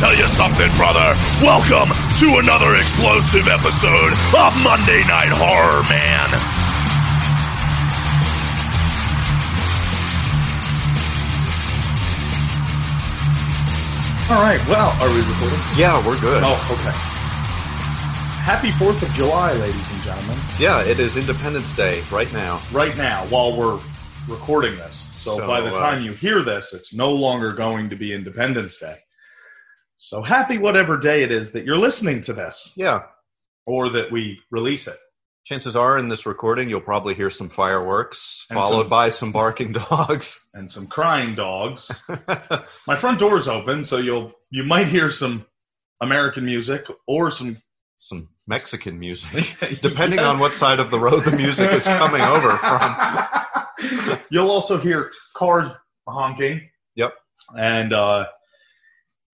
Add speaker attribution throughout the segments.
Speaker 1: tell you something, brother? Welcome to another explosive episode of Monday Night Horror, man.
Speaker 2: All right. Well, are we recording?
Speaker 3: Yeah, we're good.
Speaker 2: Oh, okay. Happy Fourth of July, ladies and gentlemen.
Speaker 3: Yeah, it is Independence Day right now.
Speaker 2: Right now, while we're recording this, so,
Speaker 3: So,
Speaker 2: by the
Speaker 3: uh,
Speaker 2: time you hear this, it's no longer going to be Independence Day. So happy whatever day it is that you're listening to this,
Speaker 3: Yeah,
Speaker 2: or that we release it.
Speaker 3: chances are in this recording you'll probably hear some fireworks,
Speaker 2: And
Speaker 3: followed
Speaker 2: some-
Speaker 3: by some barking dogs.
Speaker 2: And some crying dogs. My front door's open, so you'll you might hear some American music or some
Speaker 3: some Mexican music, depending on what side of the road the music is coming over from.
Speaker 2: from. You'll also hear cars honking.
Speaker 3: Yep.
Speaker 2: And uh,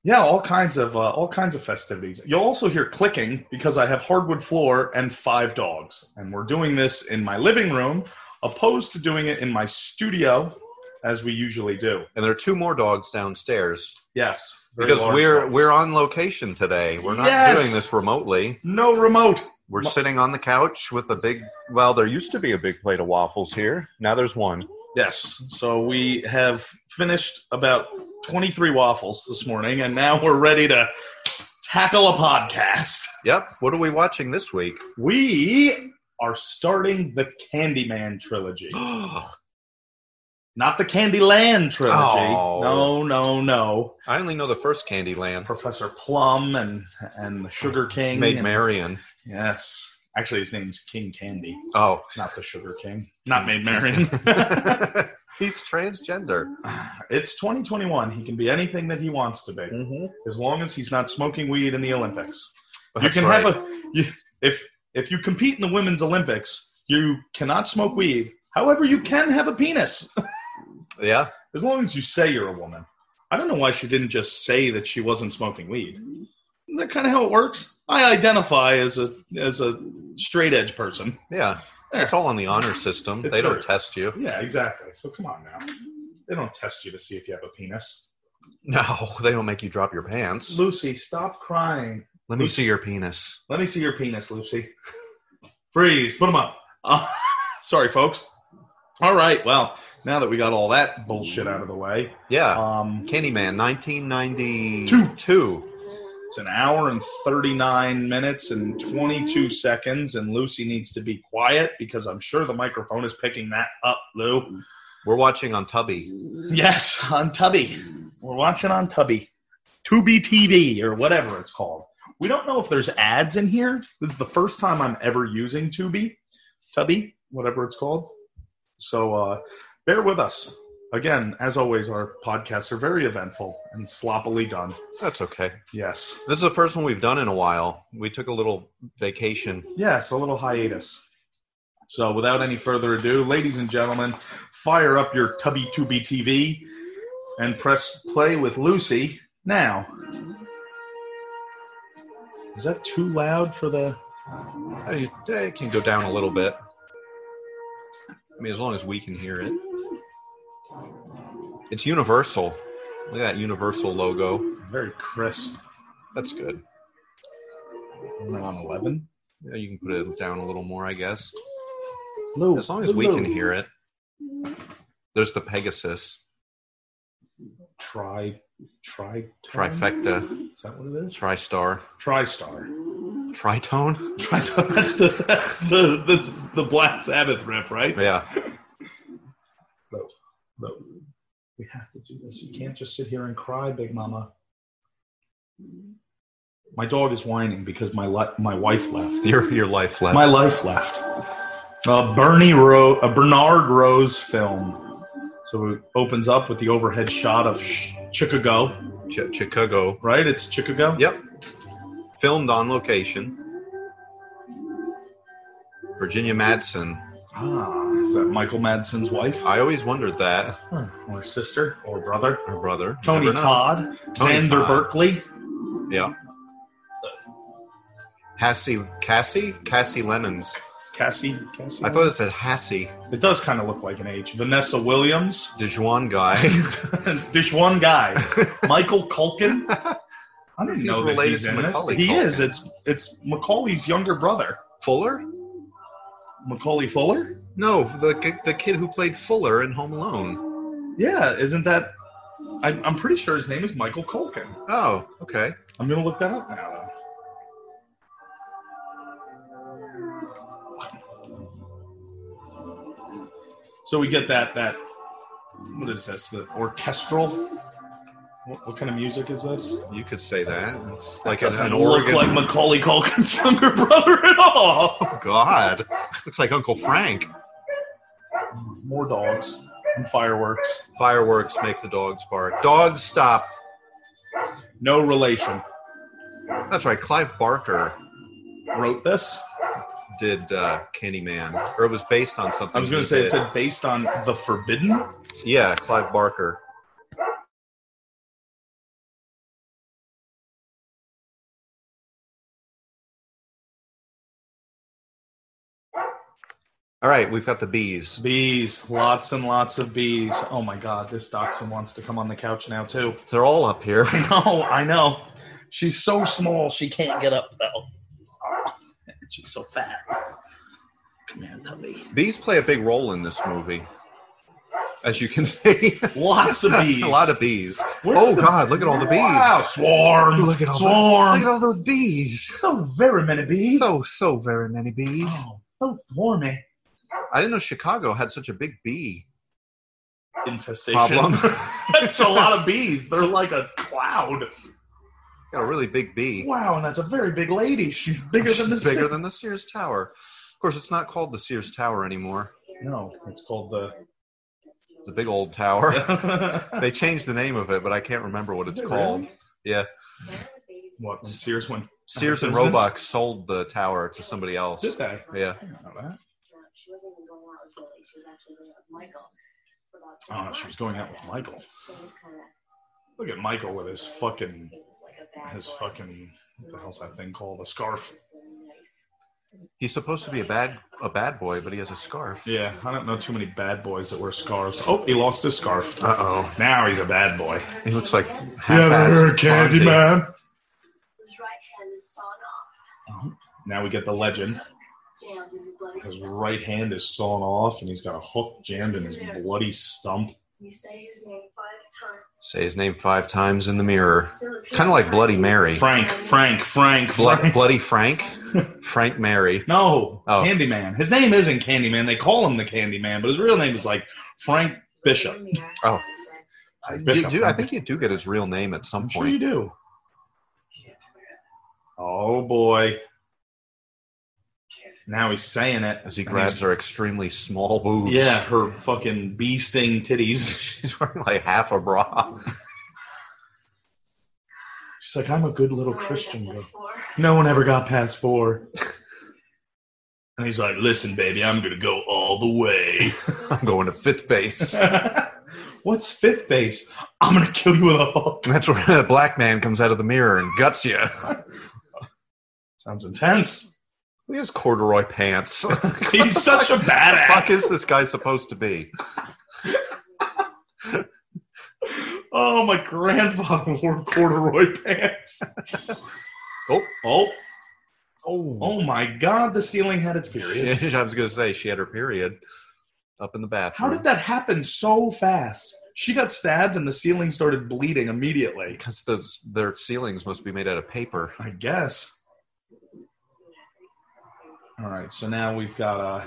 Speaker 2: yeah, all kinds of uh, all kinds of festivities. You'll also hear clicking because I have hardwood floor and five dogs, and we're doing this in my living room, opposed to doing it in my studio, as we usually do.
Speaker 3: And there are two more dogs downstairs
Speaker 2: Yes. very
Speaker 3: because
Speaker 2: large
Speaker 3: we're
Speaker 2: dogs.
Speaker 3: we're on location today. We're not
Speaker 2: Yes!
Speaker 3: doing this remotely.
Speaker 2: no remote.
Speaker 3: We're
Speaker 2: Mo-
Speaker 3: sitting on the couch with a big. Well, there used to be a big plate of waffles here. Now there's one.
Speaker 2: Yes. So we have finished about 23 waffles this morning, and now we're ready to tackle a podcast.
Speaker 3: Yep. What are we watching this week?
Speaker 2: We are starting the Candyman trilogy, not the Candyland trilogy.
Speaker 3: Oh.
Speaker 2: No, no, no.
Speaker 3: I only know the first Candyland.
Speaker 2: Professor Plum and and the Sugar King.
Speaker 3: Made
Speaker 2: and-
Speaker 3: Marion.
Speaker 2: Yes. Actually, his name's King Candy,
Speaker 3: Oh.
Speaker 2: not the Sugar King. Not Maid Marian.
Speaker 3: He's transgender.
Speaker 2: it's 2021. He can be anything that he wants to be. as long as he's not smoking weed in the Olympics. you
Speaker 3: That's
Speaker 2: can
Speaker 3: right.
Speaker 2: have a you, if if you compete in the women's Olympics, you cannot smoke weed. However, you can have a penis
Speaker 3: Yeah.
Speaker 2: as long as you say you're a woman. I don't know why she didn't just say that she wasn't smoking weed. Isn't that kind of how it works? I identify as a as a straight edge person.
Speaker 3: Yeah.
Speaker 2: There.
Speaker 3: It's all on the honor system.
Speaker 2: It's
Speaker 3: they don't
Speaker 2: true.
Speaker 3: test you.
Speaker 2: Yeah, exactly. So come on now. They don't test you to see if you have a penis.
Speaker 3: No, they don't make you drop your pants.
Speaker 2: Lucy, stop crying.
Speaker 3: Let me see your penis.
Speaker 2: Let me see your penis, Lucy. Freeze. Put them up. Uh, sorry, folks. All right. Well, now that we got all that bullshit out of the way,
Speaker 3: Yeah.
Speaker 2: um,
Speaker 3: Candyman, 1992.
Speaker 2: it's an hour and 39 minutes and 22 seconds, and Lucy needs to be quiet because I'm sure the microphone is picking that up, Lou.
Speaker 3: We're watching on Tubby.
Speaker 2: Yes, on Tubby. We're watching on Tubby. Tubi TV or whatever it's called. We don't know if there's ads in here. This is the first time I'm ever using Tubi, Tubby, whatever it's called. So uh, bear with us. Again, as always, our podcasts are very eventful and sloppily done.
Speaker 3: That's okay.
Speaker 2: Yes.
Speaker 3: This is the first one we've done in a while. We took a little vacation.
Speaker 2: Yes, a little hiatus. So without any further ado, ladies and gentlemen, fire up your Tubby Tubi TV and press play with Lucy now. Is that too loud for the
Speaker 3: I- It can go down a little bit. I mean, as long as we can hear it. It's Universal. Look at that Universal logo.
Speaker 2: very crisp
Speaker 3: That's good.
Speaker 2: 911?
Speaker 3: Yeah, you can put it down a little more, I guess.
Speaker 2: Lou,
Speaker 3: As long as we can hear it. There's the Pegasus
Speaker 2: Tri, tri,
Speaker 3: trifecta,
Speaker 2: Is that what it is?
Speaker 3: TriStar,
Speaker 2: TriStar.
Speaker 3: Tritone.
Speaker 2: TriStar. That's the that's the that's the Black Sabbath riff, right?
Speaker 3: Yeah,
Speaker 2: But we have to do this. You can't just sit here and cry, Big Mama. My dog is whining because my li- my wife left.
Speaker 3: your your life left.
Speaker 2: My life left. A Bernie Ro- a Bernard Rose film. So it opens up with the overhead shot of Sh- Chicago,
Speaker 3: Ch- Chicago.
Speaker 2: right? It's Chicago.
Speaker 3: Yep. Filmed on location. Virginia Madsen.
Speaker 2: Ah, is that Michael Madsen's wife
Speaker 3: I always wondered that.
Speaker 2: Huh. or sister or brother?
Speaker 3: Her brother.
Speaker 2: Tony
Speaker 3: Never know.
Speaker 2: Todd,
Speaker 3: Tony
Speaker 2: Xander
Speaker 3: Todd.
Speaker 2: Berkeley.
Speaker 3: Yeah. Hassie, Cassie, Cassie Lemons.
Speaker 2: Cassie, Cassie.
Speaker 3: I thought it said Hassie,
Speaker 2: it does kind of look like an H. Vanessa Williams.
Speaker 3: Dijuan guy.
Speaker 2: Dish one guy, Michael Culkin. I didn't
Speaker 3: He's
Speaker 2: know that
Speaker 3: related
Speaker 2: he's
Speaker 3: to
Speaker 2: in this.
Speaker 3: Macaulay
Speaker 2: He
Speaker 3: Culkin.
Speaker 2: is. It's it's Macaulay's younger brother,
Speaker 3: Fuller?
Speaker 2: Macaulay Fuller.
Speaker 3: No, the ki- the kid who played Fuller in Home Alone.
Speaker 2: Yeah, isn't that? I, I'm pretty sure his name is Michael Culkin.
Speaker 3: Oh, okay.
Speaker 2: I'm gonna look that up now. So we get that that what is this? The orchestral? What, what kind of music is this?
Speaker 3: You could say that. It's like
Speaker 2: That
Speaker 3: an,
Speaker 2: doesn't
Speaker 3: an
Speaker 2: look
Speaker 3: Oregon.
Speaker 2: like Macaulay Culkin's younger brother at all.
Speaker 3: God, looks like Uncle Frank.
Speaker 2: More dogs and fireworks.
Speaker 3: Fireworks make the dogs bark. Dogs stop.
Speaker 2: No relation.
Speaker 3: That's right. Clive Barker
Speaker 2: Wrote this.
Speaker 3: did uh, Candyman, or it was based on something.
Speaker 2: I was
Speaker 3: going to
Speaker 2: say it said based on the forbidden.
Speaker 3: Yeah, Clive Barker. All right, we've got the bees.
Speaker 2: Bees, lots and lots of bees. Oh my God, this dachshund wants to come on the couch now too.
Speaker 3: They're all up here.
Speaker 2: I know, I know. She's so small, she can't get up though. She's so fat. Come here, puppy.
Speaker 3: Bees play a big role in this movie, as you can see.
Speaker 2: Lots of bees.
Speaker 3: a lot of bees.
Speaker 2: Where
Speaker 3: oh
Speaker 2: are the-
Speaker 3: God, look at all the bees.
Speaker 2: Wow, swarm.
Speaker 3: Look at all the-
Speaker 2: swarm.
Speaker 3: Look at all those bees.
Speaker 2: so very many bees.
Speaker 3: So so very many bees.
Speaker 2: Oh, so swarmy.
Speaker 3: I didn't know Chicago had such a big bee
Speaker 2: Infestation.
Speaker 3: problem.
Speaker 2: that's a lot of bees. They're like a cloud.
Speaker 3: got a really big bee.
Speaker 2: Wow, and that's a very big lady. She's bigger than the
Speaker 3: Bigger
Speaker 2: city.
Speaker 3: than the Sears Tower. Of course, it's not called the Sears Tower anymore.
Speaker 2: No, it's called
Speaker 3: The big old tower.
Speaker 2: the.
Speaker 3: they changed the name of it, but I can't remember what it's called. Yeah.
Speaker 2: What? When Sears went.
Speaker 3: Sears and
Speaker 2: Business?
Speaker 3: Roebuck sold the tower to somebody else.
Speaker 2: Did they?
Speaker 3: Yeah.
Speaker 2: I didn't know that.
Speaker 4: She wasn't even going out with Lily. She was actually going out with Michael. for about two
Speaker 2: Oh, she was
Speaker 4: months.
Speaker 2: going out with Michael.
Speaker 4: She was kinda-
Speaker 2: Look at Michael with his fucking,
Speaker 4: he was like a bad
Speaker 2: his
Speaker 4: boy.
Speaker 2: fucking, what the hell's that thing called? A scarf.
Speaker 4: Just a nice-
Speaker 3: He's supposed to be a bad a bad boy, but he has a scarf.
Speaker 2: Yeah, I don't know too many bad boys that wear scarves. Oh, he lost his scarf.
Speaker 3: Uh oh.
Speaker 2: Now he's a bad boy.
Speaker 3: He looks like half-assed Fonzie.
Speaker 4: His right hand is sawn off.
Speaker 2: Now we get the legend.
Speaker 4: Jammed in his bloody
Speaker 2: His
Speaker 4: stump.
Speaker 2: right hand is sawn off, and he's got a hook jammed in his bloody stump.
Speaker 4: You say his name five times.
Speaker 3: Say his name five times in the mirror. Kind of like Bloody Mary.
Speaker 2: Frank, Frank, Frank,
Speaker 3: Blood,
Speaker 2: Frank.
Speaker 3: Bloody Frank. Frank Mary.
Speaker 2: No,
Speaker 3: Oh.
Speaker 2: Candyman. His name isn't Candyman. They call him the Candyman, but his real name is like Frank Bishop.
Speaker 3: Oh. You
Speaker 2: Bishop.
Speaker 3: do, I think you do get his real name at some
Speaker 2: I'm sure you
Speaker 3: point.
Speaker 2: do. Oh boy. Now he's saying it.
Speaker 3: As he grabs her extremely small boobs.
Speaker 2: Yeah, her fucking bee sting titties.
Speaker 3: She's wearing like half a bra.
Speaker 2: She's like, I'm a good little Christian girl. No one ever got past four. And he's like, listen, baby, I'm going to go all the way.
Speaker 3: I'm going to fifth base.
Speaker 2: What's fifth base? I'm going to kill you with a hook.
Speaker 3: And that's where the black man comes out of the mirror and guts you.
Speaker 2: Sounds intense.
Speaker 3: He has corduroy pants. the
Speaker 2: He's such a
Speaker 3: fuck
Speaker 2: badass.
Speaker 3: is this guy supposed to be?
Speaker 2: Oh, my grandfather wore corduroy pants.
Speaker 3: Oh,
Speaker 2: Oh,
Speaker 3: oh.
Speaker 2: Oh my God, the ceiling had its period.
Speaker 3: I was going to say she had her period up in the
Speaker 2: How
Speaker 3: bathroom.
Speaker 2: did that happen so fast? She got stabbed and the ceiling started bleeding immediately.
Speaker 3: Because those, their ceilings must be made out of paper.
Speaker 2: I guess. All right, so now we've got uh,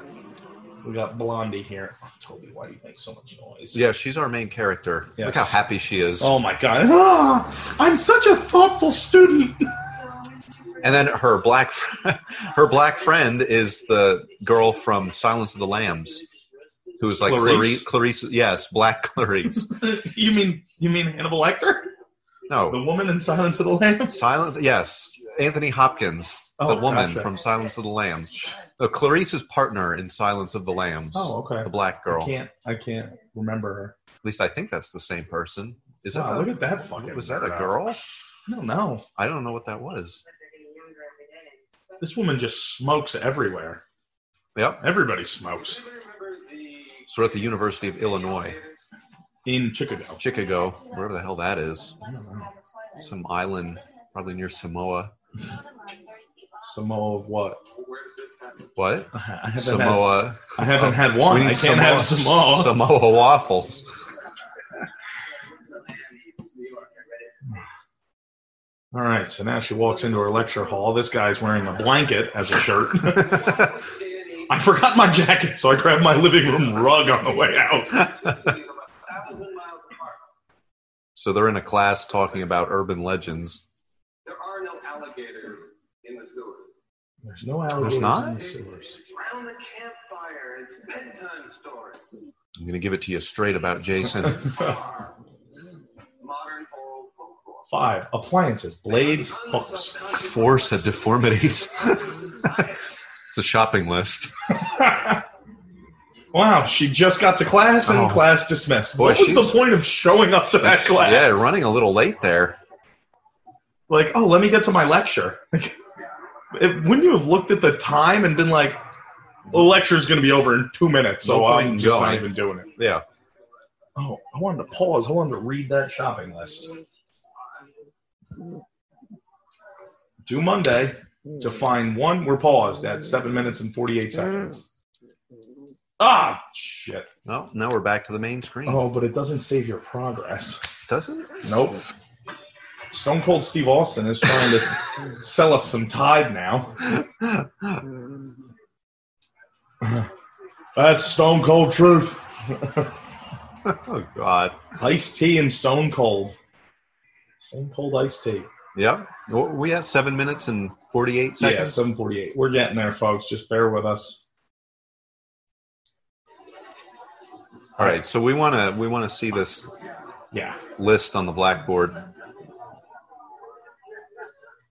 Speaker 2: we got Blondie here. Oh, Toby, why do you make so much noise?
Speaker 3: Yeah, she's our main character.
Speaker 2: Yes.
Speaker 3: Look how happy she is.
Speaker 2: Oh my God! Ah, I'm such a thoughtful student.
Speaker 3: And then her black, fr- her black friend is the girl from Silence of the Lambs, who is like
Speaker 2: Clarice?
Speaker 3: Clarice. Clarice, yes, black Clarice.
Speaker 2: you mean you mean Hannibal Lecter, the
Speaker 3: No,
Speaker 2: woman in Silence of the Lambs?
Speaker 3: Silence. Yes, Anthony Hopkins,
Speaker 2: Oh,
Speaker 3: the woman
Speaker 2: gotcha.
Speaker 3: from Silence of the Lambs. No, Clarice's partner in Silence of the Lambs,
Speaker 2: Oh, okay.
Speaker 3: the black
Speaker 2: I
Speaker 3: girl. At
Speaker 2: can't I can't remember her.
Speaker 3: least I think that's the same person. Is that?
Speaker 2: Wow,
Speaker 3: a-
Speaker 2: look at that fucking.
Speaker 3: was that a
Speaker 2: weirdo.
Speaker 3: girl?
Speaker 2: I don't know.
Speaker 3: I don't know what that was.
Speaker 2: This woman just smokes everywhere.
Speaker 3: Yep.
Speaker 2: Everybody smokes
Speaker 3: So we're at the University of Illinois,
Speaker 2: in Chicago.
Speaker 3: Chicago, wherever the hell that is, some island probably near Samoa.
Speaker 2: Samoa of what?
Speaker 3: What?
Speaker 2: I haven't had,
Speaker 3: Samoa.
Speaker 2: I haven't had one.
Speaker 3: We
Speaker 2: I
Speaker 3: need
Speaker 2: can't have Samoa.
Speaker 3: Samoa waffles.
Speaker 2: All right, so now she walks into her lecture hall. This guy's wearing a blanket as a shirt. I forgot my jacket, so I grabbed my living room rug on the way out.
Speaker 3: so they're in a class talking about urban legends.
Speaker 5: There are no alligators in the sewers.
Speaker 2: There's no alligators
Speaker 3: not?
Speaker 2: in the sewers.
Speaker 5: It's round the campfire. It's bedtime stories.
Speaker 3: I'm going to give it to you straight about Jason.
Speaker 5: Modern oral folklore.
Speaker 2: Five appliances, blades, hooks.
Speaker 3: Force of deformities. it's a shopping list.
Speaker 2: wow, she just got to class and
Speaker 3: Oh.
Speaker 2: class dismissed.
Speaker 3: Boy,
Speaker 2: what was
Speaker 3: she's-
Speaker 2: the point of showing up to that class?
Speaker 3: Yeah, running a little late there.
Speaker 2: Like, oh, let me get to my lecture. Like, it, wouldn't you have looked at the time and been like, the lecture's going to be over in two minutes, so
Speaker 3: No point
Speaker 2: I'm
Speaker 3: in
Speaker 2: just not
Speaker 3: going.
Speaker 2: even doing it.
Speaker 3: Yeah.
Speaker 2: Oh, I wanted to pause. I wanted to read that shopping list. Due Monday to find one. We're paused at seven minutes and 48 seconds. Ah, shit.
Speaker 3: Well, now we're back to the main screen.
Speaker 2: Oh, but it doesn't save your progress.
Speaker 3: Doesn't it?
Speaker 2: Nope. Stone Cold Steve Austin is trying to sell us some Tide now. That's Stone Cold Truth.
Speaker 3: Oh, God.
Speaker 2: Iced tea and Stone Cold. Stone Cold iced tea.
Speaker 3: Yep. What were we at? Seven minutes and 48
Speaker 2: Yeah,
Speaker 3: seconds?
Speaker 2: 748. We're getting there, folks. Just bear with us.
Speaker 3: All right. So we want to we want to see this
Speaker 2: Yeah.
Speaker 3: list on the blackboard.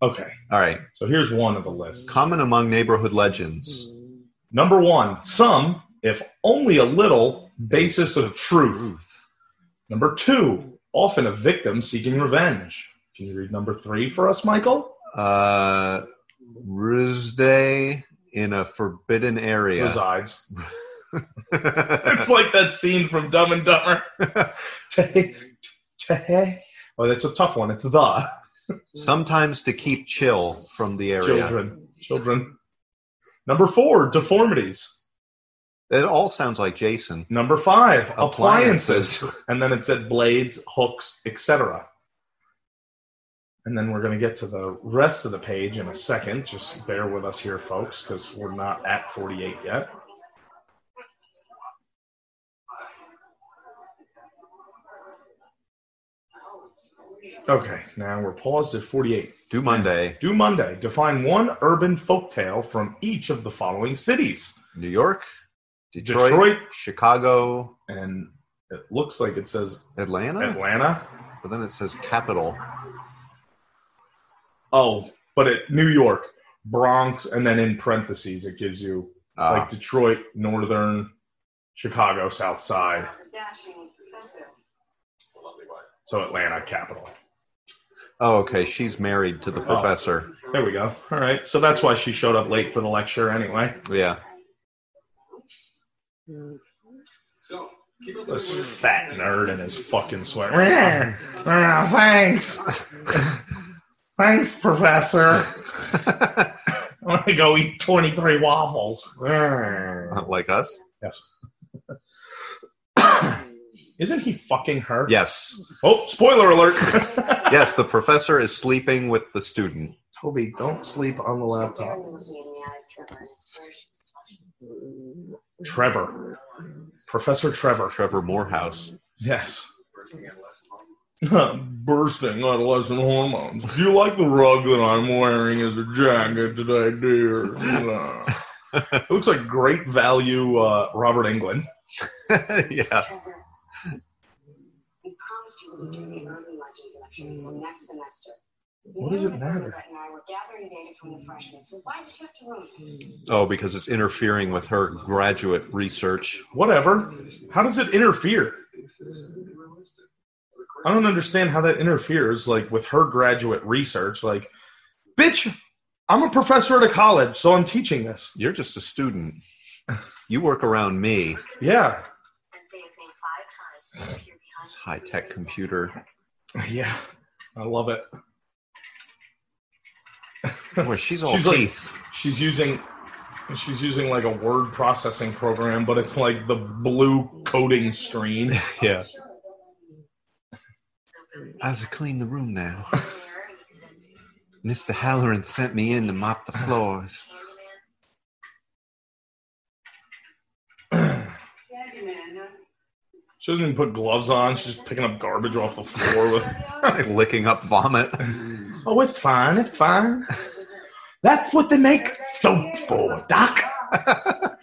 Speaker 2: Okay.
Speaker 3: All right.
Speaker 2: So here's one of the lists.
Speaker 3: Common among neighborhood legends.
Speaker 2: Number one, some, if only a little, basis of truth. Number two, often a victim seeking revenge. Can you read number three for us, Michael?
Speaker 3: Uh, Rusday in a forbidden area.
Speaker 2: Resides. It's like that scene from Dumb and Dumber. Te- te- oh, that's a tough one. It's the
Speaker 3: Sometimes to keep chill from the area.
Speaker 2: children. Children. Number four, deformities.
Speaker 3: It all sounds like Jason.
Speaker 2: Number five, appliances.
Speaker 3: Appliances.
Speaker 2: And then it said blades, hooks, etc. And then we're going to get to the rest of the page in a second. Just bear with us here, folks, because we're not at 48 yet. Okay, now we're paused at 48.
Speaker 3: Do Monday,
Speaker 2: Do Monday. Define one urban folktale from each of the following cities.
Speaker 3: New York, Detroit,
Speaker 2: Detroit.
Speaker 3: Chicago,
Speaker 2: And it looks like it says
Speaker 3: Atlanta,
Speaker 2: Atlanta.
Speaker 3: but then it says capital.
Speaker 2: Oh, but it New York, Bronx, and then in parentheses it gives you
Speaker 3: Uh,
Speaker 2: like Detroit, Northern, Chicago, South Side,
Speaker 4: Dashing professor.
Speaker 2: so Atlanta capital.
Speaker 3: oh, okay. She's married to the
Speaker 2: Oh.
Speaker 3: professor.
Speaker 2: There we go. All right, so that's why she showed up late for the lecture anyway.
Speaker 3: Yeah.
Speaker 5: So, keep up
Speaker 2: This fat nerd in his fucking sweater. Ah, thanks, thanks, professor. I'm gonna go eat 23 waffles. Ah.
Speaker 3: like us?
Speaker 2: Isn't he fucking her?
Speaker 3: Yes.
Speaker 2: Oh, spoiler alert.
Speaker 3: Yes, the professor is sleeping with the student.
Speaker 2: Toby, don't sleep on the laptop. Trevor. Professor Trevor.
Speaker 3: Trevor Morehouse.
Speaker 2: Yes. Bursting adolescent hormones. Do you like the rug that I'm wearing as a jacket today, dear? it looks like great value uh, Robert England.
Speaker 3: yeah.
Speaker 4: Trevor, we promised you we would do the urban legends election until next semester.
Speaker 2: What does it matter?
Speaker 4: Brett and I were gathering data from the freshmen, so why did you have to ruin it?
Speaker 3: Oh, because it's interfering with her graduate research.
Speaker 2: Whatever. How does it interfere? I don't understand how that interferes, like with her graduate research. Like, bitch, I'm a professor at a college, so I'm teaching this.
Speaker 3: You're just a student. You work around me.
Speaker 2: Yeah,
Speaker 4: And say his name five times and appear behind
Speaker 3: This high tech computer.
Speaker 2: Yeah, I love it.
Speaker 3: Boy, she's all
Speaker 2: She's like-
Speaker 3: teeth.
Speaker 2: She's using she's using like a word processing program, but it's like the blue coding screen.
Speaker 3: yeah. I have to clean the room now. Mr. Halloran sent me in to mop the floors.
Speaker 2: She doesn't even put gloves on. She's just picking up garbage off the floor with
Speaker 3: like licking up vomit.
Speaker 2: Oh, it's fine. It's fine. That's what they make soap for, Doc.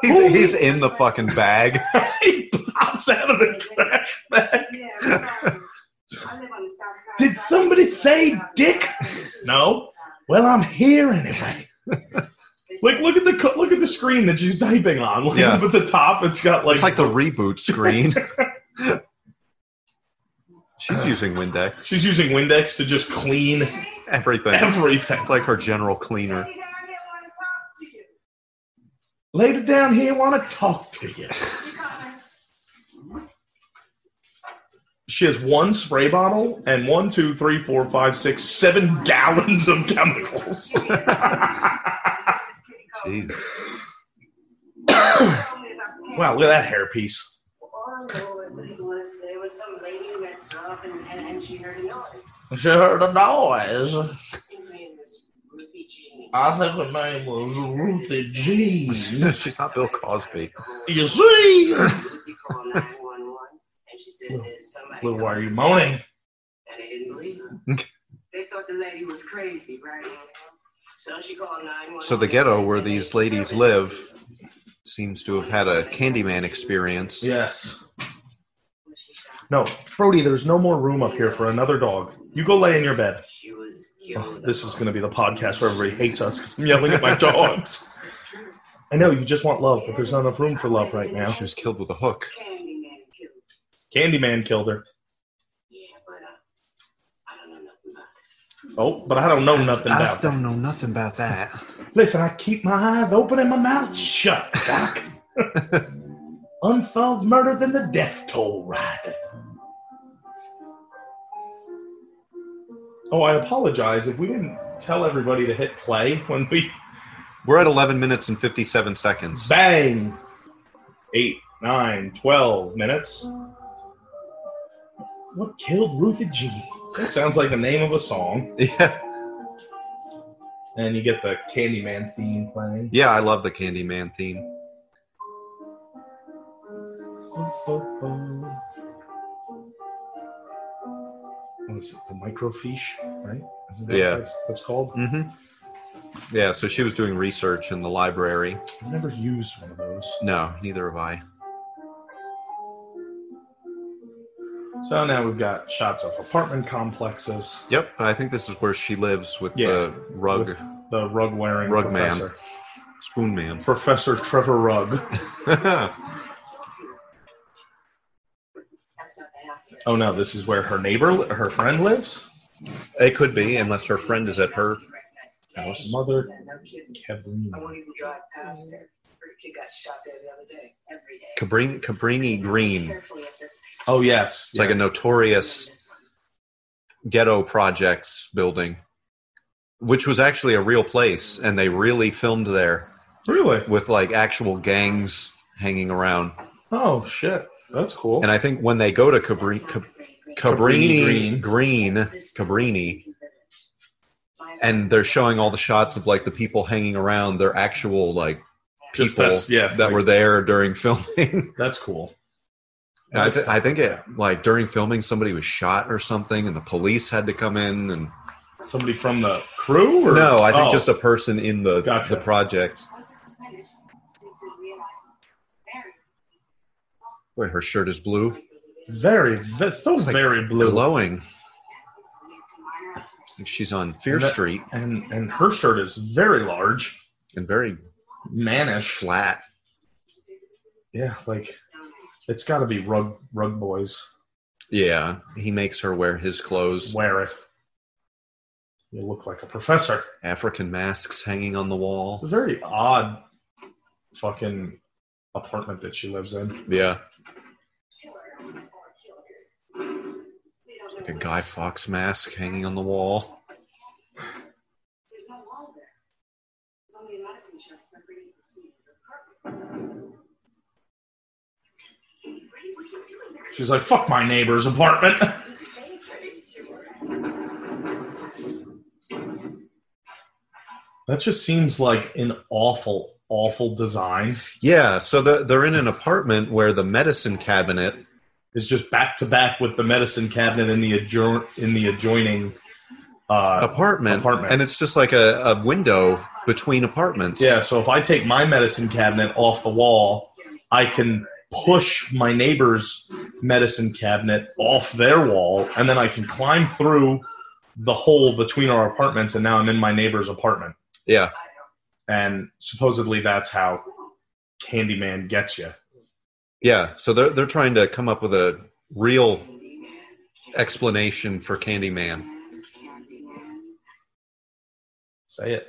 Speaker 3: He's, he's in the fucking bag.
Speaker 2: he pops out of the trash bag. Did somebody say dick? No. Well, I'm here anyway. Like, look at the co- look at the screen that she's typing on. Like,
Speaker 3: Yeah.
Speaker 2: Up at the top, it's got like,
Speaker 3: It's like the reboot screen. She's using Windex.
Speaker 2: she's using Windex to just clean
Speaker 3: Everything.
Speaker 2: everything.
Speaker 3: It's like her general cleaner.
Speaker 2: Later down here, want to talk to you. She has one spray bottle and one, two, three, four, five, six, seven gallons of chemicals.
Speaker 3: Jeez.
Speaker 2: Wow, look at that hairpiece.
Speaker 4: There was some lady who had up and, and, and she heard a noise.
Speaker 2: She heard a noise.
Speaker 4: I think her name was Ruby Jean.
Speaker 2: I think her name was Ruthie Jean.
Speaker 3: She's not Bill Cosby.
Speaker 2: You see?
Speaker 4: You call 911 and she said there's somebody.
Speaker 2: Well, why are you moaning?
Speaker 4: and they didn't believe her.
Speaker 3: Okay.
Speaker 4: They thought the lady was crazy, right? So she called 911.
Speaker 3: So the ghetto where these ladies live seems to have had a Candyman experience.
Speaker 2: Yes. No, Frody, there's no more room up here for another dog. You go lay in your bed.
Speaker 4: She was
Speaker 2: Oh,
Speaker 4: killed.
Speaker 2: this is going to be the podcast where everybody hates us 'cause I'm yelling at my dogs. I know you just want love, but there's not enough room for love right now.
Speaker 3: She was killed with a hook.
Speaker 4: Candyman killed. her.
Speaker 2: Candyman killed her.
Speaker 4: Yeah, but uh, I don't know nothing about it.
Speaker 2: Oh, but I don't know nothing about that.
Speaker 3: know nothing about that.
Speaker 2: Listen, I keep my eyes open and my mouth shut, Doc. Unsolved murder than the death toll rider. Oh, I apologize if we didn't tell everybody to hit play when we
Speaker 3: We're at 11 minutes and 57 seconds.
Speaker 2: bang eight, nine, twelve minutes. What killed Ruthie Jean? That sounds like the name of a song.
Speaker 3: Yeah,
Speaker 2: And you get the Candyman theme playing.
Speaker 3: yeah, I love the Candyman theme.
Speaker 2: What is it? The microfiche, right? Isn't that what
Speaker 3: Yeah.
Speaker 2: That's, that's called.
Speaker 3: hmm Yeah, so she was doing research in the library.
Speaker 2: I've never used one of those.
Speaker 3: No, neither have I.
Speaker 2: So now we've got shots of apartment complexes,
Speaker 3: Yep, I think this is where she lives with
Speaker 2: Yeah.
Speaker 3: the rug
Speaker 2: With- the rug wearing
Speaker 3: Rug man.
Speaker 2: professor.
Speaker 3: spoon man.
Speaker 2: Professor Trevor Rugg.
Speaker 4: That's not the house.
Speaker 2: Oh no, this is where her neighbor, li- her friend lives.
Speaker 3: it could be, unless her friend is at her house.
Speaker 2: Mother
Speaker 4: No kidding. I won't
Speaker 2: Kevin.
Speaker 4: even drive past there. Her kid got shot there the other day. Every day.
Speaker 3: Cabrini, Cabrini Green. It's
Speaker 4: Carefully at this.
Speaker 2: Oh yes,
Speaker 3: like a
Speaker 2: yeah.
Speaker 3: notorious ghetto projects building, which was actually a real place, and they really filmed there
Speaker 2: really.
Speaker 3: with like actual gangs hanging around.
Speaker 2: Oh shit, that's cool.
Speaker 3: And I think when they go to Cabrini,
Speaker 2: Cabrini Green.
Speaker 3: Cabrini Green, Cabrini, and they're showing all the shots of like the people hanging around their actual like
Speaker 2: Just
Speaker 3: people
Speaker 2: that's- yeah,
Speaker 3: that
Speaker 2: like-
Speaker 3: were there during filming.
Speaker 2: that's cool.
Speaker 3: And I, th- I think it like during filming somebody was shot or something, and the police had to come in and
Speaker 2: Somebody from the crew? Or?
Speaker 3: no, I think
Speaker 2: Oh.
Speaker 3: just a person in the
Speaker 2: Gotcha.
Speaker 3: the projects.
Speaker 4: Once it was finished, Susan realized Mary
Speaker 3: Boy, her shirt is blue.
Speaker 2: very, that's so
Speaker 3: It's like
Speaker 2: very blue.
Speaker 3: Glowing.
Speaker 4: was made some minor alterations.
Speaker 3: Like She's on Fear
Speaker 2: And that-
Speaker 3: Street
Speaker 2: and and her shirt is very large,
Speaker 3: and very
Speaker 2: mannish.
Speaker 3: flat.
Speaker 2: Yeah, like it's got to be rug rug boys
Speaker 3: Yeah, he makes her wear his clothes.
Speaker 2: wear it. You look like a professor.
Speaker 3: African masks hanging on the
Speaker 2: It's a
Speaker 3: wall.
Speaker 2: very odd fucking apartment that she lives in.
Speaker 3: Yeah,
Speaker 4: Killer or killers. We don't
Speaker 3: like a
Speaker 4: know.
Speaker 3: Guy Fox mask hanging on the wall.
Speaker 4: There's no So many medicine chests are bringing this week to your apartment. Ray, what are you doing there?
Speaker 2: She's like, fuck my neighbor's apartment.
Speaker 4: You could bathe her.
Speaker 2: that just seems like an awful, awful design.
Speaker 3: Yeah, so the, they're in an apartment where the medicine cabinet
Speaker 2: It's just back to back with the medicine cabinet in the adjoin in the adjoining. Uh,
Speaker 3: apartment,
Speaker 2: Apartment.
Speaker 3: and it's just like a, a window between apartments.
Speaker 2: yeah, so if I take my medicine cabinet off the wall, I can push my neighbor's medicine cabinet off their wall, and then I can climb through the hole between our apartments, and now I'm in my neighbor's apartment.
Speaker 3: yeah.
Speaker 2: And supposedly that's how Candyman gets you.
Speaker 3: Yeah, so they're they're trying to come up with a real explanation for Candyman.
Speaker 2: Say it.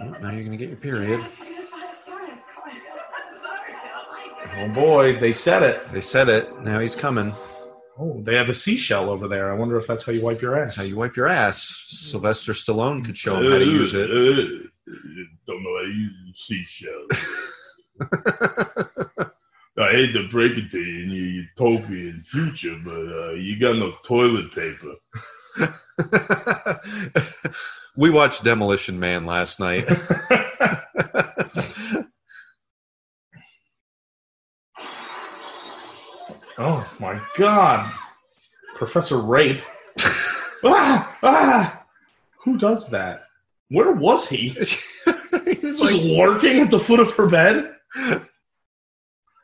Speaker 3: Oh, now you're gonna get your period.
Speaker 2: Oh boy, they said it.
Speaker 3: They said it. Now he's coming.
Speaker 2: Oh, they have a seashell over there. I wonder if that's how you wipe your ass.
Speaker 3: That's how you wipe your ass. Sylvester Stallone could show him how to use it.
Speaker 1: Don't know how to use seashells. I hate to break it to you in your utopian future, but uh, you got no toilet paper.
Speaker 3: we watched Demolition Man last night.
Speaker 2: Oh my god. Professor Rape. ah, ah! Who does that? Where was he?
Speaker 3: He's
Speaker 2: Just
Speaker 3: like-
Speaker 2: lurking at the foot of her bed?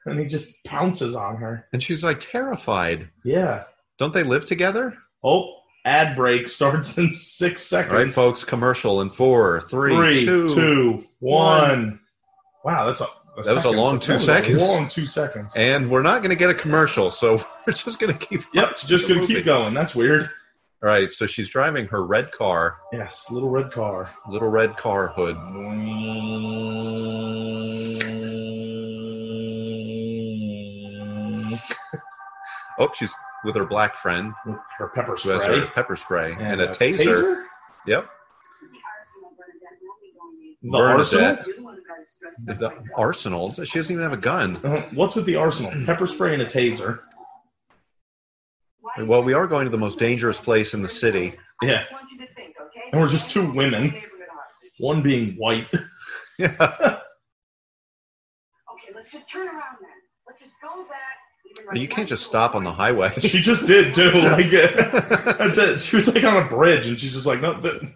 Speaker 2: And he just pounces on her.
Speaker 3: and she's like terrified.
Speaker 2: Yeah.
Speaker 3: Don't they live together?
Speaker 2: Oh, ad break starts in six
Speaker 3: All right,
Speaker 2: seconds.
Speaker 3: folks. Commercial in four, three, two.
Speaker 2: Three, two, one. Wow, that's a,
Speaker 3: That was a
Speaker 2: second-
Speaker 3: long two
Speaker 2: that was
Speaker 3: seconds.
Speaker 2: A long two seconds.
Speaker 3: And we're not going to get a commercial, so we're just going to keep.
Speaker 2: Yep, just gonna keep going. That's weird.
Speaker 3: All right, so she's driving her red car,
Speaker 2: Yes, little red car.
Speaker 3: little red car hood. Oh, she's with her black friend
Speaker 2: With her pepper
Speaker 3: who
Speaker 2: spray.
Speaker 3: has her pepper spray and, a,
Speaker 2: uh,
Speaker 3: taser. Yep,
Speaker 2: The
Speaker 3: Bernadette.
Speaker 2: arsenal?
Speaker 3: the arsenal. She doesn't even have a gun.
Speaker 2: Uh, What's with the arsenal? Pepper spray and a taser.
Speaker 3: Well, we are going to the most dangerous place in the city.
Speaker 2: Yeah. And we're just two women. One being white.
Speaker 3: Yeah.
Speaker 4: Okay, let's just turn around then. Let's just go back.
Speaker 3: You can't just stop on the highway.
Speaker 2: She just did too. Like uh, that's it. She was like on a bridge, and she's just like, "No, that,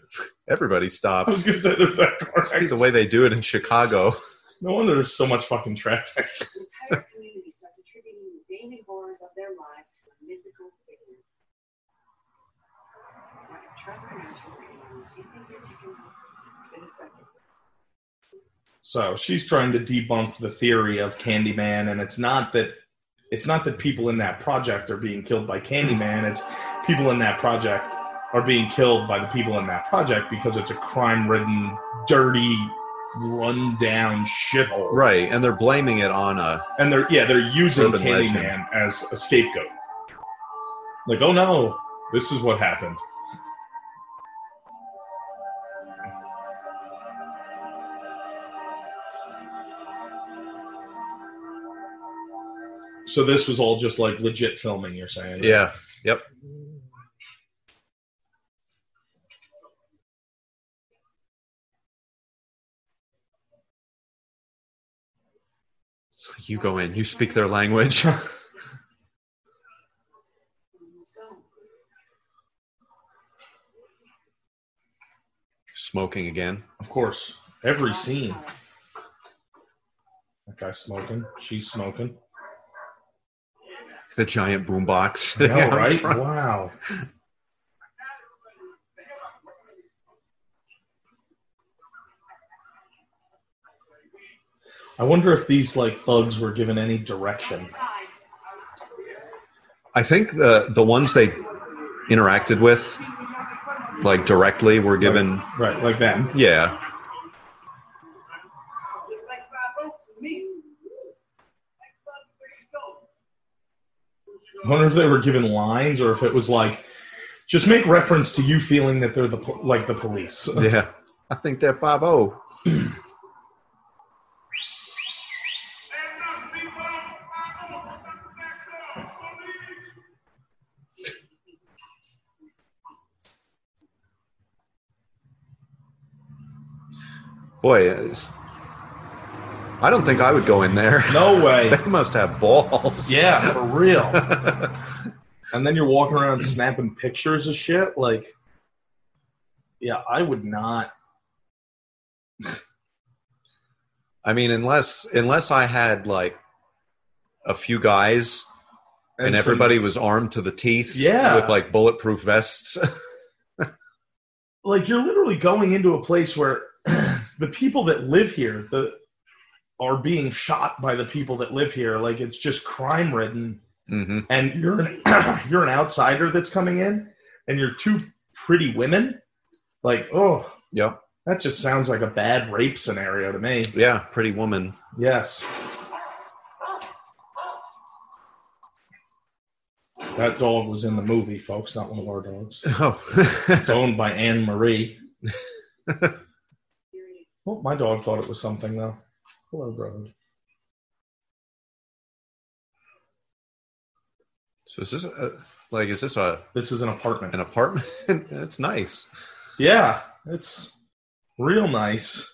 Speaker 2: I
Speaker 3: Everybody
Speaker 2: was
Speaker 3: stops.
Speaker 2: gonna say that that car
Speaker 3: It's
Speaker 2: accident."
Speaker 3: the way they do it in Chicago.
Speaker 2: No wonder there's so much fucking traffic.
Speaker 4: The entire community starts attributing the daily horrors of their lives to a mythical figure. Like Trevor and Angela Williams, do you think that you can in a second?
Speaker 2: So she's trying to debunk the theory of Candyman, and it's not that it's not that people in that project are being killed by Candyman. It's people in that project are being killed by the people in that project because it's a crime-ridden, dirty, run-down shithole.
Speaker 3: Right, and they're blaming it on a.
Speaker 2: And they're yeah, they're using
Speaker 3: Urban
Speaker 2: Candyman
Speaker 3: legend.
Speaker 2: as a scapegoat. Like, oh no, this is what happened. So this was all just like legit filming, you're saying?
Speaker 3: Yeah. So You go in, you speak their language.
Speaker 4: Let's go.
Speaker 3: Smoking again.
Speaker 2: Of course. Every scene. That guy's smoking. She's smoking.
Speaker 3: The giant boombox.
Speaker 2: I know,
Speaker 3: Yeah,
Speaker 2: right? Wow. I wonder if these like thugs were given any direction.
Speaker 3: I think the the ones they interacted with, like directly, were given.
Speaker 2: Right, like them.
Speaker 3: Yeah,
Speaker 2: I wonder if they were given lines or if it was like Just make reference to you feeling that they're the po- like the police.
Speaker 3: Yeah. I think they're 5 0. Boy, it's- I don't think I would go in there.
Speaker 2: No way.
Speaker 3: They must have balls.
Speaker 2: Yeah, for real. And then you're walking around snapping pictures of shit. Like, yeah, I would not.
Speaker 3: I mean, unless unless I had like a few guys and,
Speaker 2: some-
Speaker 3: everybody was armed to the teeth,
Speaker 2: Yeah.
Speaker 3: with like bulletproof vests.
Speaker 2: like you're literally going into a place where the people that live here the are being shot by the people that live here like it's just crime ridden
Speaker 3: hmm
Speaker 2: and you're an, you're an outsider that's coming in and you're two pretty women like oh
Speaker 3: Yep.
Speaker 2: that just sounds like a bad rape scenario to me
Speaker 3: Yeah, pretty woman.
Speaker 2: yes that dog was in the movie folks not one of our dogs
Speaker 3: Oh,
Speaker 2: it's owned by anne marie Well, my dog thought it was something though. Hello, Road.
Speaker 3: so is this a, like is this a
Speaker 2: This is an apartment.
Speaker 3: an apartment? That's nice.
Speaker 2: Yeah, it's real nice,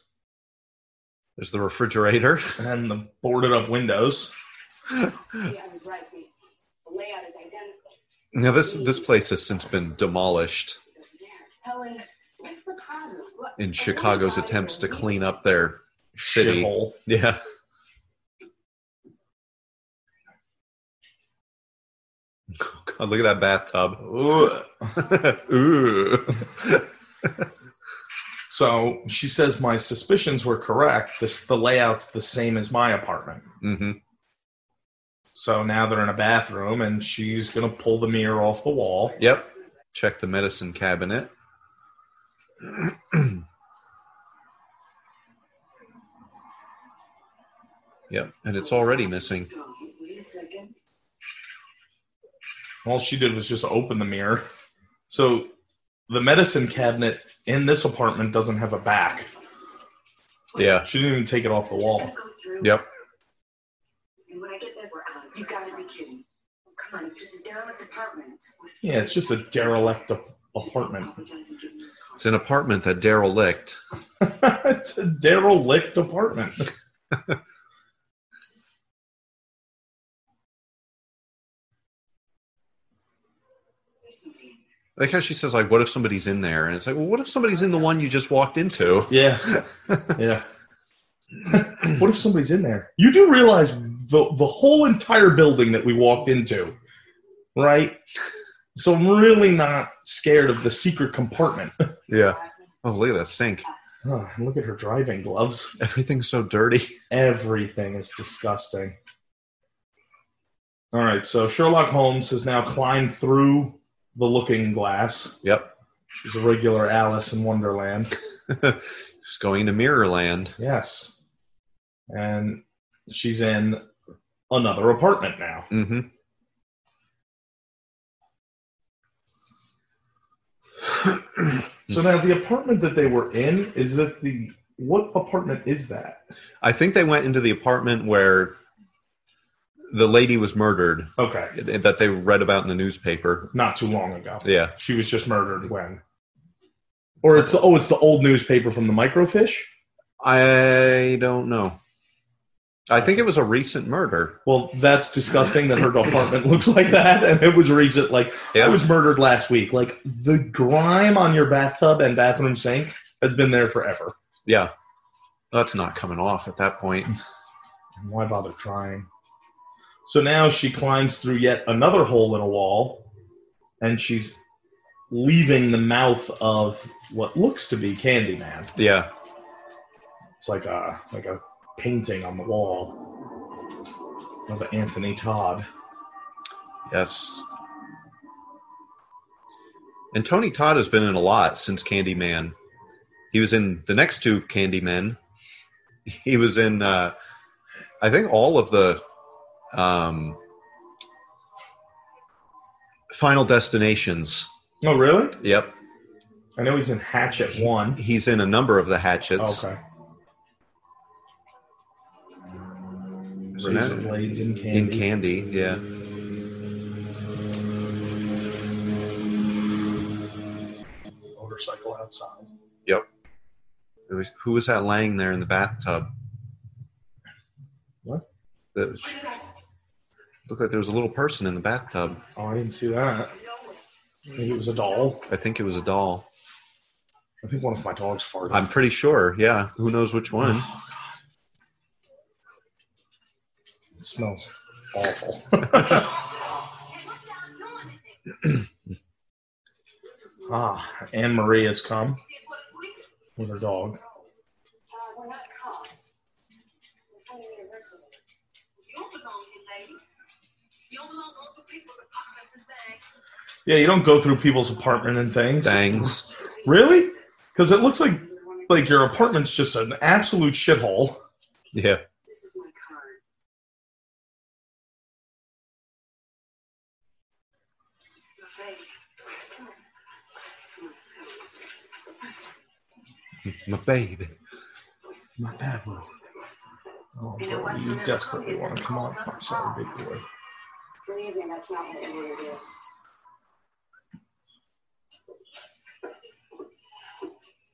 Speaker 3: There's the refrigerator.
Speaker 2: and the boarded up windows.
Speaker 4: Yeah, I was right. The the layout is identical.
Speaker 3: Now this this place has since been demolished
Speaker 4: Yeah. Helen, what's the problem? What-
Speaker 3: in
Speaker 4: what
Speaker 3: Chicago's
Speaker 4: about
Speaker 3: attempts
Speaker 4: her?
Speaker 3: to clean up their city.
Speaker 2: Shithole.
Speaker 3: Yeah. Oh, God, look at that bathtub.
Speaker 2: Ugh.
Speaker 3: Ooh.
Speaker 2: So she says my suspicions were correct. This the layout's the same as my apartment.
Speaker 3: hmm
Speaker 2: So now they're in a bathroom, and she's gonna pull the mirror off the wall.
Speaker 3: Yep. Check the medicine cabinet. yep. And it's already missing.
Speaker 4: Wait a second.
Speaker 2: All she did was just open the mirror. So the medicine cabinet in this apartment doesn't have a back.
Speaker 3: Yeah.
Speaker 2: She didn't even take it off the
Speaker 4: Just
Speaker 2: wall.
Speaker 4: gonna go through,
Speaker 3: Yep.
Speaker 4: And when I get there, we're out. You gotta be kidding. Come on, it's just a derelict apartment. What is-
Speaker 2: Yeah, it's just a derelict a-
Speaker 4: Just
Speaker 2: apartment.
Speaker 4: apologize and give me a call.
Speaker 3: It's an apartment that Daryl licked.
Speaker 2: it's a derelict apartment.
Speaker 4: There's no need.
Speaker 3: Like how she says, like, what if somebody's in there? And it's like, well, what if somebody's in the one you just walked into?
Speaker 2: Yeah. Yeah. what if somebody's in there? You do realize the the whole entire building that we walked into, right? So I'm really not scared of the secret compartment.
Speaker 3: Yeah. Oh, look at that sink.
Speaker 2: Oh, and look at her driving gloves.
Speaker 3: Everything's so dirty.
Speaker 2: Everything is disgusting. All right, so Sherlock Holmes has now climbed through the looking glass.
Speaker 3: Yep.
Speaker 2: She's a regular Alice in Wonderland.
Speaker 3: She's going to Mirrorland.
Speaker 2: Yes. And she's in another apartment now.
Speaker 3: Mm-hmm.
Speaker 2: So now the apartment that they were in is that the what apartment is that?
Speaker 3: I think they went into the apartment where the lady was murdered eh,
Speaker 2: Okay.
Speaker 3: that they read about in the newspaper.
Speaker 2: Not too long ago.
Speaker 3: Yeah.
Speaker 2: She was just murdered when or it's the oh it's the old newspaper from the microfish?
Speaker 3: I don't know. I think it was a recent murder.
Speaker 2: Well, that's disgusting that her apartment looks like that and it was recent like I
Speaker 3: Yeah.
Speaker 2: was murdered last week. Like the grime on your bathtub and bathroom sink has been there forever.
Speaker 3: yeah. That's not coming off at that point.
Speaker 2: Why bother trying? So now she climbs through yet another hole in a wall, and she's leaving the mouth of what looks to be Candyman.
Speaker 3: Yeah.
Speaker 2: It's like a like a painting on the wall of Anthony Todd.
Speaker 3: Yes. And Tony Todd has been in a lot since Candyman. He was in the next two Candymen. He was in, uh, I think, all of the um, Final Destinations.
Speaker 2: Oh, really?
Speaker 3: Yep.
Speaker 2: I know he's in Hatchet One.
Speaker 3: He's in a number of the Hatchets.
Speaker 2: okay.
Speaker 3: Renette-
Speaker 2: Razor blades and candy.
Speaker 3: In Candy, yeah.
Speaker 2: Motorcycle outside.
Speaker 3: It was- who was that laying there in the bathtub?
Speaker 2: What?
Speaker 3: That was-
Speaker 4: What do you guys?
Speaker 3: looked like there was a little person in the bathtub.
Speaker 2: Oh, I didn't see that.
Speaker 4: No way.
Speaker 2: I think it was a doll.
Speaker 3: I think it was a doll.
Speaker 2: I think one of my dogs farted.
Speaker 3: I'm pretty sure. Yeah. Who knows which one?
Speaker 2: Oh, God. It smells awful. ah, Anne Marie has come with her dog.
Speaker 4: Uh, we're not cops. We're from the university.
Speaker 6: You don't belong here, lady. You don't belong on the people's apartments and things.
Speaker 2: Yeah, you don't go through people's apartment and things.
Speaker 3: Thangs.
Speaker 2: Really? Because it looks like like your apartment's just an absolute shithole.
Speaker 3: Yeah.
Speaker 4: This is my card. Okay. Come on. Come on, let's go.
Speaker 3: My baby.
Speaker 2: My bad, bro. Oh, bro, you desperately want to come on. I'm sorry, big boy.
Speaker 4: Believe me, that's not what we want to do.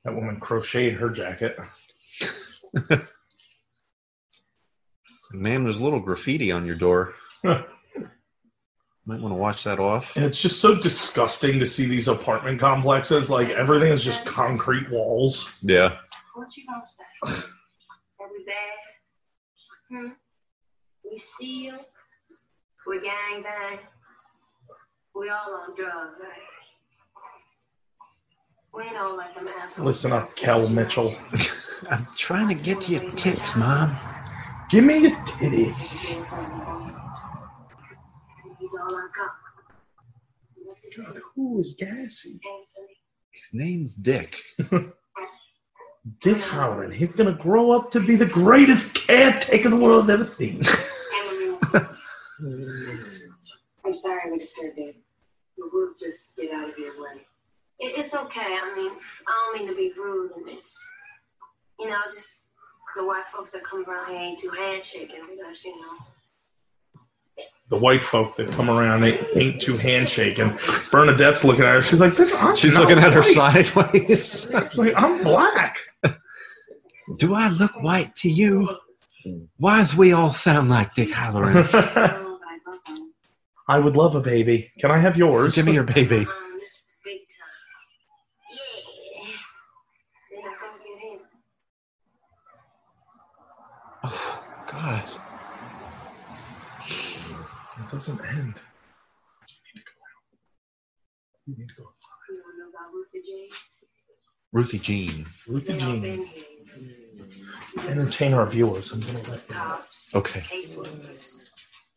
Speaker 2: That woman crocheted her jacket.
Speaker 3: Man, there's a little graffiti on your door. Might want to wash that off.
Speaker 2: And it's just so disgusting to see these apartment complexes. Like everything is just concrete walls.
Speaker 3: Yeah.
Speaker 4: What you gonna say? Are we bad? Hmm? We steal? We gangbang? We all on drugs, right? We ain't all like them assholes.
Speaker 2: Listen up, Kel Mitchell.
Speaker 3: I'm trying to get you tits, Mom.
Speaker 2: Give me your titty.
Speaker 4: He's all on cock. What's his name?
Speaker 2: Who is gassy?
Speaker 4: Anthony.
Speaker 3: His name's Dick.
Speaker 2: Dick Howard. He's gonna grow up to be the greatest caretaker the world's ever seen.
Speaker 4: Emily. I'm sorry we disturbed you. But We'll just get out of your way.
Speaker 6: It, it's okay. I mean, I don't mean to be rude and it's, you know, just the white folks that come around here ain't too handshaking with us, you know.
Speaker 2: The white folk that come around, they ain't too handshaking. Bernadette's looking at her. She's like, "Bitch, I'm
Speaker 3: She's
Speaker 2: not
Speaker 3: looking at her
Speaker 2: white."
Speaker 3: sideways.
Speaker 2: Like, I'm black.
Speaker 3: Do I look white to you? Why does we all sound like Dick Halloran?
Speaker 4: Oh, but I love him.
Speaker 2: I would love a baby. Can I have yours?
Speaker 3: Give me your baby.
Speaker 6: Um, this is big time. Yeah.
Speaker 4: They're not gonna get him.
Speaker 3: Oh, God.
Speaker 2: It doesn't end. You need to go out.
Speaker 4: You don't know about Ruthie Jane?
Speaker 3: Ruthie Jean.
Speaker 2: Ruthie
Speaker 4: They all been
Speaker 2: Jean,
Speaker 4: here.
Speaker 2: entertain our viewers. I'm gonna let you.
Speaker 4: Cops,
Speaker 3: Okay.
Speaker 4: caseworkers.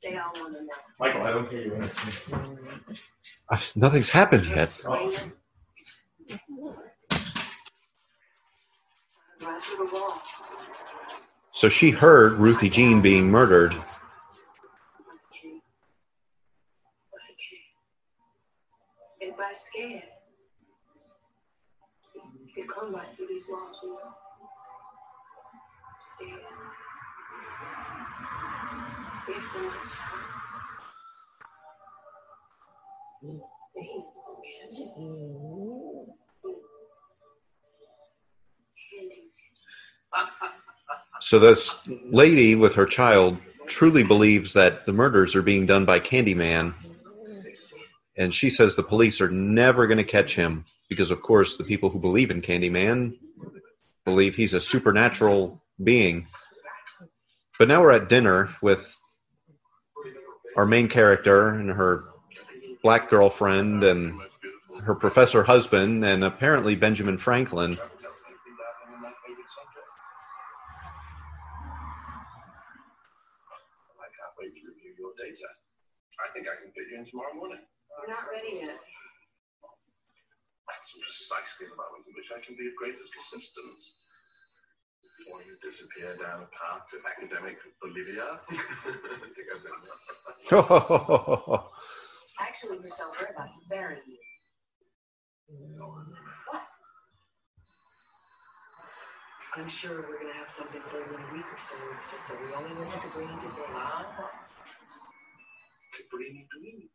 Speaker 4: They all want to know.
Speaker 2: Michael, I don't hear you.
Speaker 3: Uh, nothing's happened yet.
Speaker 4: Yes. Right through the wall.
Speaker 3: So she heard Ruthie Jean being murdered.
Speaker 4: Okay. Okay. Everybody's scared. You can come right through these walls, you know. Scared. Scared for my child. They ain't never gonna catch it. Handy.
Speaker 3: So this lady with her child truly believes that the murders are being done by Candyman. And she says the police are never going to catch him because, of course, the people who believe in Candyman believe he's a supernatural being. But now we're at dinner with our main character and her black girlfriend and her professor husband and apparently Benjamin Franklin.
Speaker 5: I can't wait to review your data. I think I can fit you in tomorrow morning.
Speaker 4: We're not ready yet.
Speaker 5: That's precisely the moment in which I can be of greatest assistance. Before you disappear down a path to academic Bolivia. I think I've done that.
Speaker 4: Actually, we're so worried about to bury you.
Speaker 6: What?
Speaker 7: I'm sure we're gonna have something for you in a week or so. It's just that we only went to Cabrini today.
Speaker 5: Cabrini Green.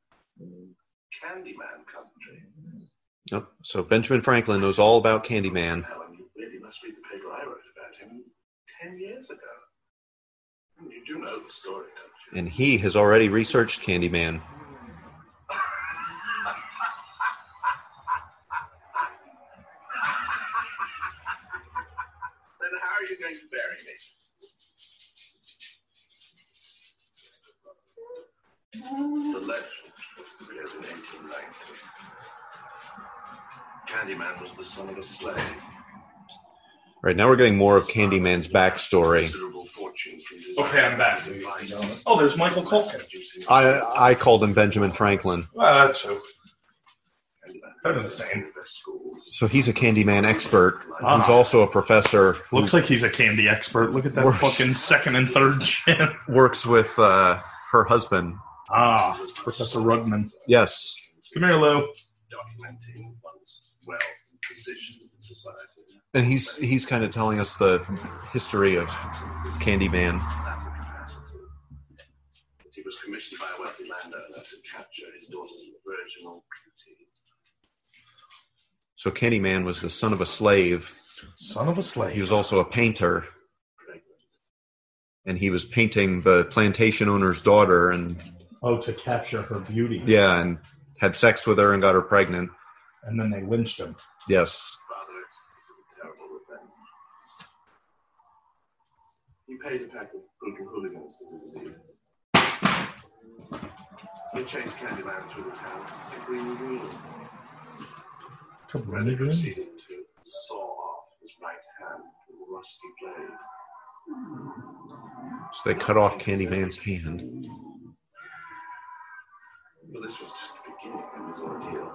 Speaker 5: Candyman Country.
Speaker 3: Yep. So Benjamin Franklin knows all about Candyman.
Speaker 5: Helen, you really must read the paper I wrote about him ten years ago. You do know the story, don't you?
Speaker 3: And he has already researched Candyman.
Speaker 5: Then how are you going to bury me? The legend was to be as in 1890. Candyman was the son of a slave.
Speaker 3: Right now we're getting more of Candyman's backstory.
Speaker 5: Considerable fortune from his-
Speaker 2: Okay, I'm back. ladies and gentlemen. Oh, there's Michael Culkin.
Speaker 5: Reducing-
Speaker 3: I I called him Benjamin Franklin,
Speaker 2: Well, that's who.
Speaker 5: Candyman.
Speaker 2: That doesn't say anything.
Speaker 5: The best schools.
Speaker 3: so he's a Candyman expert.
Speaker 2: Ah.
Speaker 3: He's also a professor. who
Speaker 2: Looks like he's a candy expert. Look at that
Speaker 3: Worse.
Speaker 2: fucking second and third gen.
Speaker 3: works with uh, her husband.
Speaker 2: Ah, Professor Rugman.
Speaker 3: Yes,
Speaker 2: Come here, Lou.
Speaker 5: documenting one's wealth and position in society.
Speaker 3: and he's he's kind of telling us the history of Candyman.
Speaker 5: latter capacity. That he was commissioned by a wealthy landowner to capture his daughter's virginal beauty.
Speaker 3: So Candyman was the son of a slave.
Speaker 2: Son of a
Speaker 3: He
Speaker 2: slave.
Speaker 3: was also a painter,
Speaker 5: Pregnant.
Speaker 3: and he was painting the plantation owner's daughter, and
Speaker 2: Oh, to capture her beauty.
Speaker 3: yeah, and had sex with her and got her pregnant.
Speaker 2: And then they lynched him.
Speaker 3: Yes,
Speaker 5: Father exacted a terrible revenge. He paid a pack of brutal hooligans to do the deed. They chased Candyman through the town to Green Green, where they proceeded to saw off his right hand with a rusty blade.
Speaker 3: so they cut off Candyman's hand.
Speaker 5: But this was just the beginning of his ordeal.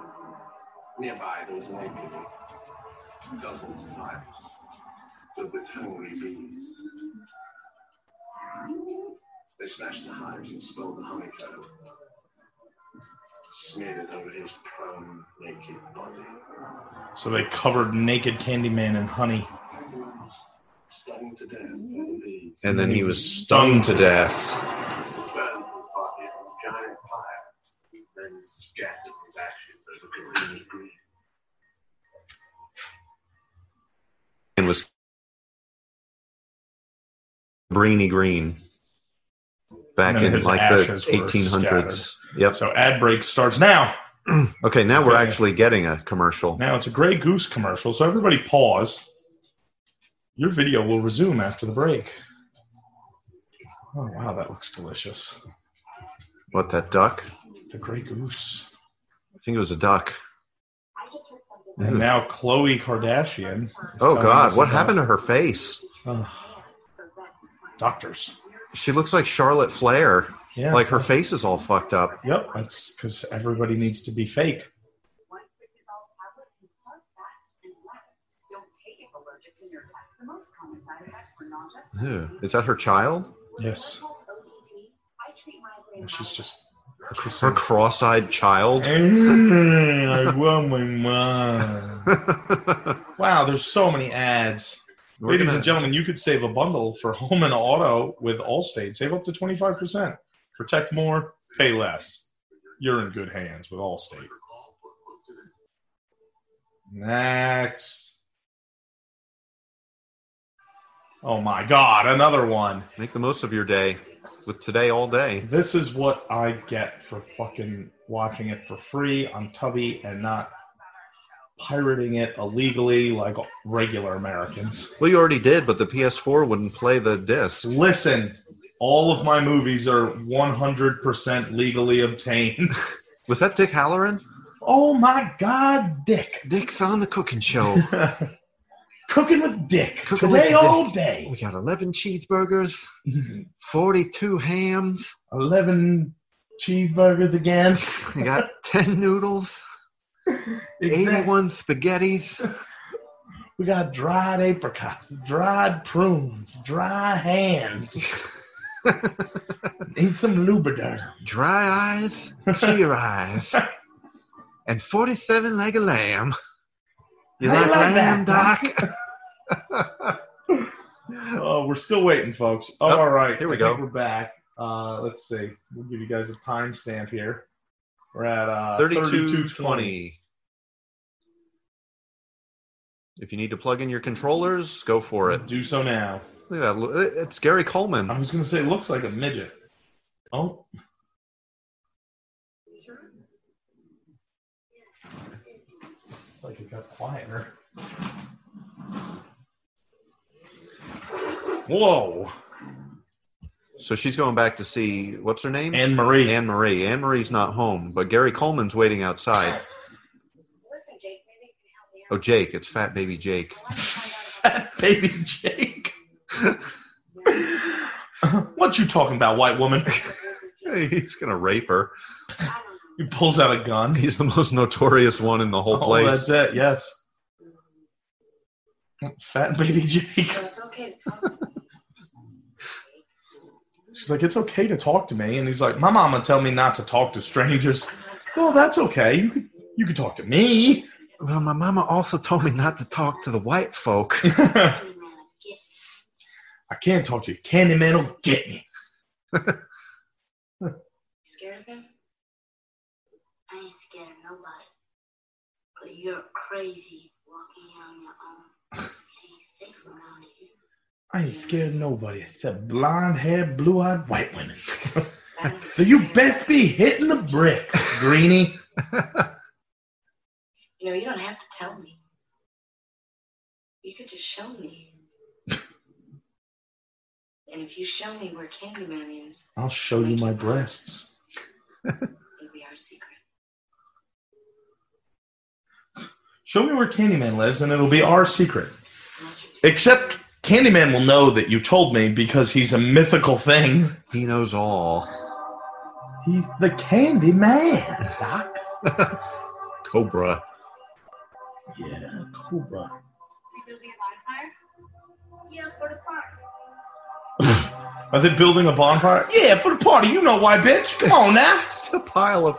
Speaker 5: Nearby there was an apiary, dozens of hives filled with hungry bees. They smashed the hives and stole the honeycomb, smeared it over his prone, naked body.
Speaker 2: So they covered naked Candyman in honey.
Speaker 5: Hangman was stung to death by the bees.
Speaker 3: And then he was stung to death.
Speaker 5: burned his body in a giant fire, then scattered his ashes over Green Green.
Speaker 3: and was Brainy Green back
Speaker 2: And then
Speaker 3: in
Speaker 2: his
Speaker 3: like
Speaker 2: ashes
Speaker 3: the
Speaker 2: were
Speaker 3: 1800s. Yep.
Speaker 2: So ad break starts now.
Speaker 3: Okay, now we're
Speaker 2: Okay.
Speaker 3: actually getting a commercial.
Speaker 2: Now it's a Grey Goose commercial, so everybody pause. Your video will resume after the break. Oh, wow, that looks delicious.
Speaker 3: What that duck?
Speaker 2: The Grey Goose.
Speaker 3: I think it was a duck.
Speaker 6: I just heard something.
Speaker 3: Mm-hmm.
Speaker 2: And now Khloe Kardashian. is
Speaker 3: Oh
Speaker 2: telling
Speaker 3: God,
Speaker 2: us
Speaker 3: what
Speaker 2: about-
Speaker 3: happened to her face?
Speaker 2: Ugh, doctors.
Speaker 3: She looks like Charlotte Flair.
Speaker 2: Yeah.
Speaker 3: Like her face is all fucked up.
Speaker 2: Yep, that's because everybody needs to be fake.
Speaker 6: One fifty dollar tablet can start fast and last. Don't take if allergic to your gut. The most common side effects were nausea.
Speaker 3: Ew. Is that her child?
Speaker 2: Yes.
Speaker 6: ODT, I treat migraine.
Speaker 2: And she's just.
Speaker 3: Her cross-eyed child.
Speaker 2: I want my mom. Wow, there's so many ads.
Speaker 3: We're
Speaker 2: Ladies
Speaker 3: gonna-
Speaker 2: and gentlemen, you could save a bundle for home and auto with Allstate. Save up to 25%. Protect more, pay less. You're in good hands with Allstate. Next. Oh my God, another one.
Speaker 3: make the most of your day with today all day.
Speaker 2: This is what I get for fucking watching it for free on Tubby and not pirating it illegally like regular Americans.
Speaker 3: Well, you already did, but the PS4 wouldn't play the disc.
Speaker 2: Listen, all of my movies are 100% legally obtained.
Speaker 3: Was that Dick Halloran?
Speaker 2: oh my God, Dick.
Speaker 3: Dick's on the cooking show.
Speaker 2: Cooking with Dick.
Speaker 3: Cooking with
Speaker 2: Today,
Speaker 3: Dick.
Speaker 2: all day.
Speaker 3: we got 11 cheeseburgers, 42 hams,
Speaker 2: 11 cheeseburgers again.
Speaker 3: we got 10 noodles,
Speaker 2: Exactly.
Speaker 3: 81 spaghettis.
Speaker 2: We got dried apricots, dried prunes, dry hands. Need some Lubriderm.
Speaker 3: Dry eyes, tear eyes, and 47 leg of lamb. You
Speaker 2: I
Speaker 3: like,
Speaker 2: like
Speaker 3: lamb,
Speaker 2: that,
Speaker 3: Doc?
Speaker 1: Uh,
Speaker 2: Oh, we're still waiting, folks. Oh,
Speaker 3: Oh,
Speaker 2: all right.
Speaker 3: here we
Speaker 2: I think
Speaker 3: go.
Speaker 2: We're back. Uh, let's see. We'll give you guys a timestamp here. We're at uh, 3220.
Speaker 3: 3220. If you need to plug in your controllers, go for it.
Speaker 2: Do so now.
Speaker 3: Look at that. It's Gary Coleman.
Speaker 2: I was going to say, looks like a midget. Oh, it's like it got quieter. Whoa.
Speaker 3: So she's going back to see what's her name?
Speaker 2: Anne Marie.
Speaker 3: Anne Marie. Anne Marie's not home, but Gary Coleman's waiting outside.
Speaker 6: Listen, Jake, maybe you can help me out.
Speaker 3: Oh, Jake, it's Fat Baby Jake.
Speaker 6: I want to find out about
Speaker 2: Fat baby Jake. what you talking about, white woman?
Speaker 3: He's gonna rape her.
Speaker 6: I don't know.
Speaker 2: He pulls out a gun.
Speaker 3: He's the most notorious one in the whole
Speaker 2: Oh,
Speaker 3: place.
Speaker 2: that's it. Yes. Fat baby Jake.
Speaker 6: So it's okay to talk to me.
Speaker 2: She's like, it's okay to talk to me. And he's like, my mama tell me not to talk to strangers. Well, that's okay. You could, you could talk to me.
Speaker 3: Well, my mama also told me not to talk to the white folk.
Speaker 2: I
Speaker 6: Wait a minute, get-
Speaker 2: can't talk to you. Candyman will get me.
Speaker 6: You scared of him? I ain't scared of nobody. But you're crazy walking here on your own. It ain't safe around here.
Speaker 2: I ain't scared of nobody except blonde haired, blue eyed white women.
Speaker 6: I don't
Speaker 2: so you
Speaker 6: care.
Speaker 2: best be hitting the bricks, Greenie.
Speaker 6: You know, you don't have to tell me. You could just show me. and if you show me where Candyman is,
Speaker 2: I'll show you my breasts.
Speaker 6: it'll be our secret.
Speaker 2: Show me where Candyman lives, and it'll be our secret.
Speaker 6: Unless you're
Speaker 2: Except Candyman will know that you told me because he's a mythical thing.
Speaker 3: he knows all.
Speaker 2: He's the Candy Man.
Speaker 3: Cobra.
Speaker 2: Yeah, Cobra.
Speaker 6: There'll be a bonfire? Yeah, for the park.
Speaker 2: Are they building a bonfire? Yeah, for the party. You know why, bitch. Come on now.
Speaker 3: It's a pile of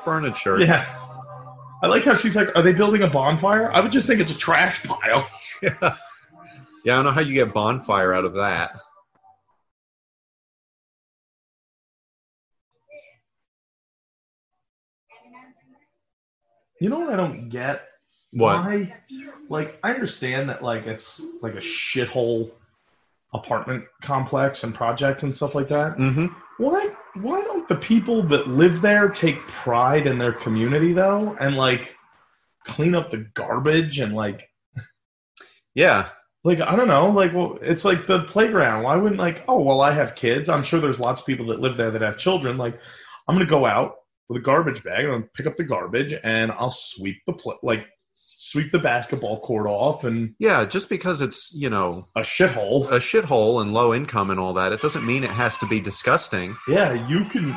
Speaker 3: furniture.
Speaker 2: Yeah. I like how she's like, are they building a bonfire? I would just think it's a trash pile.
Speaker 3: Yeah, I don't know how you get bonfire out of that.
Speaker 2: You know what I don't get?
Speaker 3: What?
Speaker 2: Why? Like, I understand that, like, it's like a shithole apartment complex and project and stuff like that.
Speaker 3: Mm-hmm.
Speaker 2: Why? Why don't the people that live there take pride in their community though, and like clean up the garbage and like
Speaker 3: Yeah.
Speaker 2: like I don't know, like well, it's like the playground. Why wouldn't like oh well I have kids. I'm sure there's lots of people that live there that have children. Like I'm gonna go out with a garbage bag and I'll pick up the garbage and I'll sweep the pl- like sweep the basketball court off and
Speaker 3: Yeah, just because it's, you know,
Speaker 2: a shithole.
Speaker 3: a shithole and low income and all that, it doesn't mean it has to be disgusting.
Speaker 2: Yeah, you can.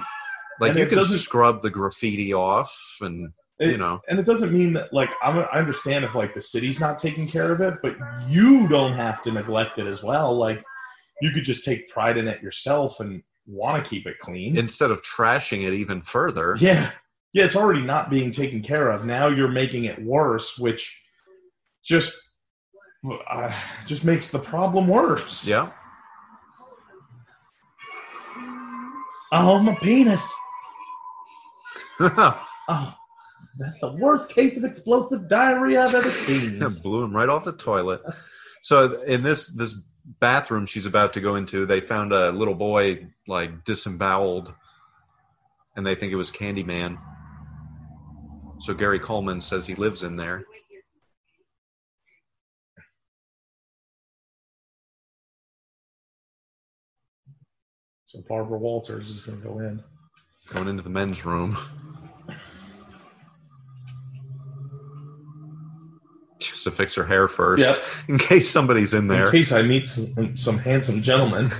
Speaker 3: Like
Speaker 2: And
Speaker 3: you
Speaker 2: it
Speaker 3: can
Speaker 2: doesn't-
Speaker 3: scrub the graffiti off and
Speaker 2: It,
Speaker 3: you know.
Speaker 2: and it doesn't mean that like I'm, I understand if like the city's not taking care of it, but you don't have to neglect it as well. Like you could just take pride in it yourself and want to keep it clean.
Speaker 3: instead of trashing it even further.
Speaker 2: Yeah. Yeah, it's already not being taken care of. Now you're making it worse, which just uh, just makes the problem worse.
Speaker 3: Yeah.
Speaker 2: Oh, my penis. Oh, that's the worst case of explosive diarrhea I've ever seen.
Speaker 3: Blew him right off the toilet. So in this this bathroom she's about to go into, they found a little boy like disemboweled, and they think it was Candyman. So Gary Coleman says he lives in there.
Speaker 2: so Barbara Walters is going to go in.
Speaker 3: going into the men's room. Just to fix her hair first,
Speaker 2: Yep.
Speaker 3: in case somebody's in
Speaker 2: In
Speaker 3: there.
Speaker 2: case I meet some, some handsome gentleman.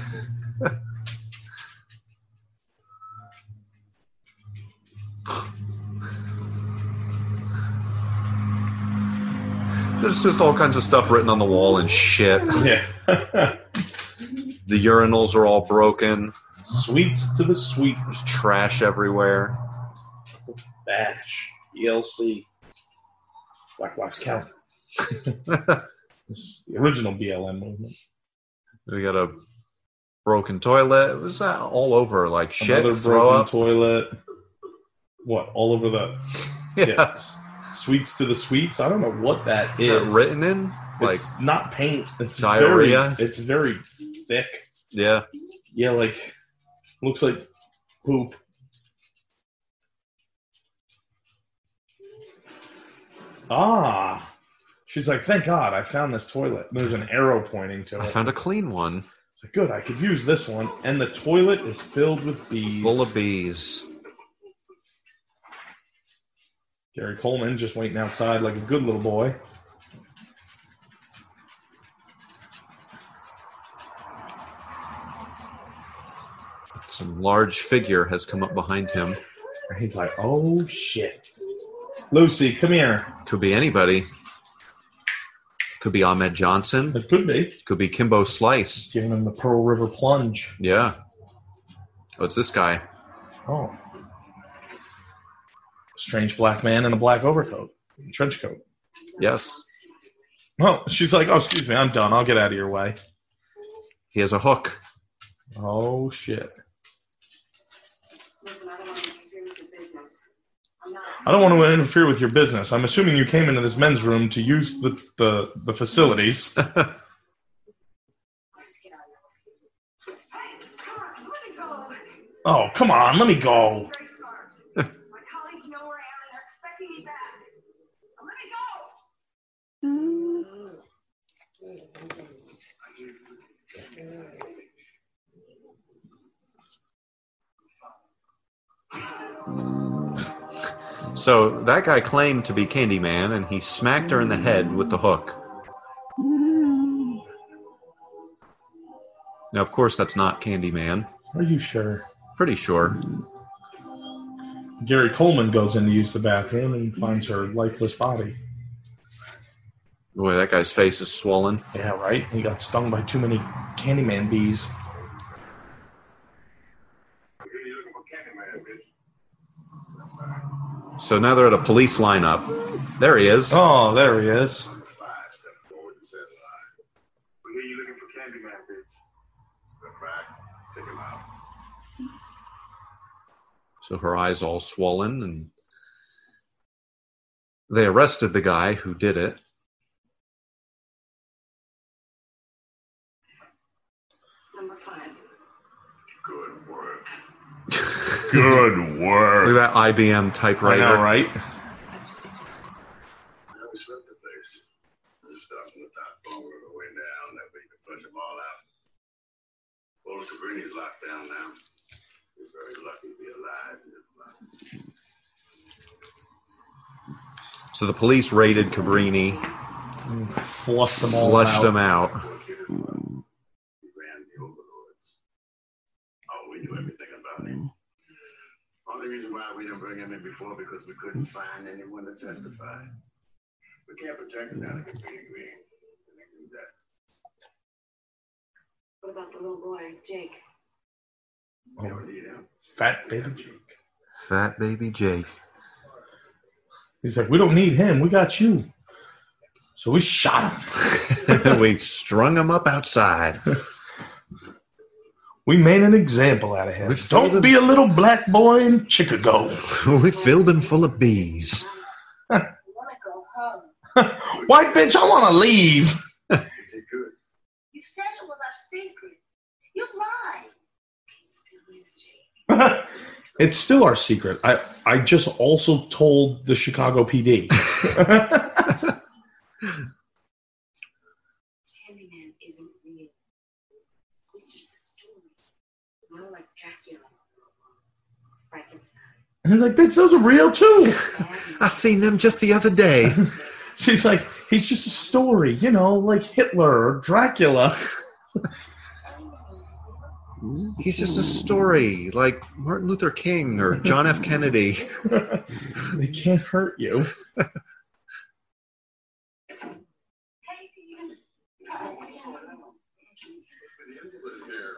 Speaker 3: There's just all kinds of stuff written on the wall and shit.
Speaker 2: Yeah.
Speaker 3: The urinals are all broken.
Speaker 2: Sweets to the sweet
Speaker 3: There's trash everywhere.
Speaker 2: bash. ELC. E Black Blocks Cow. The original BLM movement.
Speaker 3: we got a broken toilet. It was uh, all over, like shit,
Speaker 2: Another
Speaker 3: throw
Speaker 2: broken
Speaker 3: up.
Speaker 2: toilet. What? All over the
Speaker 3: yeah.
Speaker 2: sweets to the sweets. I don't know what that
Speaker 3: Is
Speaker 2: is.
Speaker 3: that written in? Like,
Speaker 2: it's not paint. It's
Speaker 3: diarrhea?
Speaker 2: Very, it's very thick.
Speaker 3: yeah.
Speaker 2: Yeah, like looks like poop. Ah, she's like, thank God I found this toilet. There's an arrow pointing to
Speaker 3: I
Speaker 2: it.
Speaker 3: found a clean one
Speaker 2: It's like, Good, I could use this one. And the toilet is filled with bees.
Speaker 3: full of bees.
Speaker 2: Gary Coleman just waiting outside like a good little boy.
Speaker 3: Some large figure has come up behind him.
Speaker 2: And he's like, oh shit. Lucy, come here.
Speaker 3: Could be anybody. Could be Ahmed Johnson.
Speaker 2: It could be.
Speaker 3: Could be Kimbo Slice.
Speaker 2: Giving him the Pearl River plunge.
Speaker 3: Yeah. Oh, it's this guy.
Speaker 2: Oh. Strange black man in a black overcoat, trench coat.
Speaker 3: Yes.
Speaker 2: Oh, she's like, oh, excuse me, I'm done. I'll get out of your way.
Speaker 3: He has a hook.
Speaker 2: Oh, shit.
Speaker 6: Listen, I don't want to interfere with your business. I'm not.
Speaker 2: I don't want to interfere with your business. I'm assuming you came into this men's room to use the, the, the facilities.
Speaker 6: Let's get out of here. Hey, come on, let me go.
Speaker 2: oh, come on, let me go.
Speaker 6: Very smart. My colleagues know where I am and they're expecting me back. Now Let me go.
Speaker 3: So that guy claimed to be Candyman, and he smacked her in the head with the hook. Now, of course, that's not Candyman.
Speaker 2: Are you sure?
Speaker 3: Pretty sure.
Speaker 2: Gary Coleman goes in to use the bathroom and finds her lifeless body.
Speaker 3: Boy, that guy's face is swollen.
Speaker 2: Yeah, right? He got stung by too many Candyman bees.
Speaker 5: You're looking for Candyman, bitch.
Speaker 3: So now they're at a police lineup. There he is.
Speaker 2: Oh, there he is.
Speaker 5: Five, step forward and said lie. We hear you looking for Candyman, bitch. That's right. Take him out.
Speaker 3: So her eyes all swollen, and they arrested the guy who did it.
Speaker 7: Number five.
Speaker 5: Good work.
Speaker 1: Good
Speaker 3: Look
Speaker 1: work.
Speaker 3: at that IBM
Speaker 2: I
Speaker 3: typewriter.
Speaker 2: know, right?
Speaker 5: You haven't swept the place. You're starting with that bone on the way down. That way you can flush them all out. Old Sabrini's locked down now. You're very lucky to be alive in this life.
Speaker 3: So the police raided Cabrini,
Speaker 2: Mm, Flushed them all
Speaker 3: flushed
Speaker 2: out.
Speaker 3: him out.
Speaker 5: Your kid is one. He ran the overlords. Oh, we knew everything about him. Only reason why we didn't bring him in before because we couldn't find anyone to testify. We can't protect him now that he's being green. We can do that.
Speaker 6: What about the little boy, Jake?
Speaker 5: We don't need him.
Speaker 2: Fat baby Jake.
Speaker 3: Fat baby Jake.
Speaker 2: He's like, we don't need him. We got you. So we shot him.
Speaker 3: we strung him up outside.
Speaker 2: We made an example out of him.
Speaker 3: We filled
Speaker 2: don't
Speaker 3: him-
Speaker 2: be a little black boy in Chicago.
Speaker 3: we filled him full of bees.
Speaker 6: Um, I want to go home.
Speaker 2: White bitch, I want to leave.
Speaker 5: He could.
Speaker 6: You said it was our secret. You lied. It still is, Jake.
Speaker 2: it's still our secret. I, I just also told the Chicago PD.
Speaker 6: Candyman isn't real. He's just a story. More like Dracula. Frankenstein.
Speaker 2: He's like, bitch, those are real too.
Speaker 3: I seen them just the other day.
Speaker 2: She's like, he's just a story, you know, like Hitler or Dracula.
Speaker 3: He's just a story, like Martin Luther King or John F. Kennedy.
Speaker 2: they can't hurt you.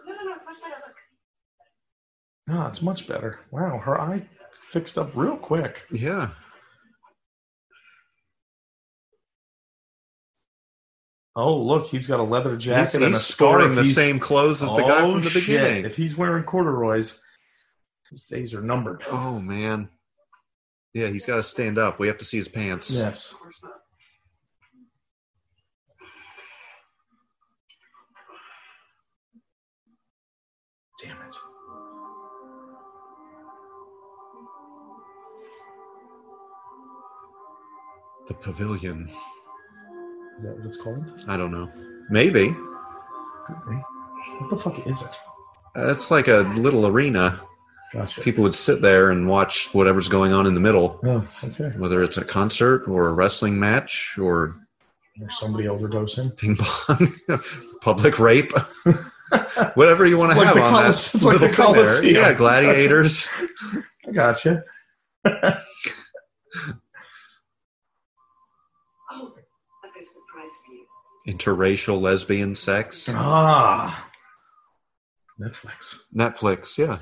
Speaker 6: No, no, no, it's much better. Look.
Speaker 2: No, Ah, it's much better. Wow, her eye fixed up real quick.
Speaker 3: Yeah.
Speaker 2: Oh, look, he's got a leather jacket
Speaker 3: He's,
Speaker 2: and a
Speaker 3: he's
Speaker 2: scarf.
Speaker 3: scoring the
Speaker 2: He's-
Speaker 3: same clothes as the guy
Speaker 2: Oh,
Speaker 3: from the
Speaker 2: shit.
Speaker 3: beginning.
Speaker 2: If he's wearing corduroys, his days are numbered.
Speaker 3: Oh man. Yeah, he's got to stand up. We have to see his pants.
Speaker 2: Yes. Damn it.
Speaker 3: The pavilion.
Speaker 2: Is that what it's called?
Speaker 3: I don't know. Maybe.
Speaker 2: What the fuck is it?
Speaker 3: That's like a little arena.
Speaker 2: Gotcha.
Speaker 3: People would sit there and watch whatever's going on in the middle,
Speaker 2: Oh, okay.
Speaker 3: whether it's a concert or a wrestling match or
Speaker 2: There's somebody overdosing.
Speaker 3: ping pong, public rape, whatever you want
Speaker 2: It's
Speaker 3: to
Speaker 2: like
Speaker 3: have
Speaker 2: the
Speaker 3: on
Speaker 2: Colise-
Speaker 3: that.
Speaker 2: it's like the
Speaker 3: little thing there.
Speaker 2: Coliseum.
Speaker 3: Yeah, gladiators.
Speaker 2: I gotcha.
Speaker 7: Oh, I've got a surprise for you.
Speaker 3: Interracial lesbian sex.
Speaker 2: Ah. Netflix.
Speaker 3: Netflix, yeah.
Speaker 7: A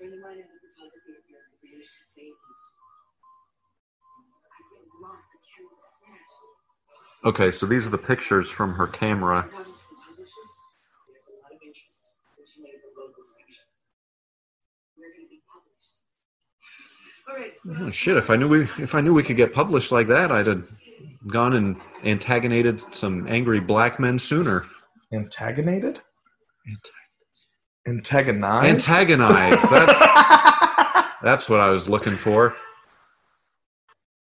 Speaker 7: friend of mine has a photography of your managed to save us.
Speaker 6: I really love the camera smashed.
Speaker 3: Okay, so these are the pictures from her camera.
Speaker 7: I'm talking to the publishers. There's a lot of interest since you made the local section. We're going to be published. All right. so-
Speaker 3: Oh, shit, if I knew we if I knew we could get published like that, I'd have gone and antagonized some angry black men sooner.
Speaker 2: Antagonated? Antagonized?
Speaker 3: Antagonize. That's that's what I was looking for.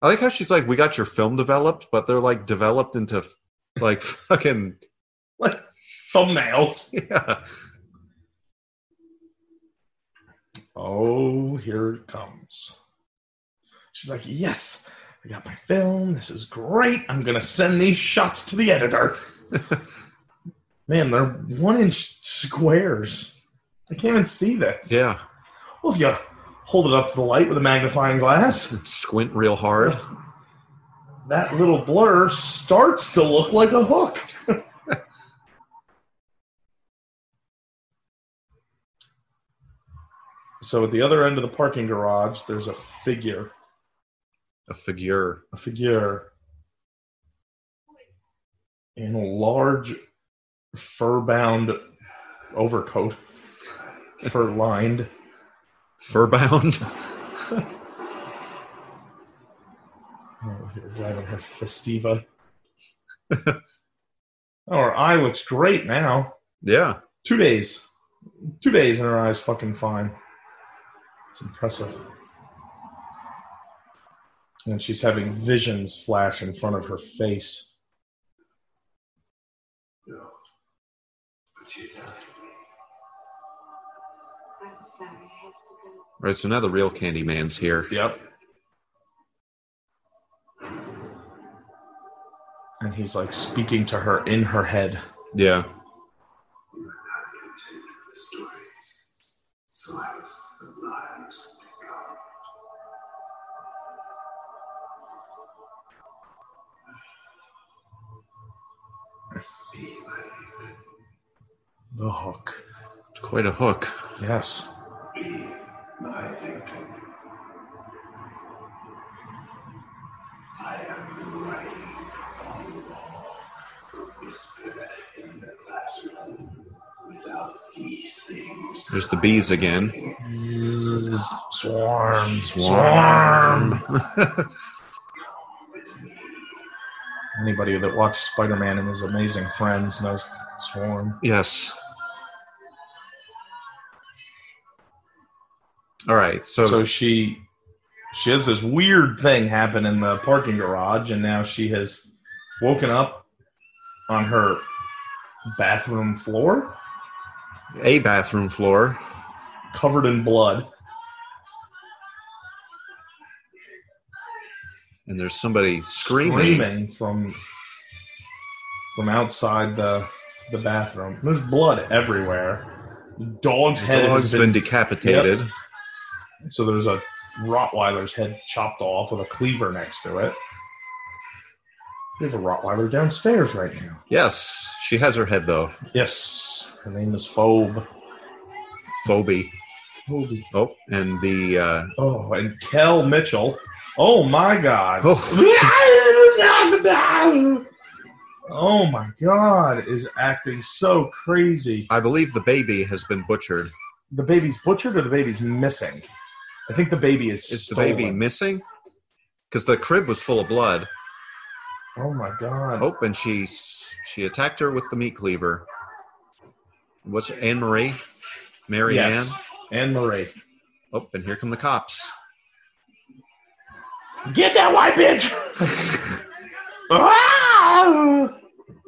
Speaker 3: I like how she's like, "We got your film developed," but they're like developed into like fucking
Speaker 2: like thumbnails.
Speaker 3: yeah.
Speaker 2: Oh, here it comes. She's like, yes, I got my film. This is great. I'm going to send these shots to the editor. Man, they're one inch squares. I can't even see this.
Speaker 3: Yeah,
Speaker 2: Well, if you hold it up to the light with a magnifying glass,
Speaker 3: squint real hard.
Speaker 2: that little blur starts to look like a hook. so at the other end of the parking garage, there's a figure.
Speaker 3: A figure.
Speaker 2: a figure in a large fur bound overcoat, fur lined.
Speaker 3: Furbound.
Speaker 2: Oh, Driving her festiva. oh, her eye looks great now.
Speaker 3: yeah.
Speaker 2: Two days. Two days and her eye's fucking fine. It's impressive. And she's having visions flash in front of her face.
Speaker 5: No. But she died.
Speaker 6: I'm sorry, I have to go.
Speaker 3: Right, so now the real Candyman's here.
Speaker 2: Yep. And he's like speaking to her in her head.
Speaker 3: Yeah.
Speaker 5: You are not content with the story. Slice the lives of the God. Be my neighbor.
Speaker 2: The hook.
Speaker 3: It's quite a hook.
Speaker 2: Yes.
Speaker 5: Be my thinking. I am the writing on the wall, the whisper in the classroom. Without these things,
Speaker 3: There's the bees again.
Speaker 2: Swarm. Swarm.
Speaker 3: Swarm.
Speaker 2: Anybody that watched Spider Man and his amazing friends knows Swarm.
Speaker 3: yes. All right, so,
Speaker 2: So she she has this weird thing happen in the parking garage and now she has woken up on her bathroom floor
Speaker 3: a bathroom floor.
Speaker 2: covered in blood.
Speaker 3: and there's somebody screaming.
Speaker 2: screaming from from outside the the bathroom. There's blood everywhere. Dog's
Speaker 3: The
Speaker 2: head
Speaker 3: dog's
Speaker 2: has
Speaker 3: been,
Speaker 2: been,
Speaker 3: decapitated.
Speaker 2: so there's a Rottweiler's head chopped off with a cleaver next to it. We have a Rottweiler downstairs right now.
Speaker 3: Yes, she has her head though.
Speaker 2: Yes, her name is Phobe.
Speaker 3: Phoebe.
Speaker 2: Phobe.
Speaker 3: Oh, and the uh,
Speaker 2: Oh, and Kel Oh, Mitchell. Oh my God.
Speaker 3: oh,
Speaker 2: Oh. Oh my God, is acting so crazy.
Speaker 3: I believe the baby has been butchered.
Speaker 2: The baby's butchered or the baby's missing? I think the baby is.
Speaker 3: Is the
Speaker 2: stolen.
Speaker 3: baby missing? Because the crib was full of blood.
Speaker 2: Oh my God.
Speaker 3: Oh, and she she attacked her with the meat cleaver. What's Anne Marie? Mary
Speaker 2: yes.
Speaker 3: Ann.
Speaker 2: Anne Marie.
Speaker 3: Oh, and here come the cops.
Speaker 2: Get that white bitch! Ah!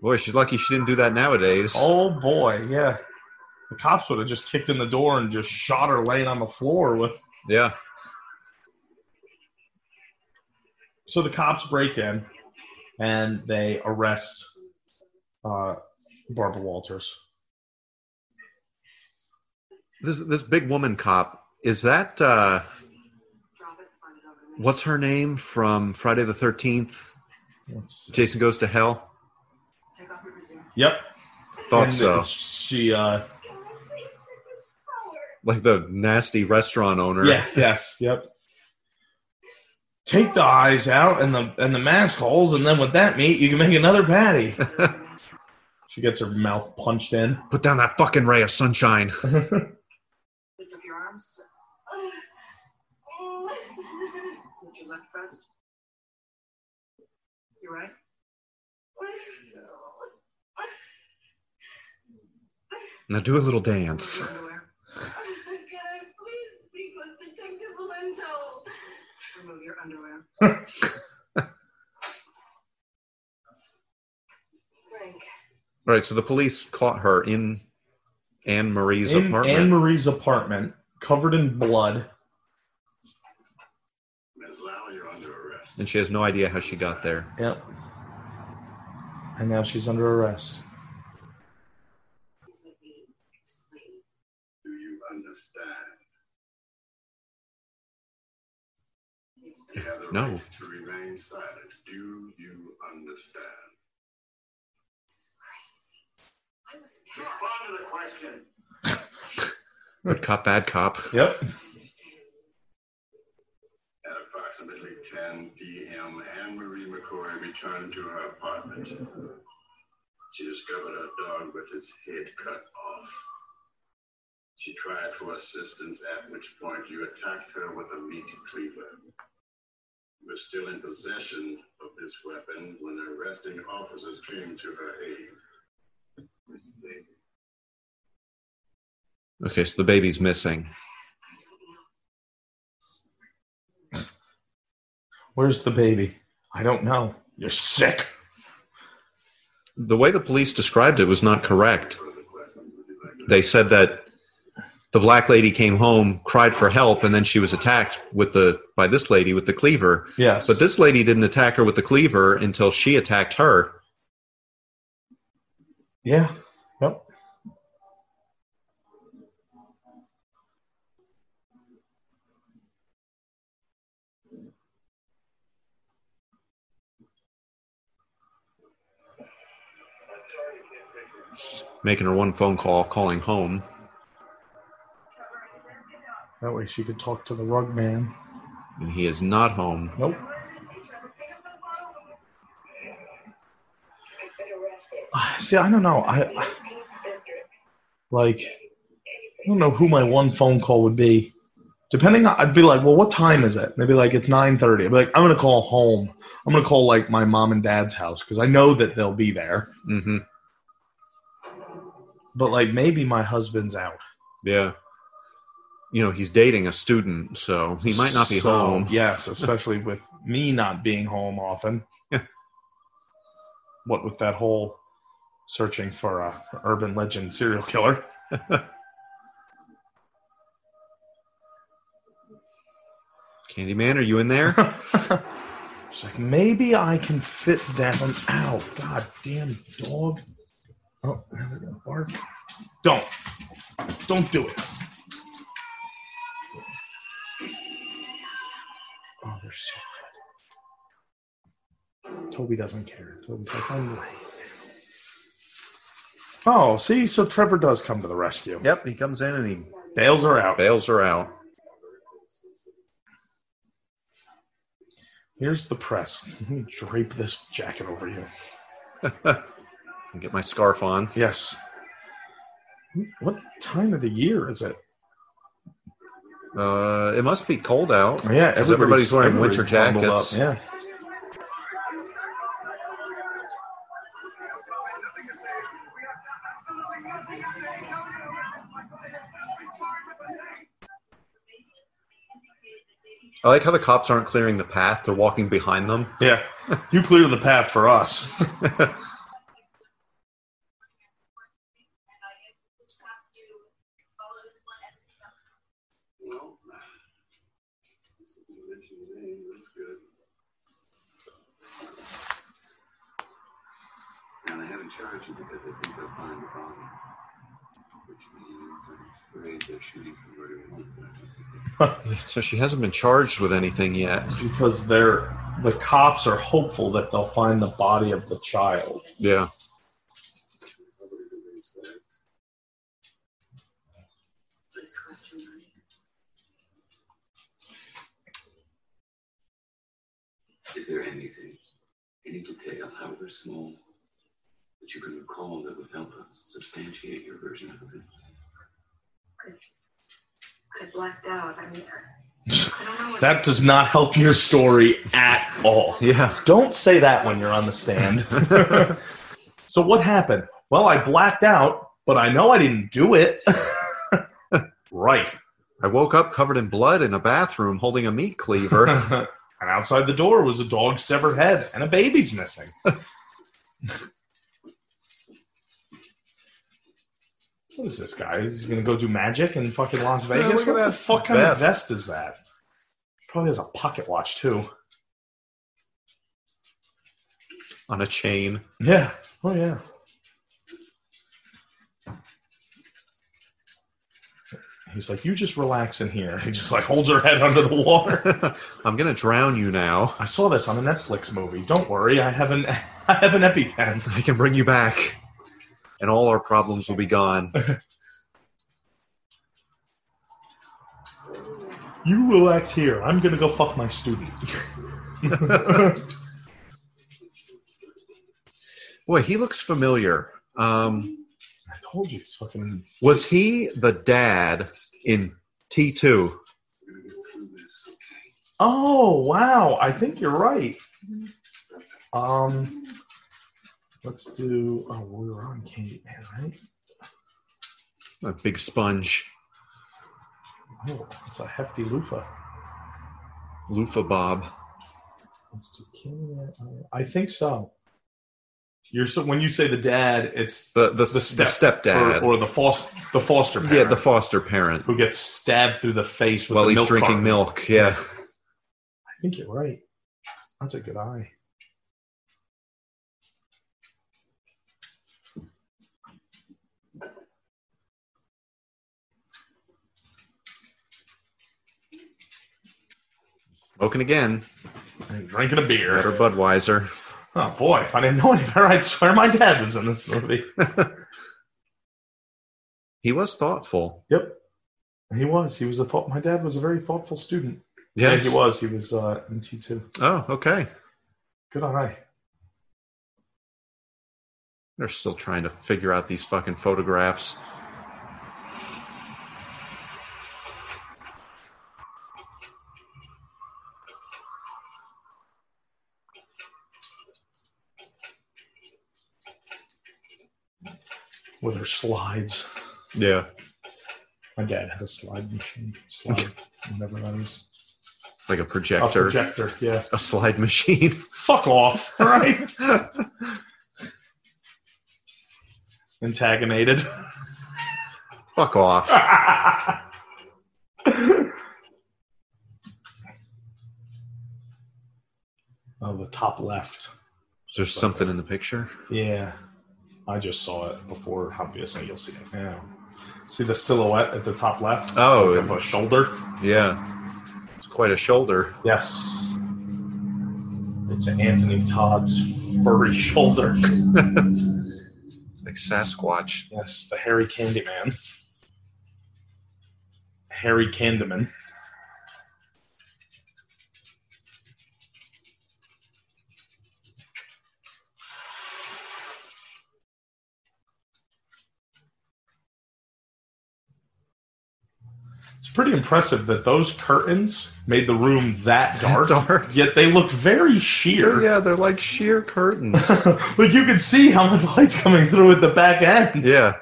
Speaker 3: Boy, she's lucky she didn't do that nowadays.
Speaker 2: Oh boy, yeah. The cops would have just kicked in the door and just shot her laying on the floor with.
Speaker 3: Yeah.
Speaker 2: So the cops break in and they arrest uh, Barbara Walters.
Speaker 3: This this big woman cop is that uh, what's her name from Friday the Thirteenth?
Speaker 2: Let's see.
Speaker 3: Jason Goes to Hell.
Speaker 7: Take off your resume.
Speaker 2: Yep.
Speaker 3: Thought
Speaker 2: And
Speaker 3: so.
Speaker 2: She, uh,
Speaker 3: Like the nasty restaurant owner.
Speaker 2: yeah, yes, yep. Take the eyes out and the and the mask holes, and then with that meat, you can make another patty. she gets her mouth punched in.
Speaker 3: Put down that fucking ray of sunshine.
Speaker 7: Lift up your arms. Lift your left breast. Your right.
Speaker 3: Now do a little
Speaker 7: Your
Speaker 3: dance.
Speaker 7: underwear.
Speaker 6: Can I please speak with Detective Valento?
Speaker 7: Remove your underwear.
Speaker 6: Frank,
Speaker 3: All right. So the police caught her in Anne Marie's
Speaker 2: in
Speaker 3: apartment.
Speaker 2: Anne Marie's apartment, covered in blood.
Speaker 5: Ms. Lau, you're under arrest.
Speaker 3: and she has no idea how she got there.
Speaker 2: Yep. And now she's under arrest.
Speaker 7: Please let me explain.
Speaker 5: Do you understand?
Speaker 7: Please
Speaker 5: You have the
Speaker 3: No.
Speaker 5: right to remain silent. Do you understand?
Speaker 7: I was attacked.
Speaker 5: Respond to the question.
Speaker 3: Good
Speaker 2: Hmm.
Speaker 3: cop, bad cop.
Speaker 2: Yep.
Speaker 7: I understand.
Speaker 5: At approximately 10 p.m., Anne Marie McCoy returned to her apartment. She discovered her dog with its head cut off. She cried for assistance, at which point you attacked her with a meat cleaver. You were still in possession of this weapon when arresting officers came to her aid.
Speaker 3: Okay, so the baby's
Speaker 7: I
Speaker 3: missing.
Speaker 7: don't know.
Speaker 2: Where's the baby? I don't know. You're sick.
Speaker 3: The way the police described it was not correct.
Speaker 5: Further questions would you like to
Speaker 3: They said that the black lady came home, cried for help, and then she was attacked with the by this lady with the cleaver.
Speaker 2: Yes.
Speaker 3: But this lady didn't attack her with the cleaver until she attacked her.
Speaker 2: yeah. Yep.
Speaker 3: Making her one phone call, calling home.
Speaker 2: That way she could talk to the rug man.
Speaker 3: And he is not home.
Speaker 2: Nope.
Speaker 6: I've been arrested.
Speaker 2: See, I don't know. I, I like. I don't know who my one phone call would be. Depending, on, I'd be like, "Well, what time is it?" Maybe like it's nine thirty. I'd be like, "I'm gonna call home. I'm gonna call like my mom and dad's house because I know that they'll be there."
Speaker 3: hmm
Speaker 2: But like maybe my husband's out.
Speaker 3: Yeah. You know, he's dating a student, so he might not be
Speaker 2: So,
Speaker 3: home.
Speaker 2: Yes, especially with me not being home often.
Speaker 3: Yeah.
Speaker 2: What with that whole searching for a urban legend serial killer.
Speaker 3: Candyman, are you in there?
Speaker 2: She's like, maybe I can fit down. Ow, god damn dog. Oh, now they're gonna bark. Don't. Don't do it. Oh, they're so good. Toby doesn't care. Toby's like, I'm late. Oh, see, so Trevor does come to the rescue.
Speaker 3: Yep, he comes in and he
Speaker 2: Bails her out.
Speaker 3: bails her out.
Speaker 2: Here's the press. Let me drape this jacket over you.
Speaker 3: and get my scarf on.
Speaker 2: Yes. What time of the year is it?
Speaker 3: Uh, it must be cold out.
Speaker 2: Yeah,
Speaker 3: everybody's wearing winter
Speaker 2: bundled
Speaker 3: jackets.
Speaker 2: Up. Yeah.
Speaker 3: I like how the cops aren't clearing the path; they're walking behind them.
Speaker 2: Yeah. You clear the path for us.
Speaker 5: No. You mentioned names, that's good. And I haven't charged you because I think they'll find the bomb. Which means I'm afraid they're shooting from where they want.
Speaker 3: so she hasn't been charged with anything yet.
Speaker 2: because they're the cops are hopeful that they'll find the body of the child.
Speaker 3: Yeah.
Speaker 5: Nobody believes that.
Speaker 7: Please question me.
Speaker 5: Is there anything, any detail, however small, that you can recall that would help us substantiate your version of events?
Speaker 6: I blacked out. I mean, I don't know what
Speaker 2: That does not help your story at all.
Speaker 3: Yeah.
Speaker 2: Don't say that when you're on the stand. so what happened? Well, I blacked out, but I know I didn't do it. right.
Speaker 3: I woke up covered in blood in a bathroom holding a meat cleaver.
Speaker 2: and outside the door was a dog's severed head and a baby's missing. what is this guy? He's gonna go do magic in fucking Las Vegas?
Speaker 3: look at
Speaker 2: what the
Speaker 3: that
Speaker 2: fuck kind of
Speaker 3: vest.
Speaker 2: vest is that? Probably has a pocket watch too.
Speaker 3: on a chain.
Speaker 2: Yeah. Oh yeah. He's like, you just relax in here. He just like holds her head under the water.
Speaker 3: I'm gonna drown you now.
Speaker 2: I saw this on a Netflix movie. Don't worry, I have an I have an EpiPen.
Speaker 3: I can bring you back, and all our problems will be gone.
Speaker 2: You relax here. I'm gonna go fuck my student.
Speaker 3: Boy, he looks familiar. Um,
Speaker 2: I told you, it's fucking.
Speaker 3: was he the dad in T2?
Speaker 5: We're gonna get through this, okay?
Speaker 2: Oh wow! I think you're right. Um, let's do. Oh, we were on Candyman, right?
Speaker 3: A big sponge,
Speaker 2: Oh, it's a hefty loofah.
Speaker 3: loofah bob.
Speaker 2: Let's do Candyman. Uh, I think so. You're so when you say the dad, it's
Speaker 3: The the,
Speaker 2: The
Speaker 3: the,
Speaker 2: step-
Speaker 3: stepdad.
Speaker 2: or, or the foster the foster parent
Speaker 3: yeah, the foster parent.
Speaker 2: who gets stabbed through the face with
Speaker 3: While
Speaker 2: the
Speaker 3: he's
Speaker 2: milk
Speaker 3: drinking
Speaker 2: carton.
Speaker 3: milk. Yeah.
Speaker 2: I think you're right. That's a good eye.
Speaker 3: Smoking again.
Speaker 2: And drinking a beer.
Speaker 3: Better Budweiser.
Speaker 2: Oh boy, if I didn't know any better, I'd swear my dad was in this movie.
Speaker 3: He was thoughtful.
Speaker 2: Yep. He was. He was a thought my dad was a very thoughtful student.
Speaker 3: Yes.
Speaker 2: he was. He was uh in T two.
Speaker 3: Oh, okay.
Speaker 2: Good eye.
Speaker 3: They're still trying to figure out these fucking photographs.
Speaker 2: With her slides.
Speaker 3: Yeah.
Speaker 2: My dad had a slide machine. Slide whatever that is.
Speaker 3: Like a
Speaker 2: A
Speaker 3: projector.
Speaker 2: projector, yeah.
Speaker 3: a slide machine.
Speaker 2: Fuck off, right? Antagonated.
Speaker 3: Fuck off.
Speaker 2: oh, the top left.
Speaker 3: Is there something in the picture?
Speaker 2: Yeah, I just saw it before. Obviously, you'll see it now. See the silhouette at the top left of
Speaker 3: Oh,
Speaker 2: a shoulder.
Speaker 3: yeah. It's quite a shoulder.
Speaker 2: Yes, it's Anthony Todd's furry shoulder.
Speaker 3: It's like Sasquatch.
Speaker 2: Yes, the hairy Candyman. Harry Candyman. It's pretty impressive that those curtains made the room that dark.
Speaker 3: Dark.
Speaker 2: Yet they look very sheer.
Speaker 3: Yeah, they're like sheer curtains.
Speaker 2: like you can see how much light's coming through at the back end.
Speaker 3: yeah.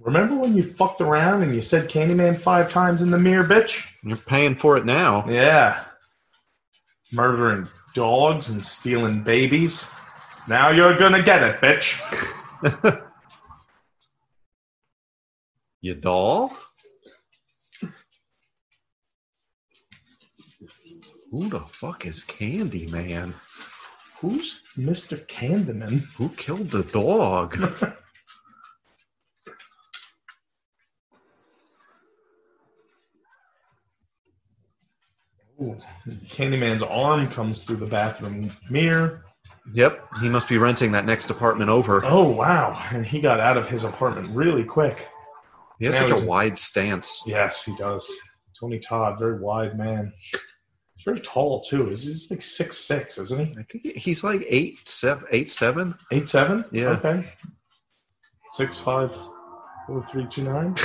Speaker 2: Remember when you fucked around and you said Candyman five times in the mirror, bitch?
Speaker 3: You're paying for it now.
Speaker 2: Yeah. Murdering dogs and stealing babies. Now you're gonna get it, bitch.
Speaker 3: You doll? Who the fuck is Candyman?
Speaker 2: Who's Mr. Candyman?
Speaker 3: Who killed the dog?
Speaker 2: Ooh, Candyman's arm comes through the bathroom mirror.
Speaker 3: yep, he must be renting that next apartment over.
Speaker 2: Oh wow! And he got out of his apartment really quick.
Speaker 3: He has
Speaker 2: Now
Speaker 3: such
Speaker 2: he's-
Speaker 3: a wide stance.
Speaker 2: Yes, he does. Tony Todd, very wide man. He's very tall too. He's, he's like six six, isn't he?
Speaker 3: I think he's like eight, seven, eight, seven.
Speaker 2: Eight seven?
Speaker 3: Yeah.
Speaker 2: Okay. Six five four three two nine.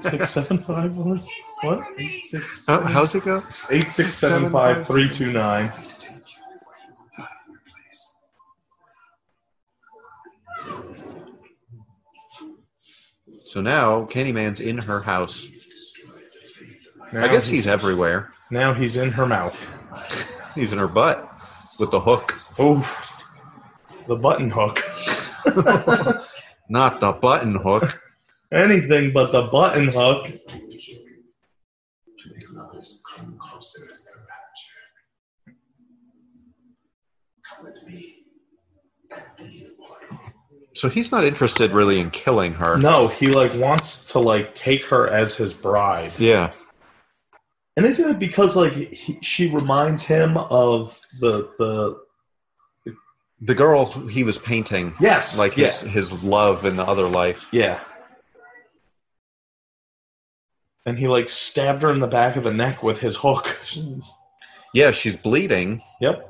Speaker 2: Six seven five one. What? Eight six
Speaker 3: How, how's it go?
Speaker 2: eight six seven five three two nine.
Speaker 3: So now Candyman's in her house.
Speaker 2: Now
Speaker 3: I guess he's everywhere.
Speaker 2: now he's in her mouth.
Speaker 3: He's in her butt with the hook.
Speaker 2: Oh the button hook.
Speaker 3: Not the button hook.
Speaker 2: Anything but the button hook.
Speaker 3: So he's not interested really in killing her.
Speaker 2: No, he like wants to like take her as his bride.
Speaker 3: Yeah.
Speaker 2: And isn't it because like he, she reminds him of the the
Speaker 3: The girl he was painting,
Speaker 2: yes
Speaker 3: like
Speaker 2: yeah
Speaker 3: his, his love in the other life.
Speaker 2: yeah. And he like stabbed her in the back of the neck with his hook.
Speaker 3: Yeah, she's bleeding.
Speaker 2: Yep.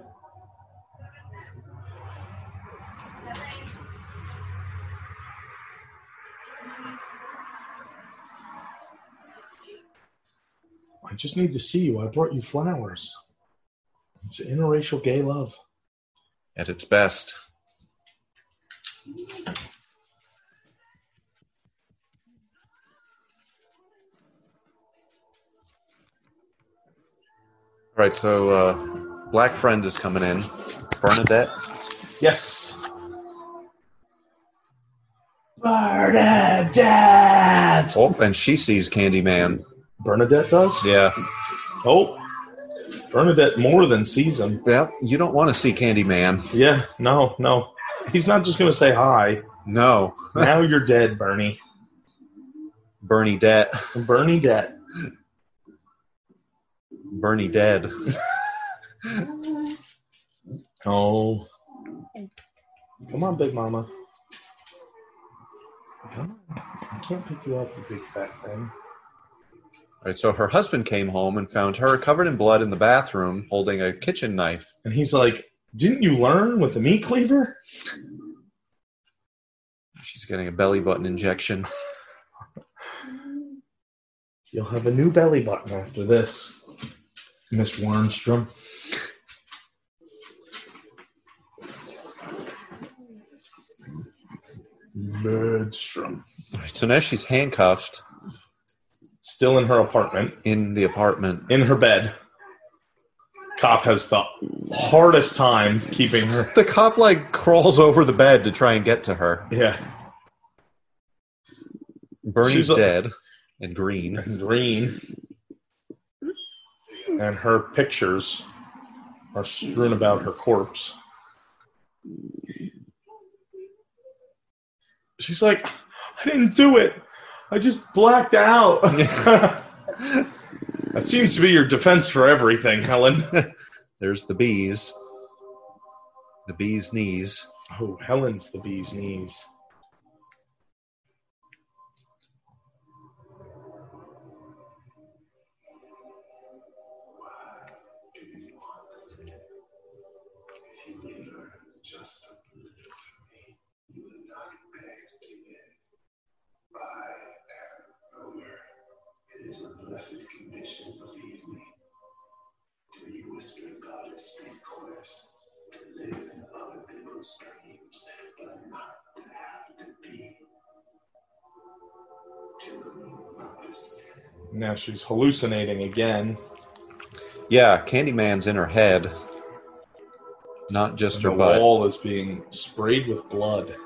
Speaker 2: I just need to see you. I brought you flowers. It's interracial gay love.
Speaker 3: at its best. All right, so uh, Black Friend is coming in. Bernadette.
Speaker 2: Yes. Bernadette.
Speaker 3: Oh, and she sees Candyman.
Speaker 2: Bernadette does.
Speaker 3: Yeah.
Speaker 2: Oh, Bernadette more than sees him.
Speaker 3: Yeah, you don't want to see Candyman.
Speaker 2: Yeah. No. No. He's not just gonna say hi.
Speaker 3: No.
Speaker 2: now you're dead, Bernie.
Speaker 3: Bernie dead.
Speaker 2: Bernie dead.
Speaker 3: Bernie dead.
Speaker 2: Oh. Come on, Big Mama. Come on. I can't pick you up, you big fat thing.
Speaker 3: All right, so her husband came home and found her covered in blood in the bathroom holding a kitchen knife.
Speaker 2: And he's like, Didn't you learn with the meat cleaver?
Speaker 3: She's getting a belly button injection.
Speaker 2: You'll have a new belly button after this, Miss Warnstrom. Nerdstrom.
Speaker 3: All right, so now she's handcuffed.
Speaker 2: Still in her apartment,
Speaker 3: in the apartment.
Speaker 2: in her bed. Cop has the hardest time keeping her.
Speaker 3: The cop like crawls over the bed to try and get to her.
Speaker 2: Yeah.
Speaker 3: Bernie's
Speaker 2: She's a-
Speaker 3: dead and green.
Speaker 2: and green, and her pictures are strewn about her corpse. She's like, I didn't do it. I just blacked out. that seems to be your defense for everything, Helen.
Speaker 3: There's the bees. The bees' knees.
Speaker 2: Oh, Helen's the bee's knees.
Speaker 5: You should believe me. Do you whisper about it, stay coerced to live in other people's dreams, but not to have to be? Do you understand?
Speaker 2: Now she's hallucinating again.
Speaker 3: Yeah, Candyman's in her head, not just
Speaker 2: And
Speaker 3: her
Speaker 2: the
Speaker 3: butt.
Speaker 2: wall is being sprayed with blood.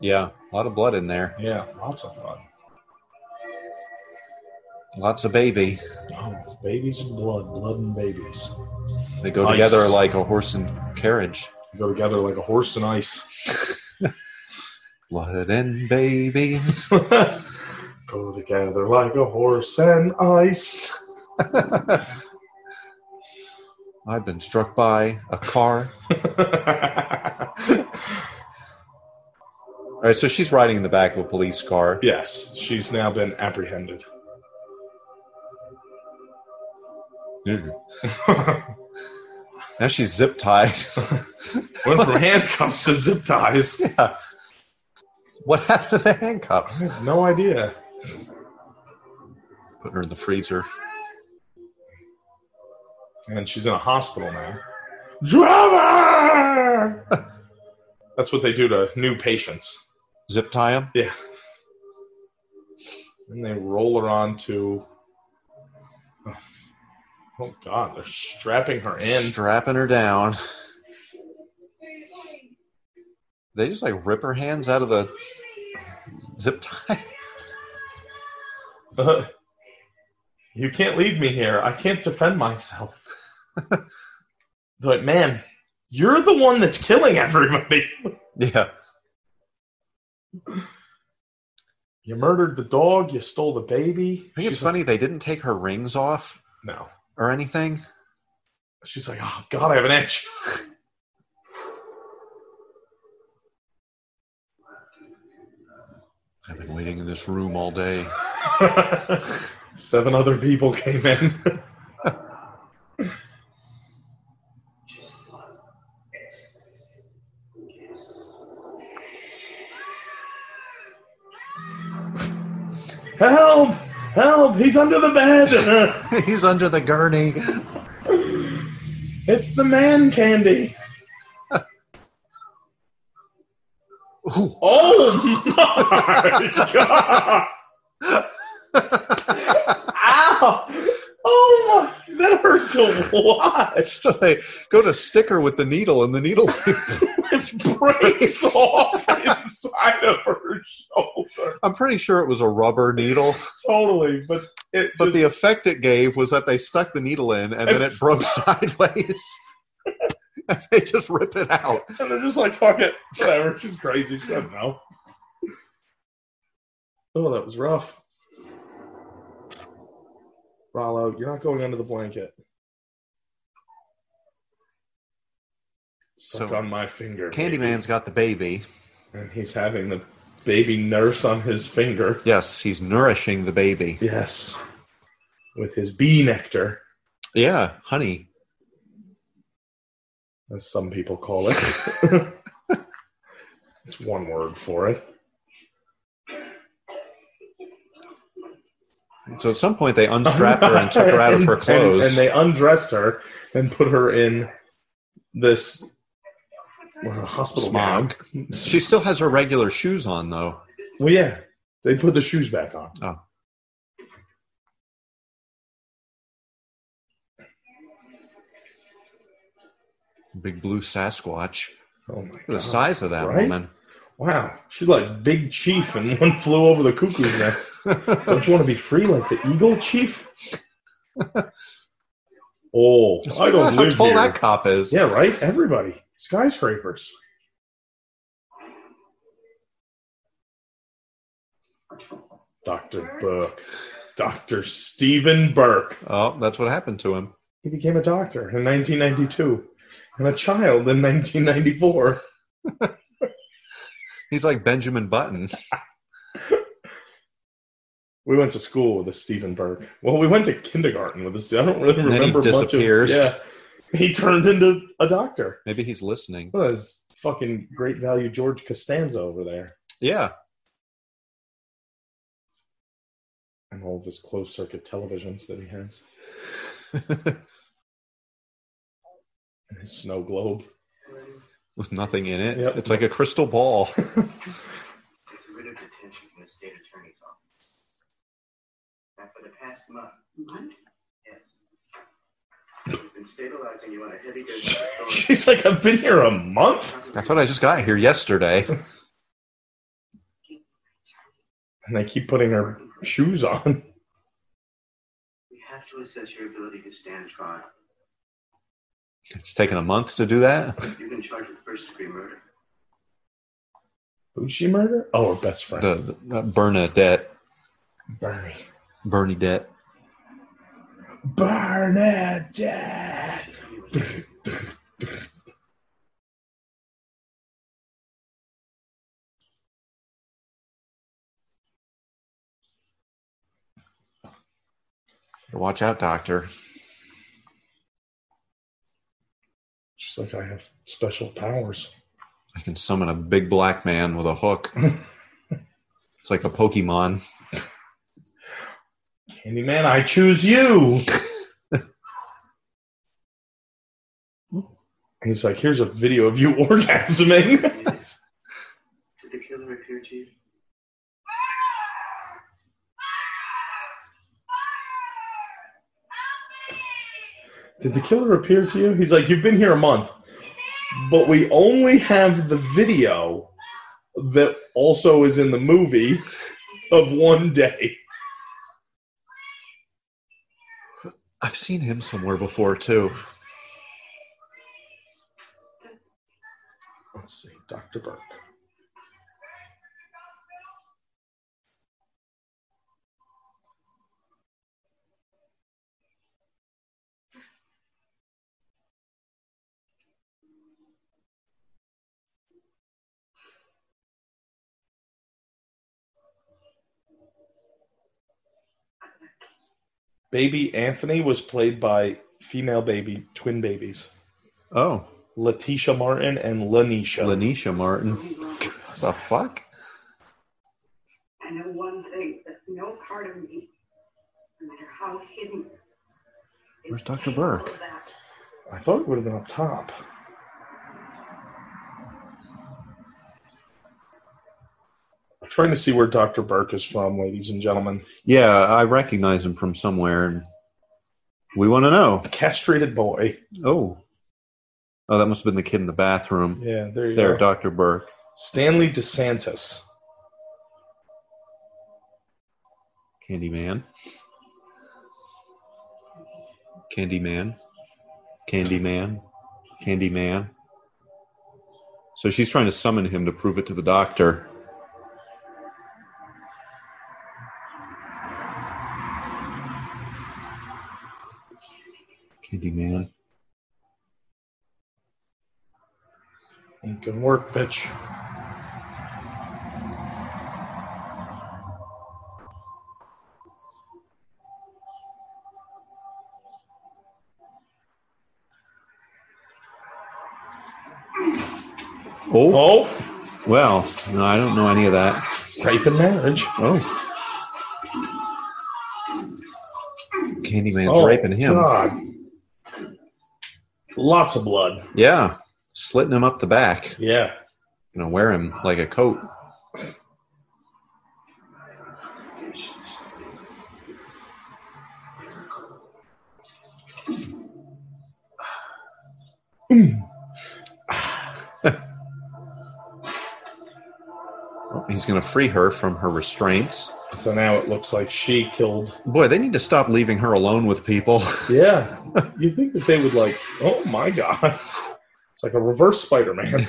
Speaker 3: Yeah, a lot of blood in there.
Speaker 2: Yeah, lots of blood.
Speaker 3: Lots of baby.
Speaker 2: Oh, babies and blood, blood and babies.
Speaker 3: They go
Speaker 2: Nice.
Speaker 3: together like a horse and carriage.
Speaker 2: They go together like a horse and ice.
Speaker 3: Blood and babies.
Speaker 2: go together like a horse and ice.
Speaker 3: I've been struck by a car. All right, so she's riding in the back of a police car.
Speaker 2: yes, she's now been apprehended.
Speaker 3: Now she's zip tied.
Speaker 2: Went from handcuffs to zip ties.
Speaker 3: yeah. What happened to the handcuffs?
Speaker 2: I have no idea.
Speaker 3: Putting her in the freezer.
Speaker 2: And she's in a hospital now. Drama! That's what they do to new patients.
Speaker 3: Zip tie them.
Speaker 2: Yeah. And they roll her onto. Oh, God, they're strapping her in.
Speaker 3: strapping her down. They just like rip her hands out of the zip tie.
Speaker 2: you can't leave me here. I can't defend myself. they're like, man, you're the one that's killing everybody.
Speaker 3: yeah.
Speaker 2: You murdered the dog. You stole the baby.
Speaker 3: I think it's funny they didn't take her rings off
Speaker 2: Like, no.
Speaker 3: or anything.
Speaker 2: She's like, oh, God, I have an itch.
Speaker 3: I've been waiting in this room all day.
Speaker 2: Seven other people came in. help! Help! He's under the bed.
Speaker 3: He's under the gurney.
Speaker 2: it's the man candy.
Speaker 3: Ooh.
Speaker 2: Oh my god! Ow! Oh my! That hurt to watch.
Speaker 3: So they go to stick her with the needle, and the needle
Speaker 2: It breaks off inside of her shoulder.
Speaker 3: I'm pretty sure it was a rubber needle,
Speaker 2: Totally, but it
Speaker 3: but
Speaker 2: just,
Speaker 3: the effect it gave was that they stuck the needle in and then it broke sideways. and they just rip it out.
Speaker 2: and they're just like, fuck it, whatever. She's crazy. She doesn't know. Oh, that was rough. Rollo, you're not going under the blanket. Suck
Speaker 3: So-
Speaker 2: on my finger. baby.
Speaker 3: Candyman's got the baby.
Speaker 2: And he's having the baby nurse on his finger.
Speaker 3: Yes, he's nourishing the baby.
Speaker 2: Yes. With his bee nectar.
Speaker 3: Yeah, honey.
Speaker 2: as some people call it. it's one word for it.
Speaker 3: So at some point they unstrapped her and took her out of her
Speaker 2: And-
Speaker 3: clothes.
Speaker 2: And, they undressed her and put her in this well, hospital
Speaker 3: Smog.
Speaker 2: gown.
Speaker 3: she still has her regular shoes on though.
Speaker 2: Well, yeah, they put the shoes back on.
Speaker 3: Oh. Big blue Sasquatch.
Speaker 2: Oh my
Speaker 3: Look at the
Speaker 2: god!
Speaker 3: size of that
Speaker 2: Right?
Speaker 3: woman.
Speaker 2: Wow, she's like Big Chief, and one flew over the cuckoo's nest. Don't you want to be free like the Eagle Chief? Oh, I don't
Speaker 3: How
Speaker 2: live
Speaker 3: tall
Speaker 2: here.
Speaker 3: that cop is.
Speaker 2: Yeah, right. Everybody, skyscrapers. Doctor Burke, Doctor Stephen Burke.
Speaker 3: Oh, that's what happened to him.
Speaker 2: He became a doctor in 1992 and a child in 1994.
Speaker 3: He's like Benjamin Button.
Speaker 2: We went to school with a Stephen Burke. Well, we went to kindergarten with this. I don't really
Speaker 3: And then he
Speaker 2: remember much of.
Speaker 3: disappears.
Speaker 2: Yeah, he turned into a doctor.
Speaker 3: Maybe he's listening.
Speaker 2: Well, that's fucking great value George Costanza over there.
Speaker 3: Yeah.
Speaker 2: and all just closed circuit televisions that he has and his snow globe.
Speaker 3: With nothing in it.
Speaker 2: Yep.
Speaker 3: It's like a crystal ball.
Speaker 5: is rid of detention from the state attorney's office. Now, for the past month. Month? Yes. We've been stabilizing you on a heavy dose of authority.
Speaker 2: She's like, I've been here a month,
Speaker 3: I thought I just got here yesterday.
Speaker 2: and I keep putting her shoes on.
Speaker 5: We have to assess your ability to stand trial.
Speaker 3: It's taken a month to do that.
Speaker 5: You've been charged with first degree murder.
Speaker 2: Who'd she murder? Oh, her best friend,
Speaker 3: The, the uh, Bernadette,
Speaker 2: Bernie.
Speaker 3: Bernadette.
Speaker 2: Bernadette.
Speaker 5: Tell me what you did.
Speaker 3: Watch out, doctor.
Speaker 2: She's like, I have special powers.
Speaker 3: I can summon a big black man with a hook. It's like a Pokemon.
Speaker 2: Candyman, I choose you. He's like, here's a video of you orgasming.
Speaker 5: Did the killer appear to you?
Speaker 2: Did the killer appear to you? He's like, you've been here a month, but we only have the video that also is in the movie of one day.
Speaker 3: I've seen him somewhere before too.
Speaker 2: Let's see, Dr. Burke. Baby Anthony was played by female baby, twin babies,
Speaker 3: Oh,
Speaker 2: Letitia Martin and Lanisha.
Speaker 3: Lanisha Martin. The fuck?
Speaker 7: I know one thing that no part of me, no matter how hidden, is
Speaker 3: Where's Dr.
Speaker 7: capable of
Speaker 3: Burke?
Speaker 7: that.
Speaker 2: I thought it would have been up top. I'm trying to see where Dr. Burke is from, ladies and gentlemen.
Speaker 3: Yeah, I recognize him from somewhere. And we want to know.
Speaker 2: A castrated boy.
Speaker 3: Oh, oh, that must have been the kid in the bathroom.
Speaker 2: Yeah, there you
Speaker 3: There,
Speaker 2: go.
Speaker 3: Doctor Burke.
Speaker 2: Stanley DeSantis.
Speaker 3: Candyman. Candyman. Candyman. Candyman. So she's trying to summon him to prove it to the doctor. Candyman.
Speaker 2: Ain't gonna work, bitch.
Speaker 3: Oh,
Speaker 2: Oh,
Speaker 3: well, no, I don't know any of that.
Speaker 2: rape and marriage.
Speaker 3: Oh. Candyman's
Speaker 2: oh,
Speaker 3: raping him.
Speaker 2: God. Lots of blood.
Speaker 3: Yeah, slitting him up the back.
Speaker 2: Yeah.
Speaker 3: Gonna wear him like a coat. Oh, He's gonna free her from her restraints.
Speaker 2: So now it looks like she killed.
Speaker 3: Boy, they need to stop leaving her alone with people.
Speaker 2: Yeah. you think that they would, like, oh my God. It's like a reverse Spider Man.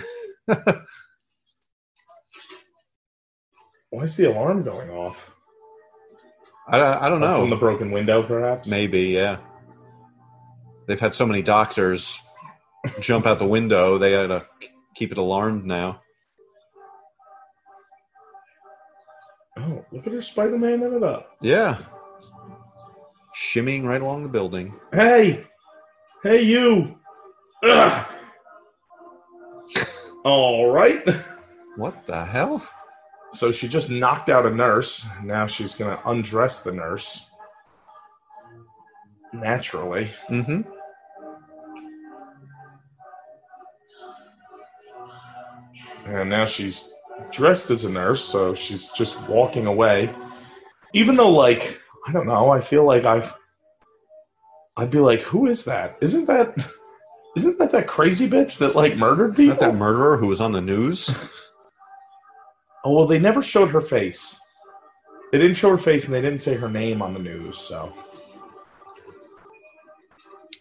Speaker 2: Why is the alarm going off?
Speaker 3: I, I don't
Speaker 2: From the
Speaker 3: know.
Speaker 2: broken window, perhaps?
Speaker 3: Maybe, yeah. They've had so many doctors jump out the window. They gotta keep it alarmed now.
Speaker 2: Oh, look at her Spider Man in it up.
Speaker 3: Yeah, shimmying right along the building.
Speaker 2: Hey! Hey, you! Ugh. All right.
Speaker 3: What the hell?
Speaker 2: So she just knocked out a nurse. Now she's going to undress the nurse. Naturally.
Speaker 3: Mm-hmm.
Speaker 2: And now she's dressed as a nurse, so she's just walking away. Even though, like, I don't know, I feel like I, I'd be like, who is that? Isn't that, isn't that that crazy bitch that like murdered people?
Speaker 3: Not that murderer who was on the news.
Speaker 2: oh well, they never showed her face. They didn't show her face, and they didn't say her name on the news. So,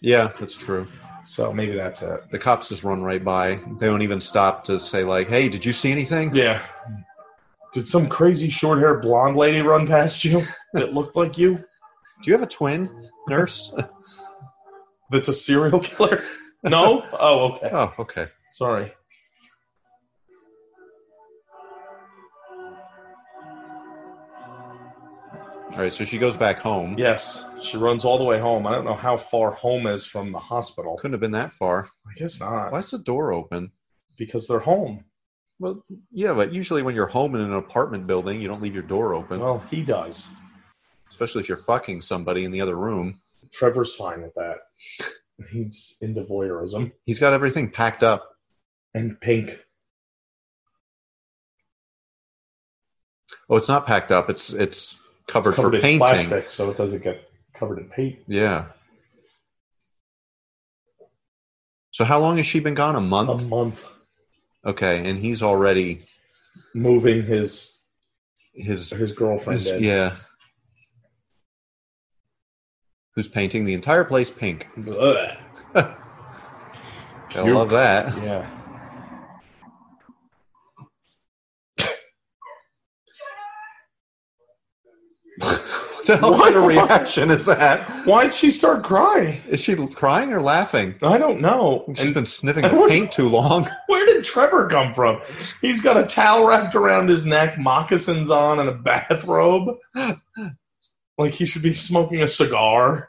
Speaker 3: Yeah, that's true.
Speaker 2: so maybe that's it.
Speaker 3: The cops just run right by. They don't even stop to say like, "Hey, did you see anything?"
Speaker 2: Yeah. Did some crazy short-haired blonde lady run past you that looked like you?
Speaker 3: Do you have a twin nurse?
Speaker 2: That's a serial killer? No? Oh, okay.
Speaker 3: oh, okay.
Speaker 2: Sorry.
Speaker 3: All right. So she goes back home.
Speaker 2: Yes, she runs all the way home. I don't know how far home is from the hospital.
Speaker 3: Couldn't have been that far.
Speaker 2: I guess not.
Speaker 3: Why's the door open?
Speaker 2: Because they're home.
Speaker 3: Well, yeah, but usually when you're home in an apartment building, you don't leave your door open,
Speaker 2: Well, he does.
Speaker 3: especially if you're fucking somebody in the other room.
Speaker 2: Trevor's fine with that. He's into voyeurism
Speaker 3: He's got everything packed up.
Speaker 2: and pink.
Speaker 3: Oh, it's not packed up. It's it's covered,
Speaker 2: It's covered
Speaker 3: for
Speaker 2: in
Speaker 3: painting.
Speaker 2: plastic, so it doesn't get covered in paint.
Speaker 3: Yeah. So how long has she been gone? A
Speaker 2: A
Speaker 3: month.
Speaker 2: month
Speaker 3: okay, and he's already
Speaker 2: moving his
Speaker 3: his,
Speaker 2: his girlfriend
Speaker 3: his
Speaker 2: in.
Speaker 3: yeah. Who's painting the entire place pink?
Speaker 2: Ugh.
Speaker 3: I love that.
Speaker 2: Yeah.
Speaker 3: what the hell kind of reaction is that?
Speaker 2: Why'd she start crying?
Speaker 3: Is she crying or laughing?
Speaker 2: I don't know.
Speaker 3: She's
Speaker 2: And
Speaker 3: been sniffing the paint too long.
Speaker 2: where did Trevor come from? He's got a towel wrapped around his neck, moccasins on, and a bathrobe. Like he should be smoking a cigar.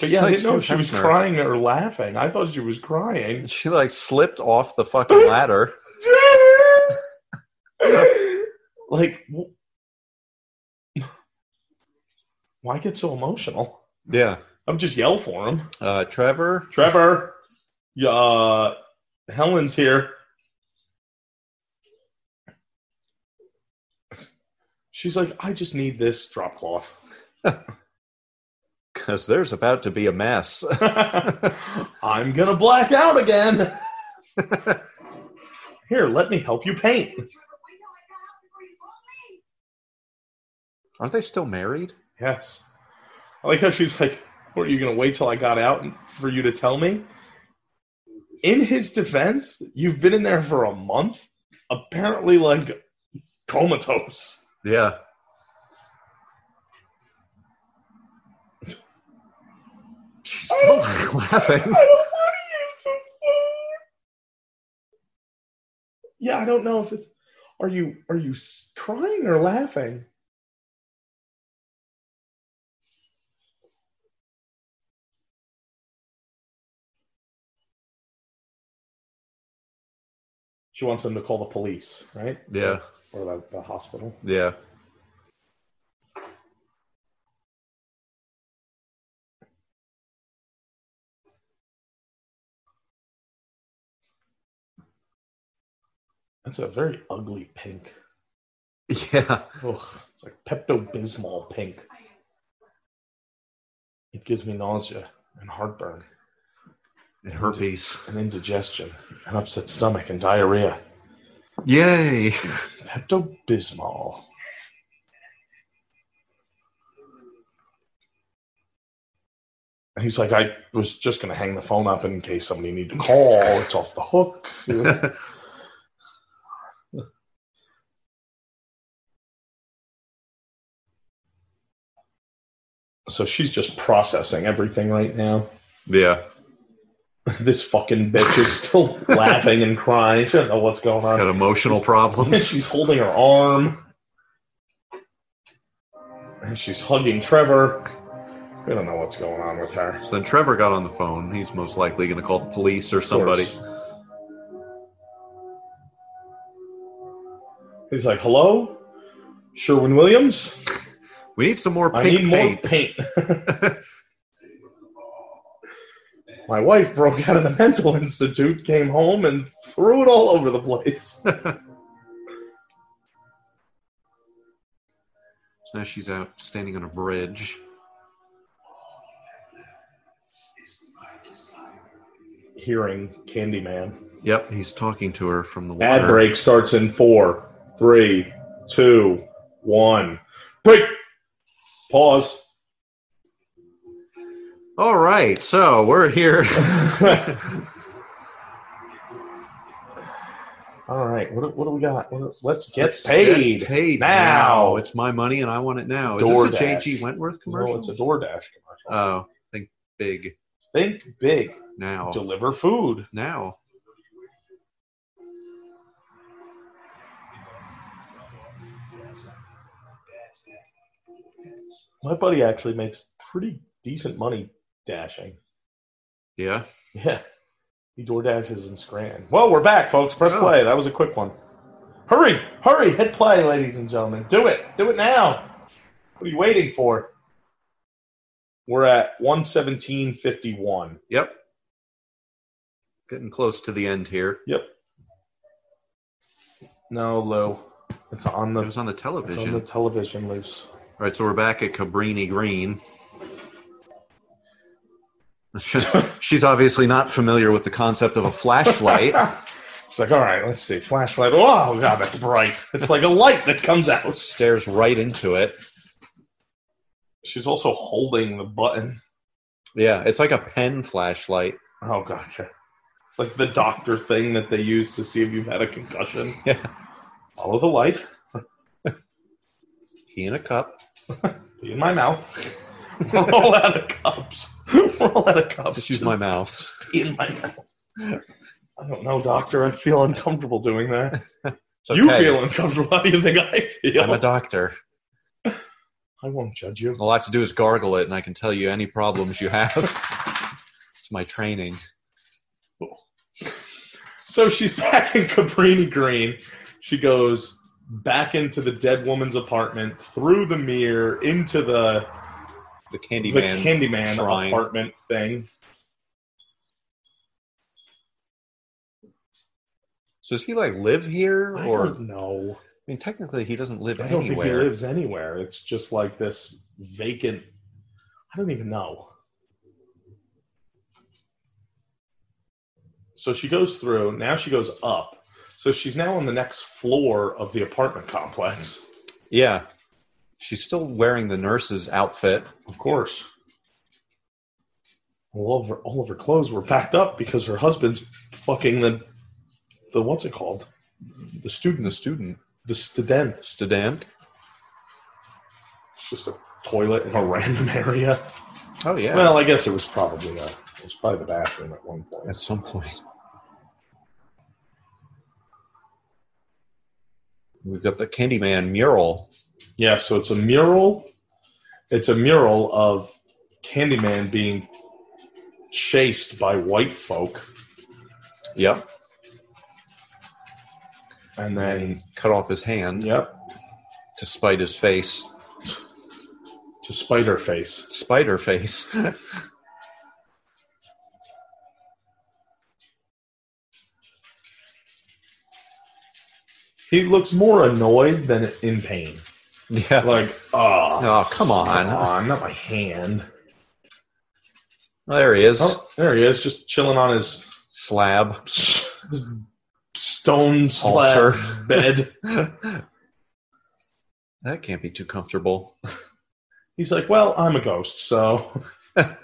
Speaker 2: But yeah, I didn't know if she was crying or laughing. I thought she was crying.
Speaker 3: She like slipped off the fucking ladder.
Speaker 2: like, w- why get so emotional?
Speaker 3: Yeah.
Speaker 2: I'm just yell for him.
Speaker 3: Uh, Trevor,
Speaker 2: Trevor, y- uh, Helen's here. She's like, I just need this drop cloth.
Speaker 3: because there's about to be a mess.
Speaker 2: I'm gonna black out again. here, let me help you paint.
Speaker 3: Aren't they still married?
Speaker 2: Yes. I like how she's like, "What are you gonna wait till I got out for you to tell me?" In his defense, you've been in there for a month, apparently like comatose.
Speaker 3: Yeah. She's still laughing.
Speaker 2: Yeah, I don't know if it's. Are you are you s- crying or laughing? She wants him to call the police, right?
Speaker 3: Yeah.
Speaker 2: Or the, the hospital.
Speaker 3: Yeah.
Speaker 2: That's a very ugly pink.
Speaker 3: Yeah.
Speaker 2: Ugh, it's like Pepto Bismol pink. It gives me nausea and heartburn
Speaker 3: And herpes.
Speaker 2: and indigestion and upset stomach and diarrhea.
Speaker 3: Yay.
Speaker 2: Pepto Bismol. He's like, I was just going to hang the phone up in case somebody need to call. It's off the hook. So she's just processing everything right now.
Speaker 3: yeah.
Speaker 2: This fucking bitch is still laughing and crying. She doesn't know what's going
Speaker 3: She's
Speaker 2: on.
Speaker 3: got emotional problems.
Speaker 2: she's holding her arm. And she's hugging Trevor. We don't know what's going on with her.
Speaker 3: So then Trevor got on the phone. He's most likely going to call the police or somebody.
Speaker 2: Of course. He's like, hello? Sherwin Williams?
Speaker 3: We need some more
Speaker 2: I
Speaker 3: pink
Speaker 2: need more
Speaker 3: paint.
Speaker 2: paint. My wife broke out of the mental institute, came home, and threw it all over the place.
Speaker 3: So now she's out standing on a bridge.
Speaker 2: Hearing Candyman.
Speaker 3: Yep, he's talking to her from the water.
Speaker 2: Ad break starts in four, three, two, one. Break. Pause.
Speaker 3: All right, so we're here.
Speaker 2: All right. What, do- what do we got? What do- Let's get
Speaker 3: Let's
Speaker 2: paid.
Speaker 3: get paid
Speaker 2: now.
Speaker 3: It's my money, and I want it now. Is
Speaker 2: DoorDash.
Speaker 3: this a J.G. Wentworth commercial?
Speaker 2: No, Oh, it's a DoorDash commercial.
Speaker 3: oh, think big
Speaker 2: Uh, Think big.
Speaker 3: now.
Speaker 2: Deliver food.
Speaker 3: now.
Speaker 2: My buddy actually makes pretty decent money dashing.
Speaker 3: Yeah.
Speaker 2: Yeah. He door dashes and scran. Well, we're back, folks. Press
Speaker 3: Oh.
Speaker 2: play. That was a quick one. Hurry, hurry, hit play, ladies and gentlemen. Do it. Do it now. What are you waiting for? We're at 117.51.
Speaker 3: Yep. Getting close to the end here.
Speaker 2: No, Lou. It's on
Speaker 3: It
Speaker 2: the
Speaker 3: was on the
Speaker 2: it's
Speaker 3: television.
Speaker 2: on the television, Luce.
Speaker 3: All right, so we're back at Cabrini Green. She's obviously not familiar with the concept of a flashlight.
Speaker 2: it's like, all right, let's see. Flashlight. Oh, God, that's bright. It's like a light that comes out.
Speaker 3: Stares right into it.
Speaker 2: She's also holding the button.
Speaker 3: Yeah, it's like a pen flashlight.
Speaker 2: Oh, gotcha. It's like the doctor thing that they use to see if you've had a concussion.
Speaker 3: Yeah.
Speaker 2: Follow the light.
Speaker 3: Key in a cup.
Speaker 2: Be in my mouth. Roll out of cups. Roll out of cups.
Speaker 3: Just use my mouth.
Speaker 2: pee in my mouth. I don't know, doctor. I feel uncomfortable doing that.
Speaker 3: It's
Speaker 2: You
Speaker 3: okay.
Speaker 2: feel uncomfortable. How do you think I feel?
Speaker 3: I'm a doctor.
Speaker 2: I won't judge you.
Speaker 3: All I have to do is gargle it, and I can tell you any problems you have. it's my training.
Speaker 2: So she's back in Cabrini Green. She goes back into the dead woman's apartment, through the mirror, into the
Speaker 3: The candy
Speaker 2: the
Speaker 3: man.
Speaker 2: Candyman
Speaker 3: shrine.
Speaker 2: apartment thing.
Speaker 3: so does he like live here,
Speaker 2: I
Speaker 3: or I
Speaker 2: don't know.
Speaker 3: mean, technically he doesn't live
Speaker 2: I don't think he
Speaker 3: anywhere.
Speaker 2: lives anywhere. It's just like this vacant. I don't even know. So she goes through. Now she goes up. So she's now on the next floor of the apartment complex.
Speaker 3: Yeah, she's still wearing the nurse's outfit.
Speaker 2: Of course. All of her, all of her clothes were packed up because her husband's fucking the, the what's it called? The student,
Speaker 3: The student,
Speaker 2: the student.
Speaker 3: student.
Speaker 2: It's just a toilet in a random area.
Speaker 3: Oh yeah.
Speaker 2: Well, I guess it was probably a, it was probably the bathroom at one point.
Speaker 3: at some point. We've got the Candyman mural.
Speaker 2: Yeah, so it's a mural. It's a mural of Candyman being chased by white folk,
Speaker 3: Yep.
Speaker 2: and
Speaker 3: And
Speaker 2: then
Speaker 3: cut off his hand
Speaker 2: yep,
Speaker 3: to spite his face.
Speaker 2: to Spider Face.
Speaker 3: Spider face.
Speaker 2: He looks more annoyed than in pain.
Speaker 3: yeah.
Speaker 2: Like, oh,
Speaker 3: Oh, come on.
Speaker 2: come on, not my hand.
Speaker 3: there he is.
Speaker 2: Oh, there he is, just chilling on his,
Speaker 3: Slab.
Speaker 2: his stone slab
Speaker 3: Altar.
Speaker 2: bed.
Speaker 3: that can't be too comfortable.
Speaker 2: He's like, well, I'm a ghost, so
Speaker 3: Can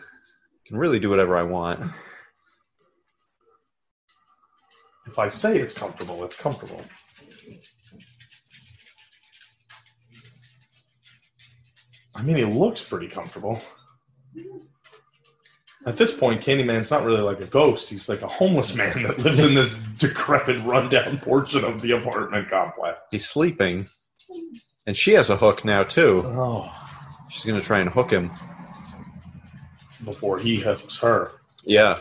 Speaker 3: really do whatever I want.
Speaker 2: if I say it's comfortable, it's comfortable. I mean, he looks pretty comfortable. At this point, Candyman's not really like a ghost. He's like a homeless man that lives in this decrepit, rundown portion of the apartment complex.
Speaker 3: He's sleeping. And she has a hook now too.
Speaker 2: Oh,
Speaker 3: She's gonna try and hook him.
Speaker 2: before he hooks her.
Speaker 3: Yeah.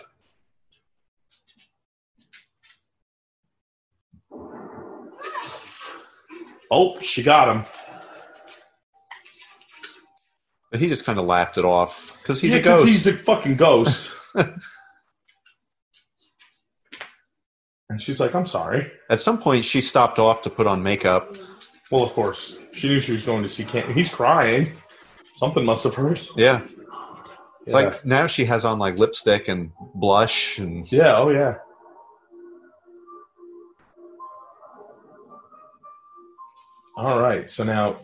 Speaker 2: Oh, she got him.
Speaker 3: But he just kind of laughed it off because he's
Speaker 2: Yeah,
Speaker 3: a
Speaker 2: 'cause
Speaker 3: ghost.
Speaker 2: He's a fucking ghost. and she's like, I'm sorry.
Speaker 3: At some point, she stopped off to put on makeup.
Speaker 2: Well, of course. She knew she was going to see Cam. He's crying. Something must have hurt.
Speaker 3: Yeah,
Speaker 2: Yeah.
Speaker 3: It's like now she has on like lipstick and blush, and
Speaker 2: yeah, oh yeah. All right. So now,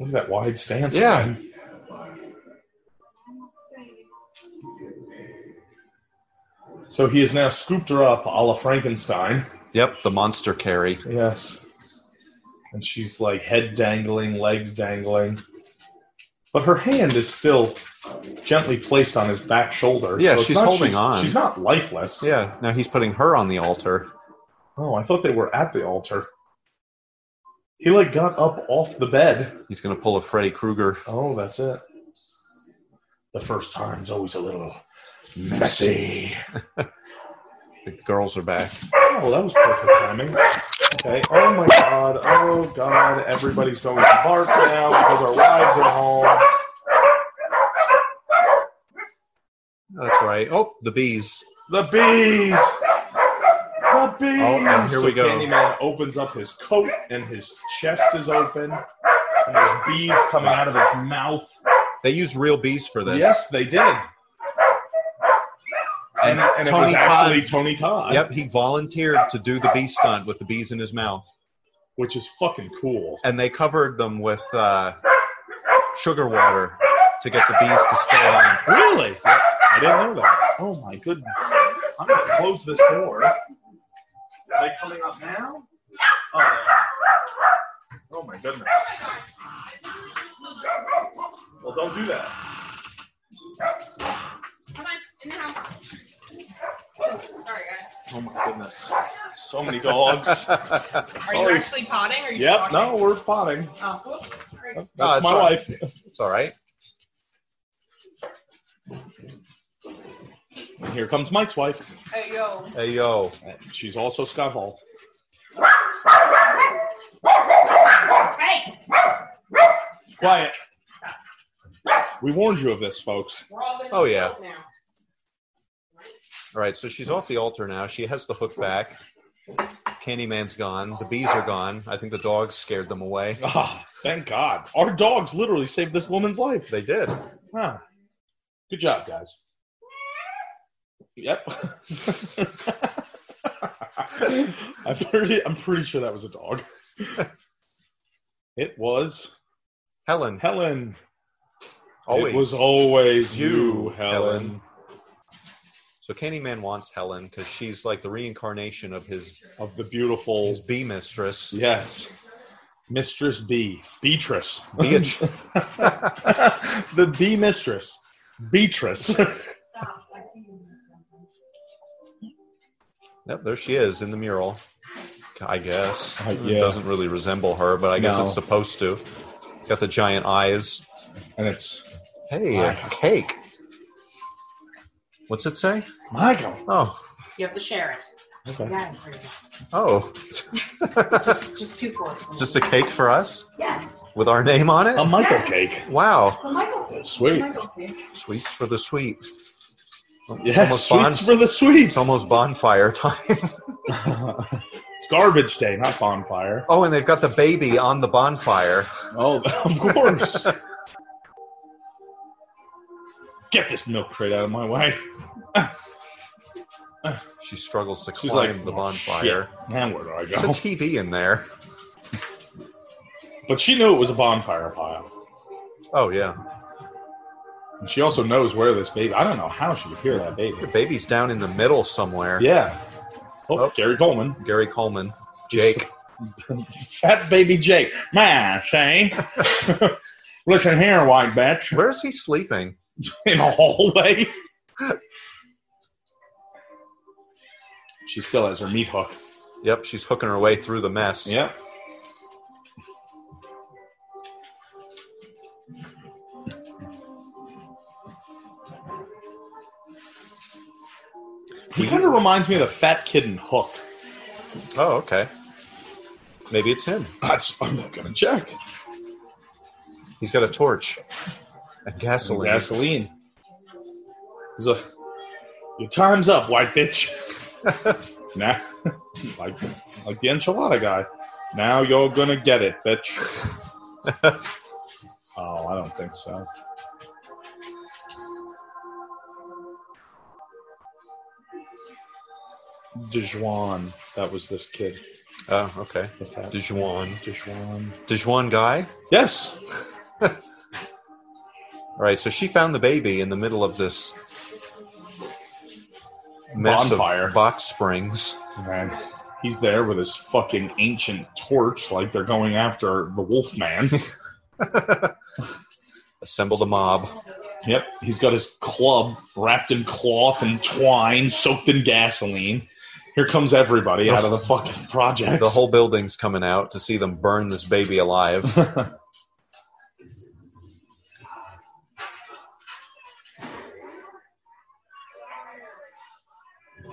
Speaker 2: look at that wide stance.
Speaker 3: Yeah.
Speaker 2: again. So he has now scooped her up a la Frankenstein.
Speaker 3: yep, the monster carry.
Speaker 2: Yes. And she's like head dangling, legs dangling. But her hand is still gently placed on his back shoulder.
Speaker 3: Yeah,
Speaker 2: it's
Speaker 3: she's
Speaker 2: not-
Speaker 3: holding on.
Speaker 2: She's not lifeless.
Speaker 3: Yeah, now he's putting her on the altar.
Speaker 2: Oh, I thought they were at the altar. He like got up off the bed.
Speaker 3: He's gonna pull a Freddy Krueger.
Speaker 2: Oh, that's it. The first time's always a little messy.
Speaker 3: The girls are back.
Speaker 2: Oh, that was perfect timing. Okay. Oh my god. Oh god. Everybody's going to bark now because our wives are home.
Speaker 3: That's right. Oh, the bees.
Speaker 2: The bees! The bees!
Speaker 3: Oh, and here we go.
Speaker 2: Candyman opens up his coat and his chest is open. And there's bees coming out of his mouth.
Speaker 3: They use real bees for this.
Speaker 2: Yes, they did. And, and it was
Speaker 3: Tony
Speaker 2: actually
Speaker 3: Todd-
Speaker 2: Tony Todd,
Speaker 3: Yep, he volunteered to do the bee stunt with the bees in his mouth,
Speaker 2: which is fucking cool.
Speaker 3: and they covered them with uh, sugar water to get the bees to stay on.
Speaker 2: Really? I didn't know that. Oh my goodness. I'm going to close this door. Are they coming up now? Oh, they are. oh my goodness. Well, don't do that.
Speaker 8: Come on, in the house. Sorry, guys.
Speaker 2: Oh my goodness. So many dogs.
Speaker 8: Are you
Speaker 2: Sorry.
Speaker 8: actually potting? Or are you
Speaker 2: yep,
Speaker 8: talking?
Speaker 2: no, we're potting.
Speaker 8: Oh, whoops. Sorry.
Speaker 2: That's
Speaker 3: No, it's
Speaker 2: my
Speaker 3: fine.
Speaker 2: wife.
Speaker 3: It's all right.
Speaker 2: And here comes Mike's wife.
Speaker 8: Hey, yo.
Speaker 3: Hey yo,
Speaker 2: She's also Scott Hall.
Speaker 8: Hey,
Speaker 2: Quiet. We warned you of this, folks.
Speaker 8: we're all in
Speaker 3: Oh,
Speaker 8: the
Speaker 3: yeah.
Speaker 8: field now.
Speaker 3: All right, so she's off the altar now. She has the hook back. Candyman's gone. The bees are gone. I think the dogs scared them away.
Speaker 2: Ah, thank God. Our dogs literally saved this woman's life.
Speaker 3: They did.
Speaker 2: Huh. Good job, guys. Yep. I'm pretty, I'm pretty sure that was a dog. It was
Speaker 3: Helen,
Speaker 2: Helen.
Speaker 3: always.
Speaker 2: It was always you,
Speaker 3: You,
Speaker 2: Helen,
Speaker 3: Helen. so Candyman wants Helen because she's like the reincarnation of his
Speaker 2: of the beautiful.
Speaker 3: his bee mistress.
Speaker 2: Yes. Mistress B. Beatrice.
Speaker 3: Beat-
Speaker 2: the B mistress. Beatrice.
Speaker 3: Yep, there she is in the mural. I guess
Speaker 2: Uh, yeah.
Speaker 3: it doesn't really resemble her, but I guess
Speaker 2: No.
Speaker 3: it's supposed to. Got the giant eyes.
Speaker 2: and it's
Speaker 3: Hey, a
Speaker 2: Wow.
Speaker 3: cake. What's it say?
Speaker 2: Michael.
Speaker 3: Oh,
Speaker 8: You have to share
Speaker 2: Okay.
Speaker 7: Yeah.
Speaker 3: oh,
Speaker 7: Just, just two quarts.
Speaker 3: It's just a cake for us
Speaker 7: Yes.
Speaker 3: with our name on it.
Speaker 2: A Michael cake.
Speaker 3: wow,
Speaker 7: The Michael cake.
Speaker 2: Sweet.
Speaker 7: Michael cake.
Speaker 3: sweets for the sweet.
Speaker 2: Yes.
Speaker 3: bon-
Speaker 2: Sweets for the sweets.
Speaker 3: it's almost bonfire time.
Speaker 2: it's garbage day, not bonfire.
Speaker 3: oh, and they've got the baby on the bonfire.
Speaker 2: Oh, of course. Get this milk crate out of my way.
Speaker 3: She struggles to
Speaker 2: She's
Speaker 3: climb
Speaker 2: like
Speaker 3: the
Speaker 2: "Oh,
Speaker 3: bonfire.
Speaker 2: shit. Now where do I
Speaker 3: There's
Speaker 2: go?
Speaker 3: a TV in there.
Speaker 2: But she knew it was a bonfire pile.
Speaker 3: Oh yeah,
Speaker 2: And she also knows where this baby. I don't know how she would hear that baby.
Speaker 3: the baby's down in the middle somewhere.
Speaker 2: Yeah. Oh,
Speaker 3: Oh.
Speaker 2: Gary Coleman.
Speaker 3: Gary Coleman, Jake.
Speaker 2: Fat baby Jake. Man, say. Listen here, white bitch.
Speaker 3: Where is he sleeping?
Speaker 2: In the hallway. she still has her meat hook.
Speaker 3: Yep, she's hooking her way through the mess.
Speaker 2: Yep. He kind of reminds me of the fat kid in Hook.
Speaker 3: Oh, okay. Maybe it's him.
Speaker 2: That's, I'm not gonna check.
Speaker 3: He's got a torch and gasoline.
Speaker 2: Gasoline. He's like, your time's up, white bitch. nah, like like the enchilada guy. Now you're gonna get it, bitch. oh, I don't think so. Dejuan, that was this kid.
Speaker 3: oh, okay.
Speaker 2: The fat
Speaker 3: Dijuan.
Speaker 2: Dejuan.
Speaker 3: Dijuan guy?
Speaker 2: Yes,
Speaker 3: All right, so she found the baby in the middle of this mess
Speaker 2: Bonfire.
Speaker 3: of box springs.
Speaker 2: man. He's there with his fucking ancient torch, like they're going after the Wolfman.
Speaker 3: Assemble the mob.
Speaker 2: Yep, he's got his club wrapped in cloth and twine, soaked in gasoline. Here comes everybody out of the fucking project.
Speaker 3: The whole building's coming out to see them burn this baby alive.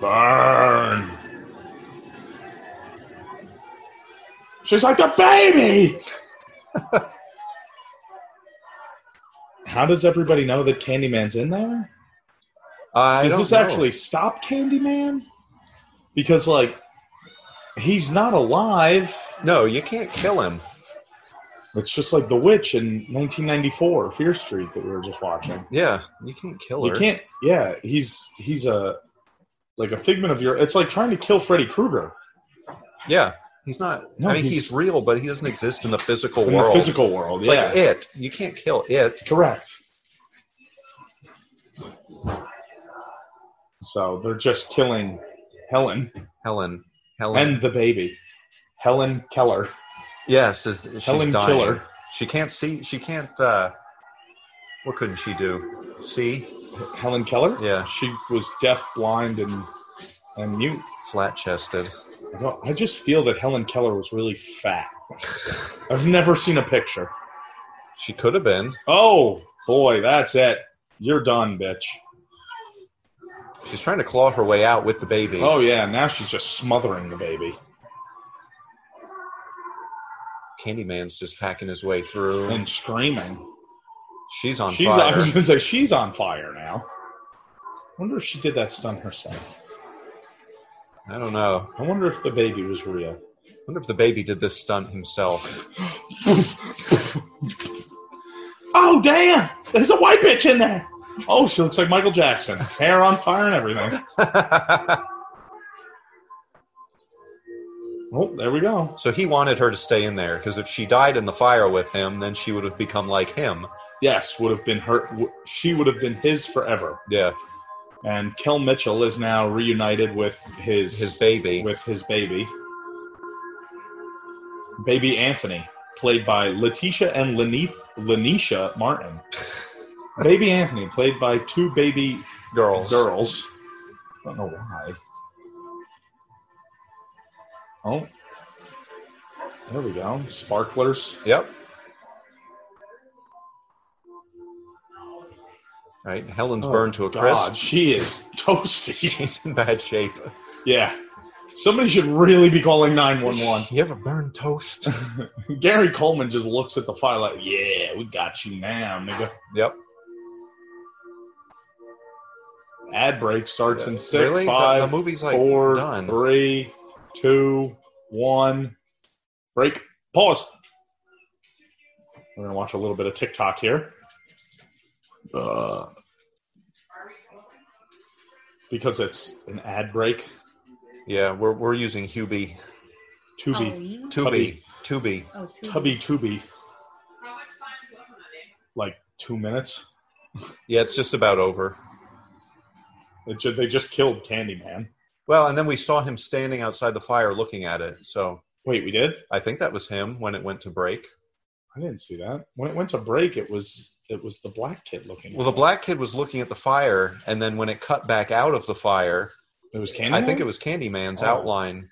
Speaker 2: burn. She's like the baby. How does everybody know that Candyman's in there?
Speaker 3: I
Speaker 2: Does
Speaker 3: don't
Speaker 2: this
Speaker 3: know.
Speaker 2: actually stop Candyman? Because like, he's not alive.
Speaker 3: No, you can't kill him.
Speaker 2: It's just like The Witch in 1994, Fear Street, that we were just watching.
Speaker 3: Yeah, you can't kill her.
Speaker 2: You can't. Yeah, he's he's a like a figment of your. It's like trying to kill Freddy Krueger
Speaker 3: Yeah, he's not.
Speaker 2: No,
Speaker 3: I mean,
Speaker 2: he's-
Speaker 3: he's, real, but he doesn't exist in the physical
Speaker 2: in
Speaker 3: world.
Speaker 2: the physical world.
Speaker 3: It's
Speaker 2: Yeah,
Speaker 3: Like it, you can't kill it.
Speaker 2: correct. So they're just killing Helen
Speaker 3: Helen, Helen.
Speaker 2: and the baby, Helen Keller.
Speaker 3: yes, is she's
Speaker 2: Helen
Speaker 3: dying.
Speaker 2: Killer.
Speaker 3: She can't see. She can't. uh What couldn't she do? See,
Speaker 2: Helen Keller.
Speaker 3: Yeah.
Speaker 2: she was deaf, blind, and and mute.
Speaker 3: flat chested.
Speaker 2: I, don't, I just feel that Helen Keller was really fat. I've never seen a picture.
Speaker 3: She could have been.
Speaker 2: Oh boy, that's it. You're done, bitch.
Speaker 3: She's trying to claw her way out with the baby.
Speaker 2: Oh yeah, now she's just smothering the baby.
Speaker 3: Candyman's just hacking his way through.
Speaker 2: and screaming.
Speaker 3: she's on
Speaker 2: she's I
Speaker 3: fire.
Speaker 2: was gonna say she's on fire now. wonder if she did that stunt herself.
Speaker 3: I don't know.
Speaker 2: I wonder if the baby was real.
Speaker 3: I wonder if the baby did this stunt himself.
Speaker 2: Oh damn! There's a white bitch in there. Oh, she looks like Michael Jackson. Hair on fire and everything. Oh, there we go.
Speaker 3: so he wanted her to stay in there because if she died in the fire with him, then she would have become like him.
Speaker 2: Yes, would have been her. w- She would have been his forever.
Speaker 3: Yeah,
Speaker 2: And Kel Mitchell is now reunited with his
Speaker 3: his baby.
Speaker 2: with his baby, baby Anthony, played by Letitia and Lanith, Lanisha Martin. baby Anthony, played by two baby
Speaker 3: girls.
Speaker 2: girls. I don't know why. Oh, there we go. Sparklers.
Speaker 3: Yep. Right, Helen's burned to a crisp.
Speaker 2: Oh, God, she is toasty.
Speaker 3: She's in bad shape.
Speaker 2: yeah. Somebody should really be calling 911.
Speaker 3: You ever burn toast?
Speaker 2: Gary Coleman just looks at the fire like, yeah, we got you now, nigga.
Speaker 3: yep.
Speaker 2: Ad break starts in six,
Speaker 3: really? The- the,
Speaker 2: five,
Speaker 3: movie's like
Speaker 2: four,
Speaker 3: done.
Speaker 2: three, two, one. Break. Pause. We're gonna watch a little bit of TikTok here. Uh, because it's an ad break.
Speaker 3: Yeah, we're we're using Hubie.
Speaker 2: Tubi,
Speaker 8: you?
Speaker 3: Tubi. Tubi.
Speaker 8: Oh, two.
Speaker 2: tubby, tubi. Like two minutes.
Speaker 3: Yeah, it's just about over.
Speaker 2: It ju- they just killed Candyman.
Speaker 3: Well, and then we saw him standing outside the fire looking at it. So
Speaker 2: Wait, we did?
Speaker 3: I think that was him when it went to break.
Speaker 2: I didn't see that. When it went to break, it was it was the black kid looking.
Speaker 3: Well, the
Speaker 2: at
Speaker 3: black kid was looking at the fire, and then when it cut back out of the fire,
Speaker 2: it. It was Candyman.
Speaker 3: I think it was Candyman's
Speaker 2: Oh.
Speaker 3: outline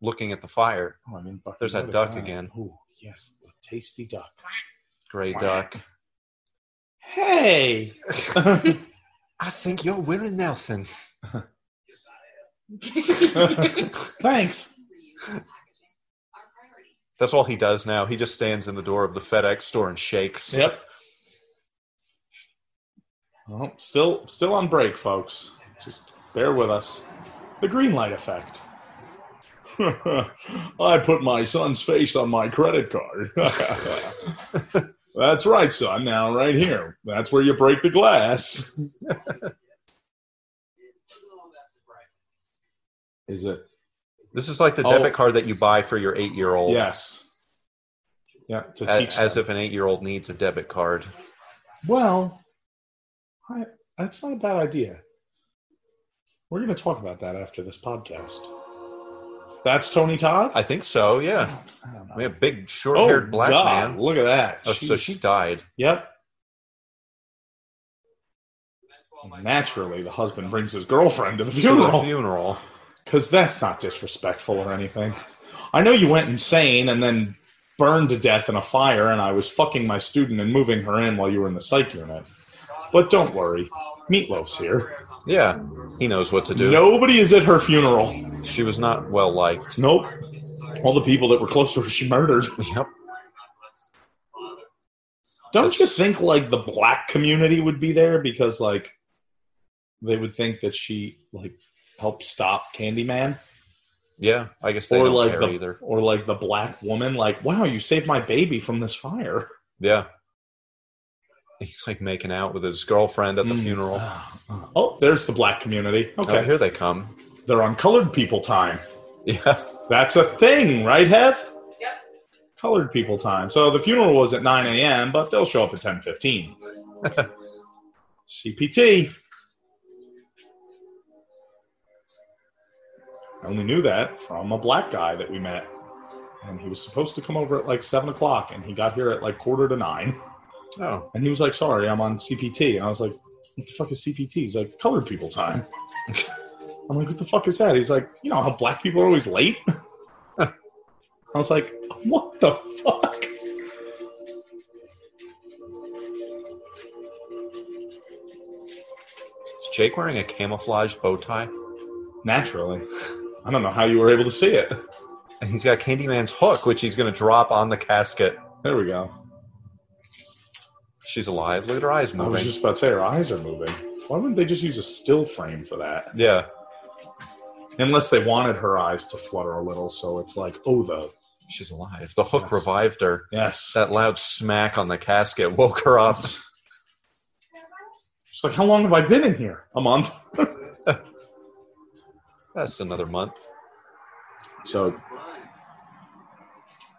Speaker 3: looking at the fire.
Speaker 2: Oh, I mean, Bucky
Speaker 3: There's that
Speaker 2: Notice,
Speaker 3: duck
Speaker 2: huh?
Speaker 3: again.
Speaker 2: Ooh, yes, the tasty duck.
Speaker 3: Gray
Speaker 2: Wow.
Speaker 3: duck.
Speaker 2: Hey, I
Speaker 3: I think you're Willie Nelson.
Speaker 7: Reuse
Speaker 2: Thanks.
Speaker 7: and packaging are priority.
Speaker 3: That's all he does now. He just stands in the door of the FedEx store and shakes.
Speaker 2: Yep. Well, still, still on break, folks. Just bear with us. The green light effect. I put my son's face on my credit card. That's right, son. Now, right here. That's where you break the glass. Is it?
Speaker 3: This is like the
Speaker 2: Oh.
Speaker 3: debit card that you buy for your eight year old.
Speaker 2: Yes. Yeah, to teach
Speaker 3: As, as
Speaker 2: them.
Speaker 3: if an eight year old needs a debit card.
Speaker 2: Well, I, that's not a bad idea. We're going to talk about that after this podcast. That's Tony Todd.
Speaker 3: I think so, yeah.
Speaker 2: I don't know.
Speaker 3: I mean, a big short
Speaker 2: Oh,
Speaker 3: haired black
Speaker 2: God,
Speaker 3: man.
Speaker 2: look at that.
Speaker 3: Oh, so
Speaker 2: Jeez.
Speaker 3: she died.
Speaker 2: Yep. Naturally, the husband brings his girlfriend to the
Speaker 3: To the
Speaker 2: funeral
Speaker 3: funeral.
Speaker 2: because that's not disrespectful or anything. I know you went insane and then burned to death in a fire, and I was fucking my student and moving her in while you were in the psych unit. But don't worry, Meatloaf's here.
Speaker 3: Yeah. He knows what to do.
Speaker 2: Nobody is at her funeral.
Speaker 3: She was not well liked.
Speaker 2: Nope. All the people that were close to her, she murdered.
Speaker 3: Yep.
Speaker 2: Don't you think like the black community would be there because like they would think that she like helped stop Candyman
Speaker 3: Yeah. I guess they
Speaker 2: or
Speaker 3: don't
Speaker 2: like
Speaker 3: care
Speaker 2: the
Speaker 3: either.
Speaker 2: or like the black woman like wow you saved my baby from this fire
Speaker 3: Yeah. He's like making out with his girlfriend at the
Speaker 2: Mm.
Speaker 3: funeral.
Speaker 2: oh there's the black community okay
Speaker 3: Oh, here they come.
Speaker 2: they're on colored people time
Speaker 3: Yeah.
Speaker 2: that's a thing right Hev
Speaker 7: Yep.
Speaker 2: colored people time so the funeral was at 9 a.m but they'll show up at 10.15 CPT I only knew that from a black guy that we met. And he was supposed to come over at like 7 o'clock, and he got here at like quarter to 9.
Speaker 3: Oh.
Speaker 2: And he was like, Sorry, I'm on CPT. And I was like, What the fuck is CPT? He's like, Colored people time. I'm like, What the fuck is that? He's like, You know how black people are always late? I was like, What the fuck?
Speaker 3: Is Jake wearing a camouflage bow tie?
Speaker 2: Naturally. I don't know how you were able to see it.
Speaker 3: And he's got Candyman's hook, which he's going to drop on the casket.
Speaker 2: There we go.
Speaker 3: She's alive. Look at her eyes
Speaker 2: I was
Speaker 3: moving.
Speaker 2: just about to say, Her eyes are moving. Why wouldn't they just use a still frame for that?
Speaker 3: Yeah.
Speaker 2: Unless they wanted her eyes to flutter a little, so it's like, oh, the
Speaker 3: She's alive. The hook
Speaker 2: Yes.
Speaker 3: revived her.
Speaker 2: yes.
Speaker 3: That loud smack on the casket woke her up.
Speaker 2: She's like, how long have I been in here? A month.
Speaker 3: That's another month.
Speaker 2: So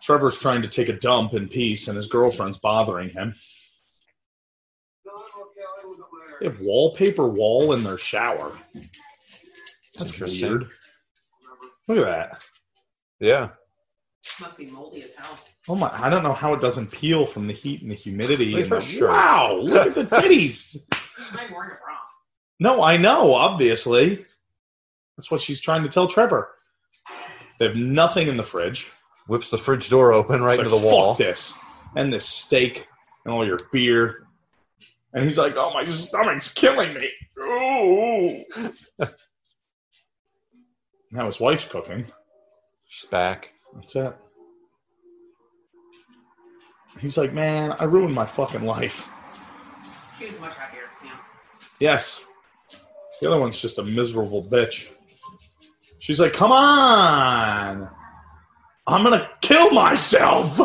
Speaker 2: Trevor's trying to take a dump in peace, and his girlfriend's bothering him. They have wallpaper wall in their shower.
Speaker 3: That's
Speaker 2: That's weird. Look at that.
Speaker 3: Yeah.
Speaker 7: Must be moldy as hell.
Speaker 2: Oh my! I don't know how it doesn't peel from the heat and the humidity.
Speaker 3: Look
Speaker 2: and
Speaker 3: at her
Speaker 2: the-
Speaker 3: shirt.
Speaker 2: Wow! Look at the titties.
Speaker 7: I'm wearing a bra.
Speaker 2: No, I know, obviously. That's what she's trying to tell Trevor. They have nothing in the fridge.
Speaker 3: Whips the fridge door open right
Speaker 2: Like,
Speaker 3: into the wall.
Speaker 2: Fuck this. And this steak and all your beer. And he's like, oh, my stomach's killing me. Ooh. now his wife's cooking.
Speaker 3: She's back.
Speaker 2: That's it. He's like, man, I ruined my fucking life.
Speaker 7: She was much happier, Sam.
Speaker 2: Yes. The other one's just a miserable bitch. She's like, come on. I'm going to kill myself.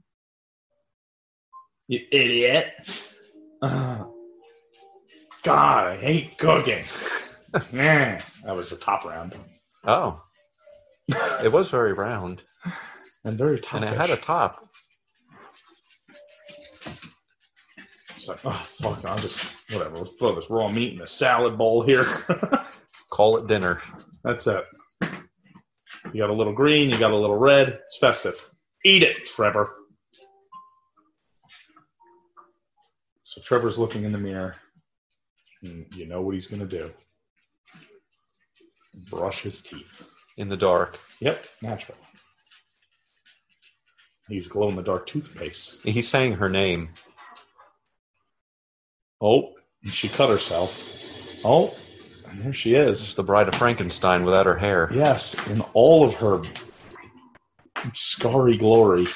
Speaker 2: you idiot. Uh, God, I hate cooking. Man, that was the top round.
Speaker 3: Oh. it was very round.
Speaker 2: And very top.
Speaker 3: And it had a top.
Speaker 2: It's like, oh, fuck, I'll just, whatever, let's throw this raw meat in a salad bowl here.
Speaker 3: Call it dinner.
Speaker 2: That's it. You got a little green, you got a little red. It's festive. Eat it, Trevor. So Trevor's looking in the mirror. And you know what he's going to do brush his teeth.
Speaker 3: In the dark.
Speaker 2: Yep, natural. Use glow in the dark toothpaste.
Speaker 3: He sang her name.
Speaker 2: Oh, she cut herself. Oh, and there she is.
Speaker 3: It's the bride of Frankenstein without her hair.
Speaker 2: Yes, in all of her Scary Glory,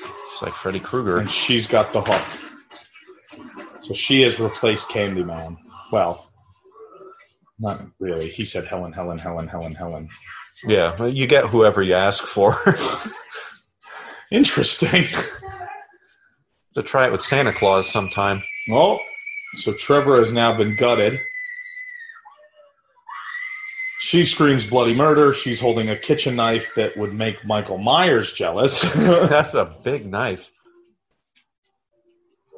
Speaker 3: It's like Freddy Krueger.
Speaker 2: and she's got the hook. So she has replaced Candyman. Well, not really. He said Helen, Helen, Helen, Helen, Helen.
Speaker 3: Yeah, well, you get whoever you ask for.
Speaker 2: Interesting.
Speaker 3: to try it with Santa Claus sometime.
Speaker 2: Well, so Trevor has now been gutted. She screams bloody murder. She's holding a kitchen knife that would make Michael Myers jealous.
Speaker 3: That's a big knife.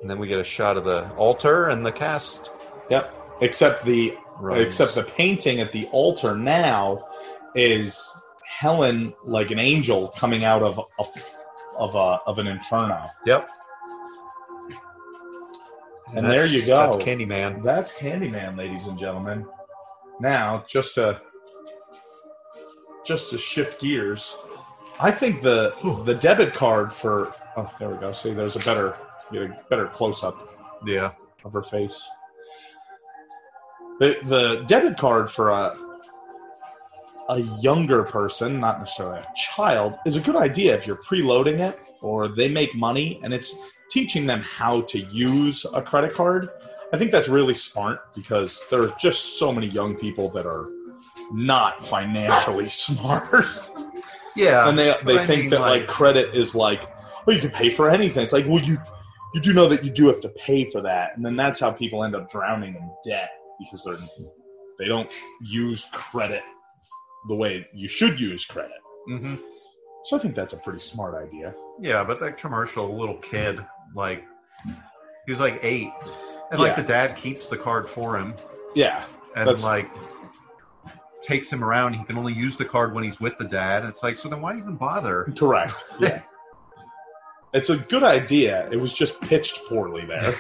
Speaker 3: And then we get a shot of the altar and the cast.
Speaker 2: yep. Except the
Speaker 3: runs.
Speaker 2: except the painting at the altar now is Helen like an angel coming out of a, of a, of an inferno.
Speaker 3: Yep.
Speaker 2: And there you go.
Speaker 3: That's Candyman.
Speaker 2: That's Candyman, ladies and gentlemen. Now, just to just to shift gears, I think the the debit card for oh there we go. See, there's a better get a better close up
Speaker 3: Yeah.
Speaker 2: of her face. The the debit card for a a younger person, not necessarily a child, is a good idea if you're preloading it or they make money and it's teaching them how to use a credit card. I think that's really smart because there are just so many young people that are not financially smart.
Speaker 3: Yeah.
Speaker 2: and they
Speaker 3: but
Speaker 2: they
Speaker 3: I
Speaker 2: think
Speaker 3: mean,
Speaker 2: that
Speaker 3: like-
Speaker 2: like, credit is like well you can pay for anything. It's like well you you do know that you do have to pay for that, and then that's how people end up drowning in debt because they're they don't use credit the way you should use credit.
Speaker 3: hmm
Speaker 2: So I think that's a pretty smart idea.
Speaker 3: Yeah, but that commercial, little kid, like, he was like eight. And like
Speaker 2: Yeah.
Speaker 3: the dad keeps the card for him
Speaker 2: Yeah,
Speaker 3: and
Speaker 2: That's-
Speaker 3: like takes him around. He can only use the card when he's with the dad. It's like, so then why even bother?
Speaker 2: correct. Yeah. It's a good idea. It was just pitched poorly there.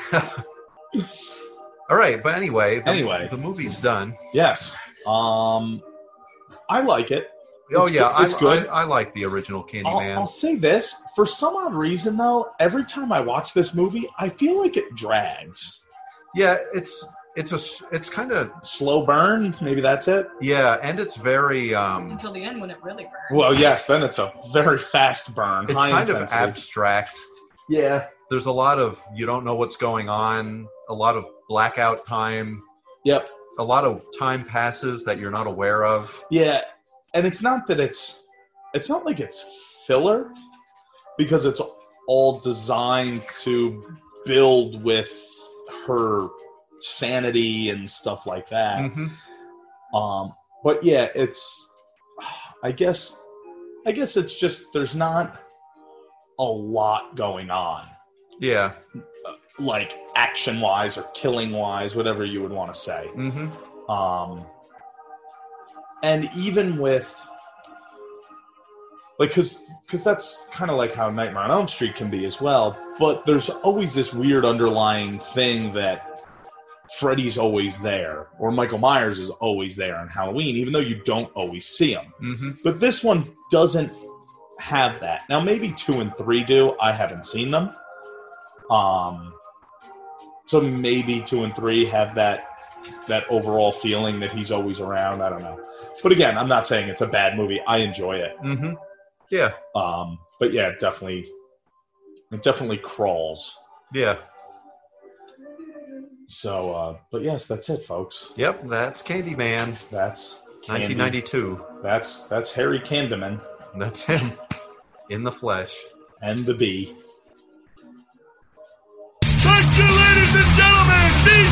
Speaker 3: All right, but anyway, the,
Speaker 2: Anyway.
Speaker 3: the movie's done.
Speaker 2: Yes. Um, I like it.
Speaker 3: oh
Speaker 2: It's
Speaker 3: yeah,
Speaker 2: good- it's
Speaker 3: I,
Speaker 2: good.
Speaker 3: I, I like the original Candyman.
Speaker 2: I'll, I'll say this for some odd reason though every time i watch this movie i feel like it drags
Speaker 3: yeah, it's it's a s- it's kind of
Speaker 2: slow burn maybe that's it
Speaker 3: yeah, and it's very um,
Speaker 9: Until the end when it really burns.
Speaker 2: well yes then it's a very fast burn
Speaker 3: it's
Speaker 2: high
Speaker 3: kind of
Speaker 2: intensity.
Speaker 3: abstract.
Speaker 2: yeah
Speaker 3: There's a lot of you don't know what's going on, a lot of blackout time,
Speaker 2: yep
Speaker 3: a lot of time passes that you're not aware of.
Speaker 2: yeah and it's not that it's it's not like it's filler because it's all designed to build with her sanity and stuff like that
Speaker 3: Mm-hmm.
Speaker 2: Um, but yeah, it's. I guess. I guess it's just there's not a lot going on,
Speaker 3: Yeah.
Speaker 2: like action wise or killing wise, whatever you would want to say.
Speaker 3: Mm-hmm.
Speaker 2: Um, and even with like, cause, 'cause that's kind of like how Nightmare on Elm Street can be as well. But there's always this weird underlying thing that Freddy's always there, or Michael Myers is always there on Halloween, even though you don't always see him.
Speaker 3: Mm-hmm.
Speaker 2: But this one doesn't have that. Now maybe two and three do. I haven't seen them. Um, so maybe two and three have that that overall feeling that he's always around. I don't know. But again, I'm not saying it's a bad movie. I enjoy it.
Speaker 3: Mm-hmm. Yeah.
Speaker 2: Um, but yeah, it definitely it definitely crawls.
Speaker 3: Yeah.
Speaker 2: So uh, but yes, that's it, folks.
Speaker 3: Yep. That's Candyman,
Speaker 2: That's Candy.
Speaker 3: 1992.
Speaker 2: That's that's Harry Candyman
Speaker 3: That's him in the flesh.
Speaker 2: and the Bee.
Speaker 1: Thank you, ladies and gentlemen. The